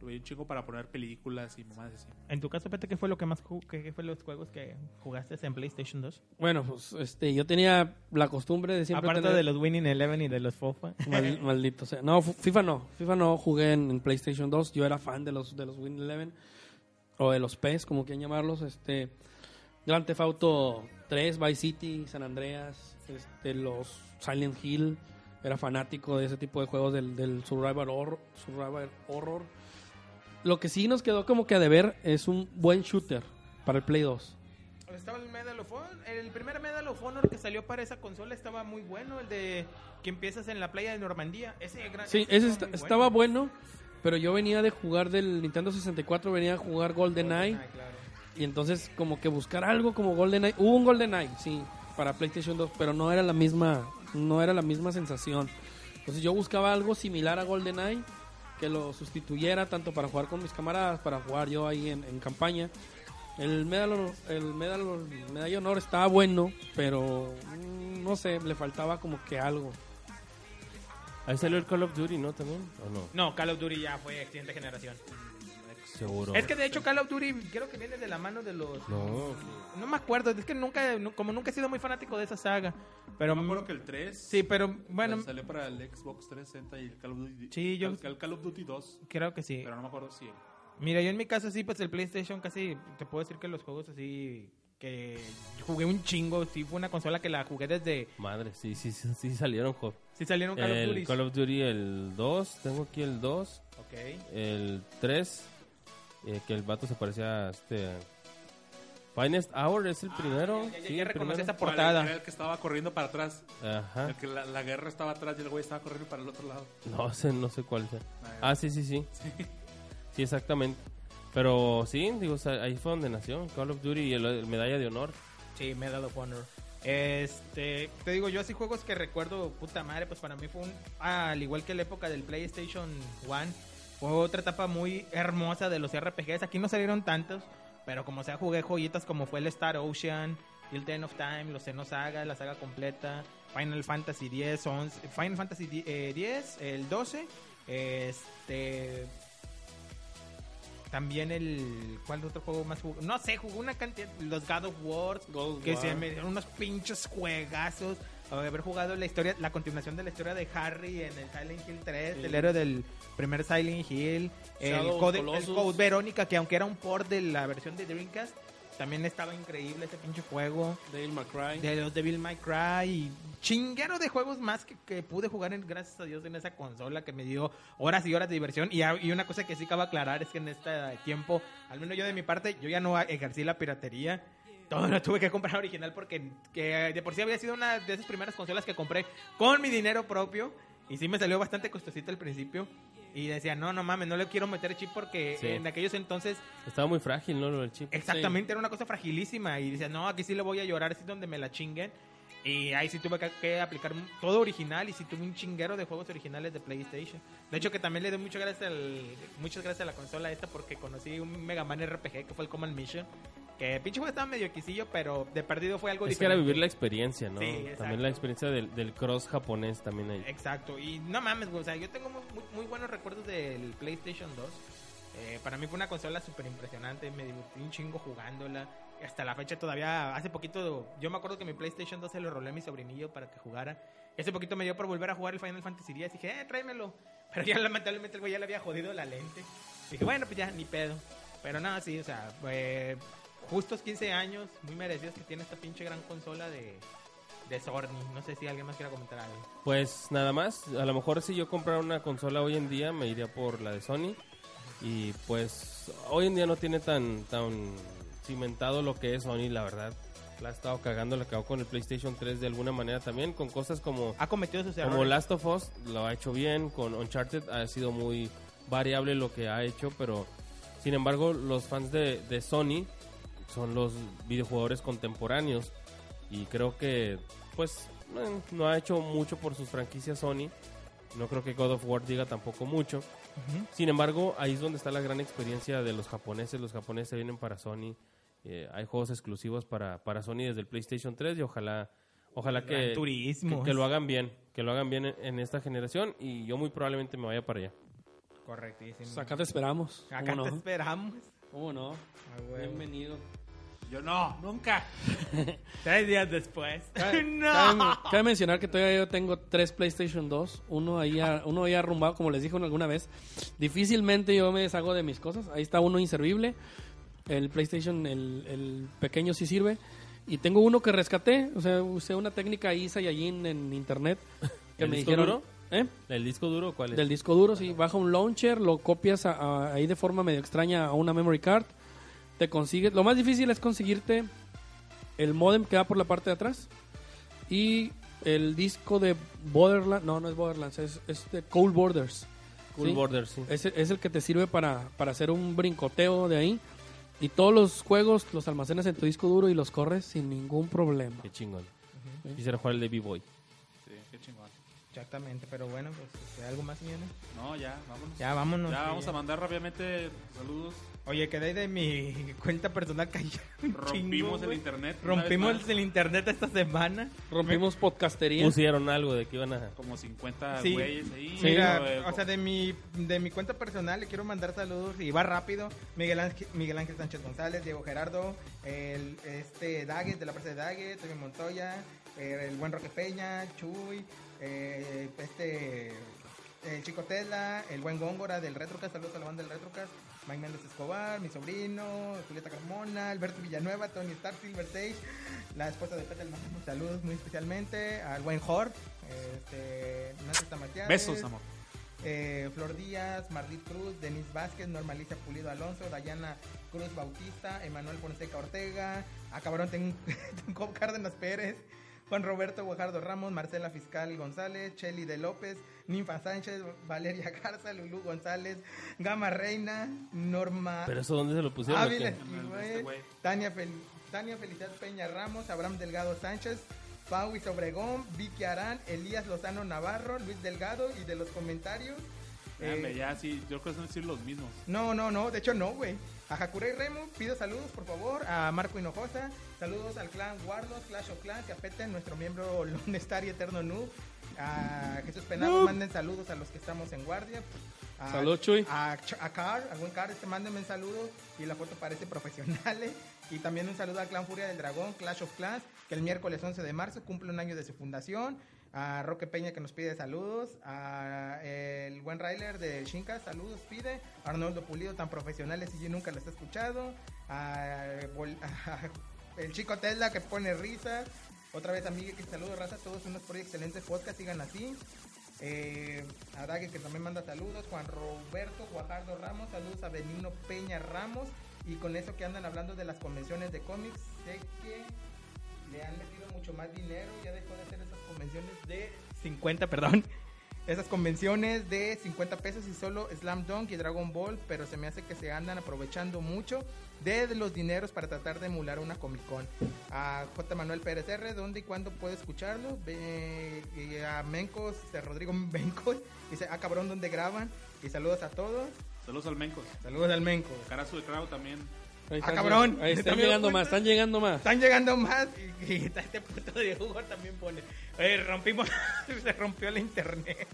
S2: Lo veía un chingo para poner películas y mamadas así.
S5: En tu caso, Pete, ¿qué fue lo que más ju- qué, qué fue los juegos que jugaste en PlayStation 2?
S4: Bueno, pues este, yo tenía la costumbre de siempre
S5: Aparte
S4: tener-
S5: de los Winning Eleven y de los FOFA.
S4: Mal- maldito sea. No, fu- FIFA no. FIFA no jugué en, en PlayStation 2. Yo era fan de los, de los Win Eleven. O de los PES, como quieran llamarlos. Este, Grand Theft Auto 3, Vice City, San Andreas. Este, los Silent Hill. Era fanático de ese tipo de juegos del, del survival, horror, survival Horror. Lo que sí nos quedó como que a deber es un buen shooter para el Play 2.
S5: Estaba el Medal of Honor. El primer Medal of Honor que salió para esa consola estaba muy bueno. El de que empiezas en la playa de Normandía. Ese gran.
S4: Sí, ese est- estaba bueno. Pero yo venía de jugar del Nintendo 64, venía a jugar GoldenEye.
S5: Ah,
S4: Y entonces como que buscar algo como GoldenEye. Hubo un GoldenEye, sí, para PlayStation 2, pero no era la misma, no era la misma sensación. Entonces yo buscaba algo similar a GoldenEye que lo sustituyera tanto para jugar con mis camaradas, para jugar yo ahí en, en campaña. El Medal, of- el Medal, of- el Medalla de Honor estaba bueno, pero mm, no sé, le faltaba como que algo.
S6: Ahí salió el Call of Duty, ¿no? También. ¿O no?
S5: No, Call of Duty ya fue siguiente generación.
S6: Seguro.
S5: Es que de hecho Call of Duty creo que viene de la mano de los.
S6: No.
S5: No me acuerdo. Es que nunca, nu- como nunca he sido muy fanático de esa saga. Pero
S2: Me acuerdo que el 3
S5: sí, pero bueno,
S2: salió para el Xbox 360 y el Call of Duty,
S5: Sí, yo-
S2: el, el Call of Duty 2,
S5: creo que sí.
S2: pero no me acuerdo si el-
S5: Mira, yo en mi caso sí, pues el PlayStation casi te puedo decir que los juegos así que jugué un chingo. Sí, fue una consola que la jugué desde.
S6: Madre, sí, sí, sí, sí salieron, Job.
S5: Sí salieron Call of
S6: El
S5: Duty.
S6: Call of Duty, el 2, tengo aquí el 2,
S5: Ok.
S6: el 3, eh, que el vato se parecía a este... Finest Hour es el primero.
S5: Ah, Ya, ya,
S6: sí,
S5: ya
S6: el primero.
S5: reconocí esa
S2: Era
S5: portada.
S2: el que estaba corriendo para atrás.
S6: Ajá.
S2: El que la, la guerra estaba atrás y el güey estaba corriendo para el otro lado.
S6: No sé, no sé cuál sea. Ah, sí, sí, sí. Sí, exactamente. Pero sí, digo, o sea, ahí fue donde nació Call of Duty y el, el Medalla de Honor.
S5: Sí, Medal of Honor. Este, te digo, yo así juegos que recuerdo, puta madre, pues para mí fue un. ah, al igual que la época del PlayStation 1, fue otra etapa muy hermosa de los RPGs. Aquí no salieron tantos, pero como sea, jugué joyitas como fue el Star Ocean, el Ten of Time, los Xeno Saga, la saga completa, Final Fantasy 10, 11, Final Fantasy 10, el 12, este. También el. ¿Cuál otro juego más jugó? No sé, jugó una cantidad. Los God of War.
S4: Gold
S5: que
S4: War.
S5: se me dieron unos pinches juegazos. Haber jugado la historia, la continuación de la historia de Harry en el Silent Hill 3,
S4: Sí.
S5: el héroe del primer Silent Hill,
S4: Shadow
S5: el
S4: of
S5: Code, el
S4: Colossus.
S5: Code Verónica, que aunque era un port de la versión de Dreamcast, también estaba increíble ese pinche juego.
S4: Dale McCray.
S5: De los Devil May Cry y chinguero de juegos más que, que pude jugar, en, gracias a Dios, en esa consola que me dio horas y horas de diversión. Y, a- y una cosa que sí acabo de aclarar es que en este tiempo, al menos yo de mi parte, yo ya no ejercí la piratería. Todo lo tuve que comprar original porque que de por sí había sido una de esas primeras consolas que compré con mi dinero propio. Y sí me salió bastante costosita al principio. Y decía, no, no mames, no le quiero meter chip porque
S6: Sí.
S5: en aquellos entonces
S6: Estaba muy frágil, ¿no? Lo del chip.
S5: Exactamente, era una cosa fragilísima. Y dices, no, aquí sí le voy a llorar, es donde me la chinguen. Y ahí sí tuve que, que aplicar un- todo original y sí tuve un chinguero de juegos originales de PlayStation. De hecho, que también le doy muchas gracias, al, muchas gracias a la consola esta porque conocí un Mega Man RPG que fue el Command Mission. Que pinche juego estaba medio quisillo, pero de perdido fue algo
S6: Es que era
S5: diferente.
S6: vivir la experiencia, ¿no?
S5: Sí, exacto.
S6: también la experiencia del, del cross japonés también ahí.
S5: Exacto, y no mames, güey. O sea, yo tengo muy, muy- muy buenos recuerdos del PlayStation 2. Eh, para mí fue una consola súper impresionante. Me divertí un chingo jugándola. Hasta la fecha todavía, hace poquito, yo me acuerdo que mi PlayStation 2 se lo rolé a mi sobrinillo para que jugara. Ese poquito me dio por volver a jugar el Final Fantasy X. Dije, eh, tráemelo. Pero ya lamentablemente el güey ya le había jodido la lente. Dije, bueno, pues ya, ni pedo. Pero nada, sí, o sea, eh, justos 15 años, muy merecidos que tiene esta pinche gran consola de, de Sony. No sé si alguien más quiera comentar algo.
S6: Pues nada más, a lo mejor si yo comprara una consola hoy en día me iría por la de Sony y pues hoy en día no tiene tan tan cimentado lo que es Sony, la verdad. La ha estado cagando, la cagó con el PlayStation 3 de alguna manera también, con cosas como
S5: ha cometido sus errores.
S6: como Last of Us lo ha hecho bien, con Uncharted ha sido muy variable lo que ha hecho, pero sin embargo los fans de, de Sony son los videojugadores contemporáneos y creo que pues eh, no ha hecho mucho por sus franquicias Sony. No creo que God of War diga tampoco mucho. Sin embargo, ahí es donde está la gran experiencia de los japoneses. Los japoneses vienen para Sony. Eh, hay juegos exclusivos para, para Sony desde el PlayStation 3 y ojalá, ojalá que,
S5: Gran Turismo.
S6: que, que lo hagan bien, que lo hagan bien en, en esta generación y yo muy probablemente me vaya para allá.
S5: Correctísimo.
S4: Acá te esperamos.
S5: Acá
S4: ¿Cómo
S5: te
S4: no?
S5: esperamos.
S4: ¿Cómo no?
S5: Ah,
S4: Bienvenido.
S2: Yo no, nunca.
S5: Tres días después.
S4: Cabe,
S5: no.
S4: cabe mencionar que todavía yo tengo tres PlayStation 2. Uno ahí, a- uno ahí arrumbado, como les dije alguna vez. Difícilmente yo me deshago de mis cosas. Ahí está uno inservible. El PlayStation, el, el pequeño sí sirve. Y tengo uno que rescaté. O sea, usé una técnica Isa y allí en, en internet. Que
S6: ¿El
S4: me
S6: disco
S4: dijeron.
S6: duro?
S4: ¿Eh?
S6: ¿El disco duro cuál es?
S4: Del disco duro, sí. Baja un launcher, lo copias a- a- ahí de forma medio extraña a una memory card. Te consigues. Lo más difícil es conseguirte el modem que va por la parte de atrás. Y el disco de Borderlands. No, no es Borderlands, es, es de Cold Borders.
S6: Cool
S4: ¿sí?
S6: Borders, sí. Eh,
S4: Es, es el que te sirve para, para hacer un brincoteo de ahí. Y todos los juegos los almacenas en tu disco duro y los corres sin ningún problema.
S6: Qué chingón. Quisiera jugar el de B-Boy.
S2: Sí, qué chingón.
S5: Exactamente, pero bueno, pues este, algo más viene.
S2: No, ya, vámonos.
S5: Ya vámonos.
S2: Ya
S5: sí,
S2: vamos
S5: ya.
S2: a mandar rápidamente saludos.
S5: Oye, quedé de mi cuenta personal cayó. un chingo,
S2: Rompimos el
S5: güey.
S2: internet. una vez más.
S5: Rompimos el internet esta semana.
S4: Rompimos podcastería.
S6: Pusieron algo de que iban a...
S2: como 50
S5: Sí.
S2: güeyes ahí.
S4: Sí,
S5: Mira,
S2: pero, eh,
S5: o sea, de mi, de mi cuenta personal le quiero mandar saludos y va rápido. Miguel Ángel, Miguel Ángel Sánchez González, Diego Gerardo, el, este Daggett de la presa de Daggett, Toño Montoya, eh, el buen Roque Peña, Chuy, eh, este el Chico Tesla, el buen Góngora del Retrocast, saludos a la banda del Retrocast, Mike Méndez Escobar, mi sobrino, Julieta Carmona, Alberto Villanueva, Tony Stark, Silver Sage, la esposa de Petel, mandamos saludos muy especialmente, al buen Hor, este, Nancy Tamatianes,
S2: Besos, amor.
S5: eh, Flor Díaz, Marlit Cruz, Denise Vázquez, Normaliza Pulido Alonso, Dayana Cruz Bautista, Emanuel Fonseca Ortega, a cabrón Ten- Tenco Cárdenas Pérez, Juan Roberto Guajardo Ramos, Marcela Fiscal González, Cheli de López, Ninfa Sánchez, Valeria Garza, Lulú González, Gama Reina, Norma
S6: Pero eso, ¿dónde se lo pusieron?
S5: Ávila
S6: ¿O qué?
S5: Esquivel,
S7: Este güey.
S5: Tania, Fel- Tania Felicidad Peña Ramos, Abraham Delgado Sánchez, Pauis Obregón, Vicky Arán, Elías Lozano Navarro, Luis Delgado y de los comentarios. eh,
S7: Espérame, ya sí, yo creo que son decir los mismos.
S5: no, no, no, de hecho no, güey. A Hakurei Remo, pido saludos, por favor, a Marco Hinojosa, saludos al clan Warlos, Clash of Clans, que afecten nuestro miembro Lone Star y Eterno Noob, a Jesús Penado, manden saludos a los que estamos en guardia. A,
S4: Saludos, Chuy.
S5: A, Ch- a Car, a buen Car, este, mándenme un saludo y la foto parece profesionales. Y también un saludo al clan Furia del Dragón, Clash of Clans, que el miércoles 11 de marzo cumple un año de su fundación. A Roque Peña que nos pide saludos. A el buen Railer de Shinka, saludos pide. Arnoldo Pulido, tan profesionales y yo nunca los he escuchado. A, Bol- a el chico Tesla que pone risas. Otra vez, amiga, que saludos, raza. Todos unos por excelentes podcast, sigan así. Eh, a Dague que también manda saludos, Juan Roberto Guajardo Ramos, saludos a Benino Peña Ramos y con eso que andan hablando de las convenciones de cómics, sé que le han metido mucho más dinero, ya dejó de hacer esas convenciones de 50, perdón, esas convenciones de 50 pesos y solo Slam Dunk y Dragon Ball, pero se me hace que se andan aprovechando mucho de los dineros para tratar de emular una Comic Con. A J. Manuel Pérez R, ¿dónde y cuándo puede escucharlo? Ve- y a Mencos, dice Rodrigo Mencos, dice, ah cabrón, ¿dónde graban? Y saludos a todos,
S7: Saludos al Mencos.
S5: saludos al Mencos.
S7: Carazo de Cravo también.
S4: Ahí
S5: Ah,
S4: están-
S5: cabrón.
S4: Ahí están
S5: ¿Te
S4: llegando
S5: das
S4: más,
S5: cuenta?
S4: están llegando más.
S5: Están llegando más y, y está este puto de Hugo también pone, "Oye, rompimos, se rompió el internet,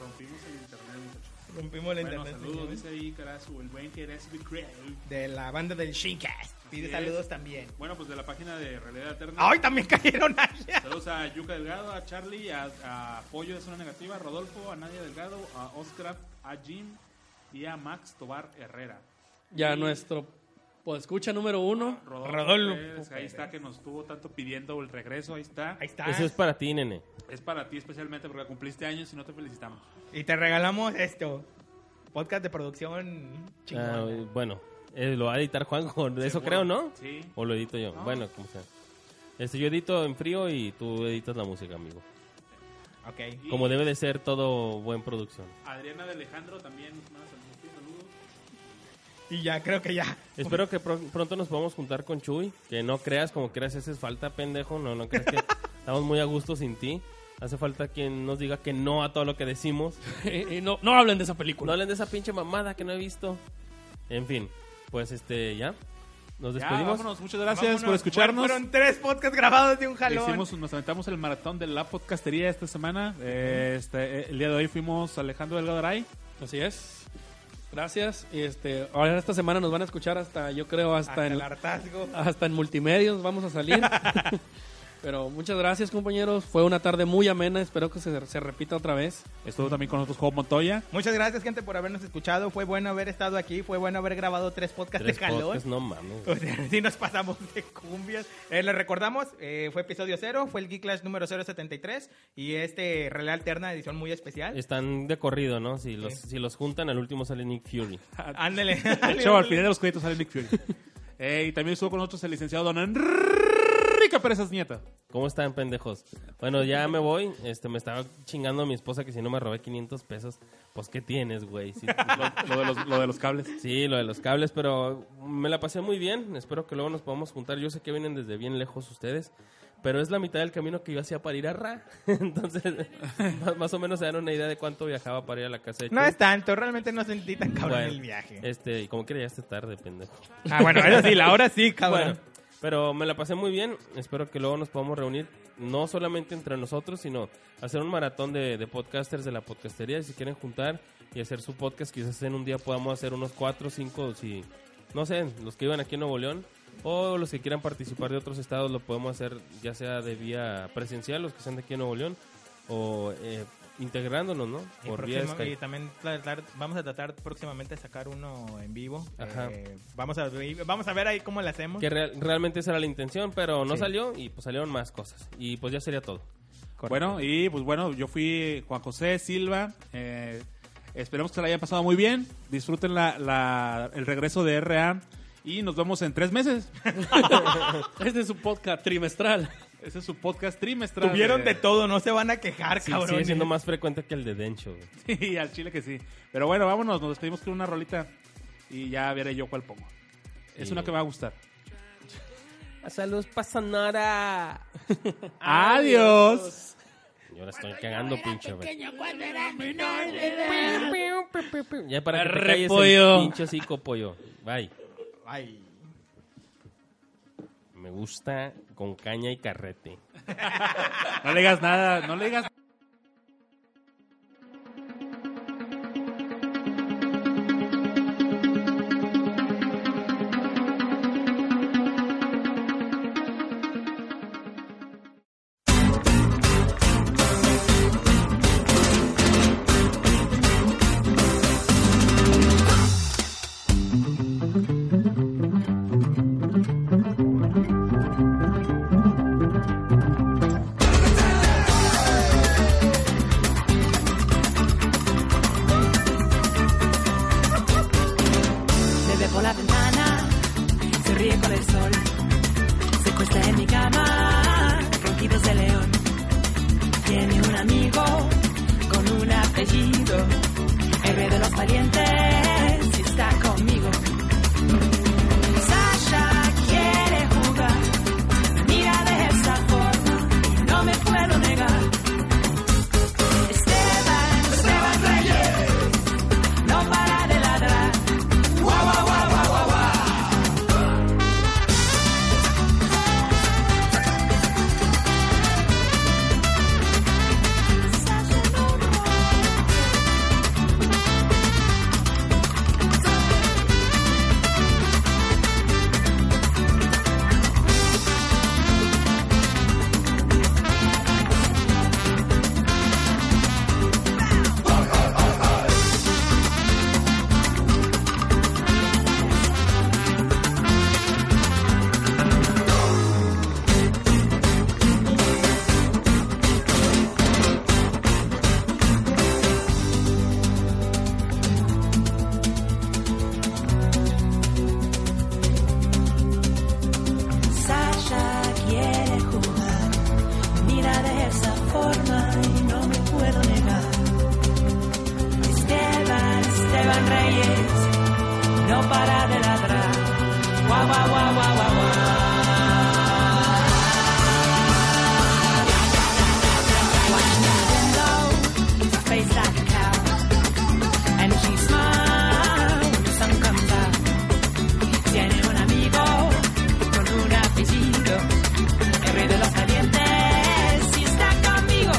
S7: Rompimos el internet, muchachos.
S5: rompimos el
S7: Bueno,
S5: internet.
S7: saludos,
S5: señores.
S7: dice ahí Carazo, el buen que eres de Crave.
S5: de la banda del Shincast. Pide
S7: es.
S5: saludos también.
S7: Bueno, pues de la página de Realidad Eterna.
S5: ¡Ay, también cayeron allá!
S7: Saludos a Yuka Delgado, a Charlie, a, a Pollo de Zona Negativa, a Rodolfo, a Nadia Delgado, a Oscar, a Jim y a Max Tobar Herrera.
S4: Ya nuestro pues, escucha número uno.
S5: Rodolfo
S7: Pérez, ahí está que nos estuvo tanto pidiendo el regreso, ahí está.
S5: Ahí está.
S6: Ese es para ti, nene.
S7: Es para ti especialmente porque cumpliste años y no te felicitamos.
S5: Y te regalamos esto. Podcast de producción
S6: Ah,
S5: chingona.
S6: bueno, eh, lo va a editar Juanjo, de eso creo, ¿no?
S7: Sí.
S6: O lo edito yo. Bueno, como sea. Este, yo edito en frío y tú editas la música, amigo.
S5: ok.
S7: Y
S6: Como debe de ser todo buen producción.
S7: Adriana de Alejandro también nos manda saludos. saludos.
S5: Y ya, creo que ya.
S6: Espero que pro- pronto nos podamos juntar con Chuy. Que no creas como creas, haces falta, pendejo. No, no creas que estamos muy a gusto sin ti. Hace falta quien nos diga que no a todo lo que decimos.
S4: Y no, no hablen de esa
S6: No
S4: película.
S6: hablen de esa pinche mamada que no he visto. En fin, pues este, ya. Nos
S2: Ya,
S6: despedimos.
S2: vámonos. Muchas gracias por
S5: Bueno,
S2: escucharnos.
S5: Fueron tres podcasts grabados de un jalón.
S2: Hicimos, nos aventamos el maratón de la podcastería esta semana. Eh, este, eh, el día de hoy fuimos Alejandro Delgado Aray.
S4: Así es. Gracias. Y este, ahora esta semana nos van a escuchar hasta, yo creo, hasta,
S5: hasta
S4: en,
S5: el hartazgo.
S4: hasta en multimedios vamos a salir. Pero muchas gracias, compañeros. Fue una tarde muy amena. Espero que se, se repita otra vez.
S2: Estuvo también con nosotros Job Montoya.
S5: Muchas gracias, gente, por habernos escuchado. Fue bueno haber estado aquí. Fue bueno haber grabado tres podcasts
S6: Tres
S5: de jalón.
S2: eh.
S6: podcasts, no mames.
S5: O sea, sí nos pasamos de cumbias. Eh, les recordamos, eh, fue episodio cero, fue el Geek Clash número 073 y este Relé Alterna edición muy especial.
S6: Están de corrido, ¿no? Si los,
S5: Sí.
S6: si los juntan, al último sale Nick Fury.
S5: Ándale.
S2: De hecho, al final de los créditos sale Nick Fury. Eh, y también estuvo con nosotros el licenciado Don Enrique Pérez Nieta.
S6: ¿Cómo están, pendejos? Bueno, ya me voy. Este, me estaba chingando a mi esposa que si no me robé 500 pesos. Pues, ¿qué tienes, güey? Sí,
S2: Lo de los, lo de los cables.
S6: sí, lo de los cables, pero me la pasé muy bien. Espero que luego nos podamos juntar. Yo sé que vienen desde bien lejos ustedes, pero es la mitad del camino que yo hacía para ir a Ra. Entonces, más, más o menos se dan una idea de cuánto viajaba para ir a la casa de
S5: No
S6: Chuy.
S5: es tanto, realmente no sentí tan cabrón
S6: Bueno,
S5: el viaje.
S6: Este, y como quiera, ya está tarde, pendejo.
S5: Ah, bueno, eso sí, la hora sí,
S6: Bueno,
S5: cabrón.
S6: pero me la pasé muy bien. Espero que luego nos podamos reunir, no solamente entre nosotros, sino hacer un maratón de, de podcasters de la podcastería. Y si quieren juntar y hacer su podcast, quizás en un día podamos hacer unos cuatro, cinco, si no sé, los que iban aquí en Nuevo León. O los que quieran participar de otros estados lo podemos hacer ya sea de vía presencial, los que sean de aquí en Nuevo León, o eh, integrándonos, ¿no?
S5: Y,
S6: Por vía
S5: próximo- y
S6: Skype.
S5: también tratar- vamos a tratar próximamente de sacar uno en vivo.
S6: Ajá.
S5: Eh, vamos, a, ver- vamos a ver ahí cómo lo hacemos.
S6: Que real- realmente esa era la intención, pero no salió y pues salieron más cosas. Y pues ya sería todo.
S2: Bueno, y pues bueno, yo fui Juan José Silva. eh, esperemos que se la hayan pasado muy bien. Disfruten la, la- el regreso de RA. Y nos vemos en tres meses.
S4: Este es su podcast trimestral.
S2: Ese Este es su podcast trimestral.
S5: Tuvieron de
S2: Eh,
S5: todo, no se van a quejar,
S6: Sí,
S5: cabrón.
S6: sigue siendo más frecuente que el de Dencho. güey.
S2: Y al chile que sí. Pero bueno, vámonos, nos despedimos con una rolita. Y ya veré yo cuál pongo. Es
S6: Y-
S2: una que me va a gustar.
S6: Hasta luz pasanora.
S2: Adiós.
S6: Yo la estoy cagando, pinche. güey. Piu, piu, piu. Ya para que te
S4: Arre,
S6: calles
S4: pollo.
S6: el pinche hocico, pollo. Bye.
S5: Ay.
S6: Me gusta con caña y carrete.
S2: No le digas nada, no le digas
S10: Me ve por la ventana, se ríe con el sol. Se cuesta en mi cama, ronquidos de león. Tiene un amigo con un apellido. El rey de los valientes y está conmigo. Sasha quiere jugar, me mira de esa forma, no me puedo negar. Esteban, Esteban Reyes, no para de ladrar. Sasha quiere jugar, mira de esa forma y no me puedo negar. Esteban, Esteban Reyes, no para de ladrar. Guau, guau, guau, guau, guau, guau. Watch her go, Face like a cow, and she smiles when the sun comes out. Tiene un amigo con un apellido. El rey de los calientes y está conmigo.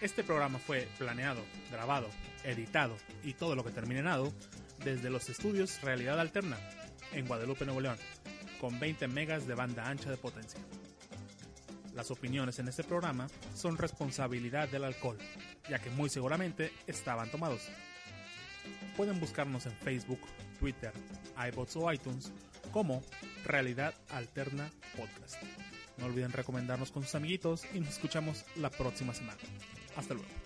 S2: Este programa fue planeado, grabado, editado y todo lo que termine en ado desde los estudios Realidad Alterna en Guadalupe, Nuevo León, con 20 megas de banda ancha de potencia. Las opiniones en este programa son responsabilidad del alcohol, ya que muy seguramente estaban tomados. Pueden buscarnos en Facebook, Twitter, iBots o iTunes como Realidad Alterna Podcast. No olviden recomendarnos con sus amiguitos y nos escuchamos la próxima semana. Hasta luego.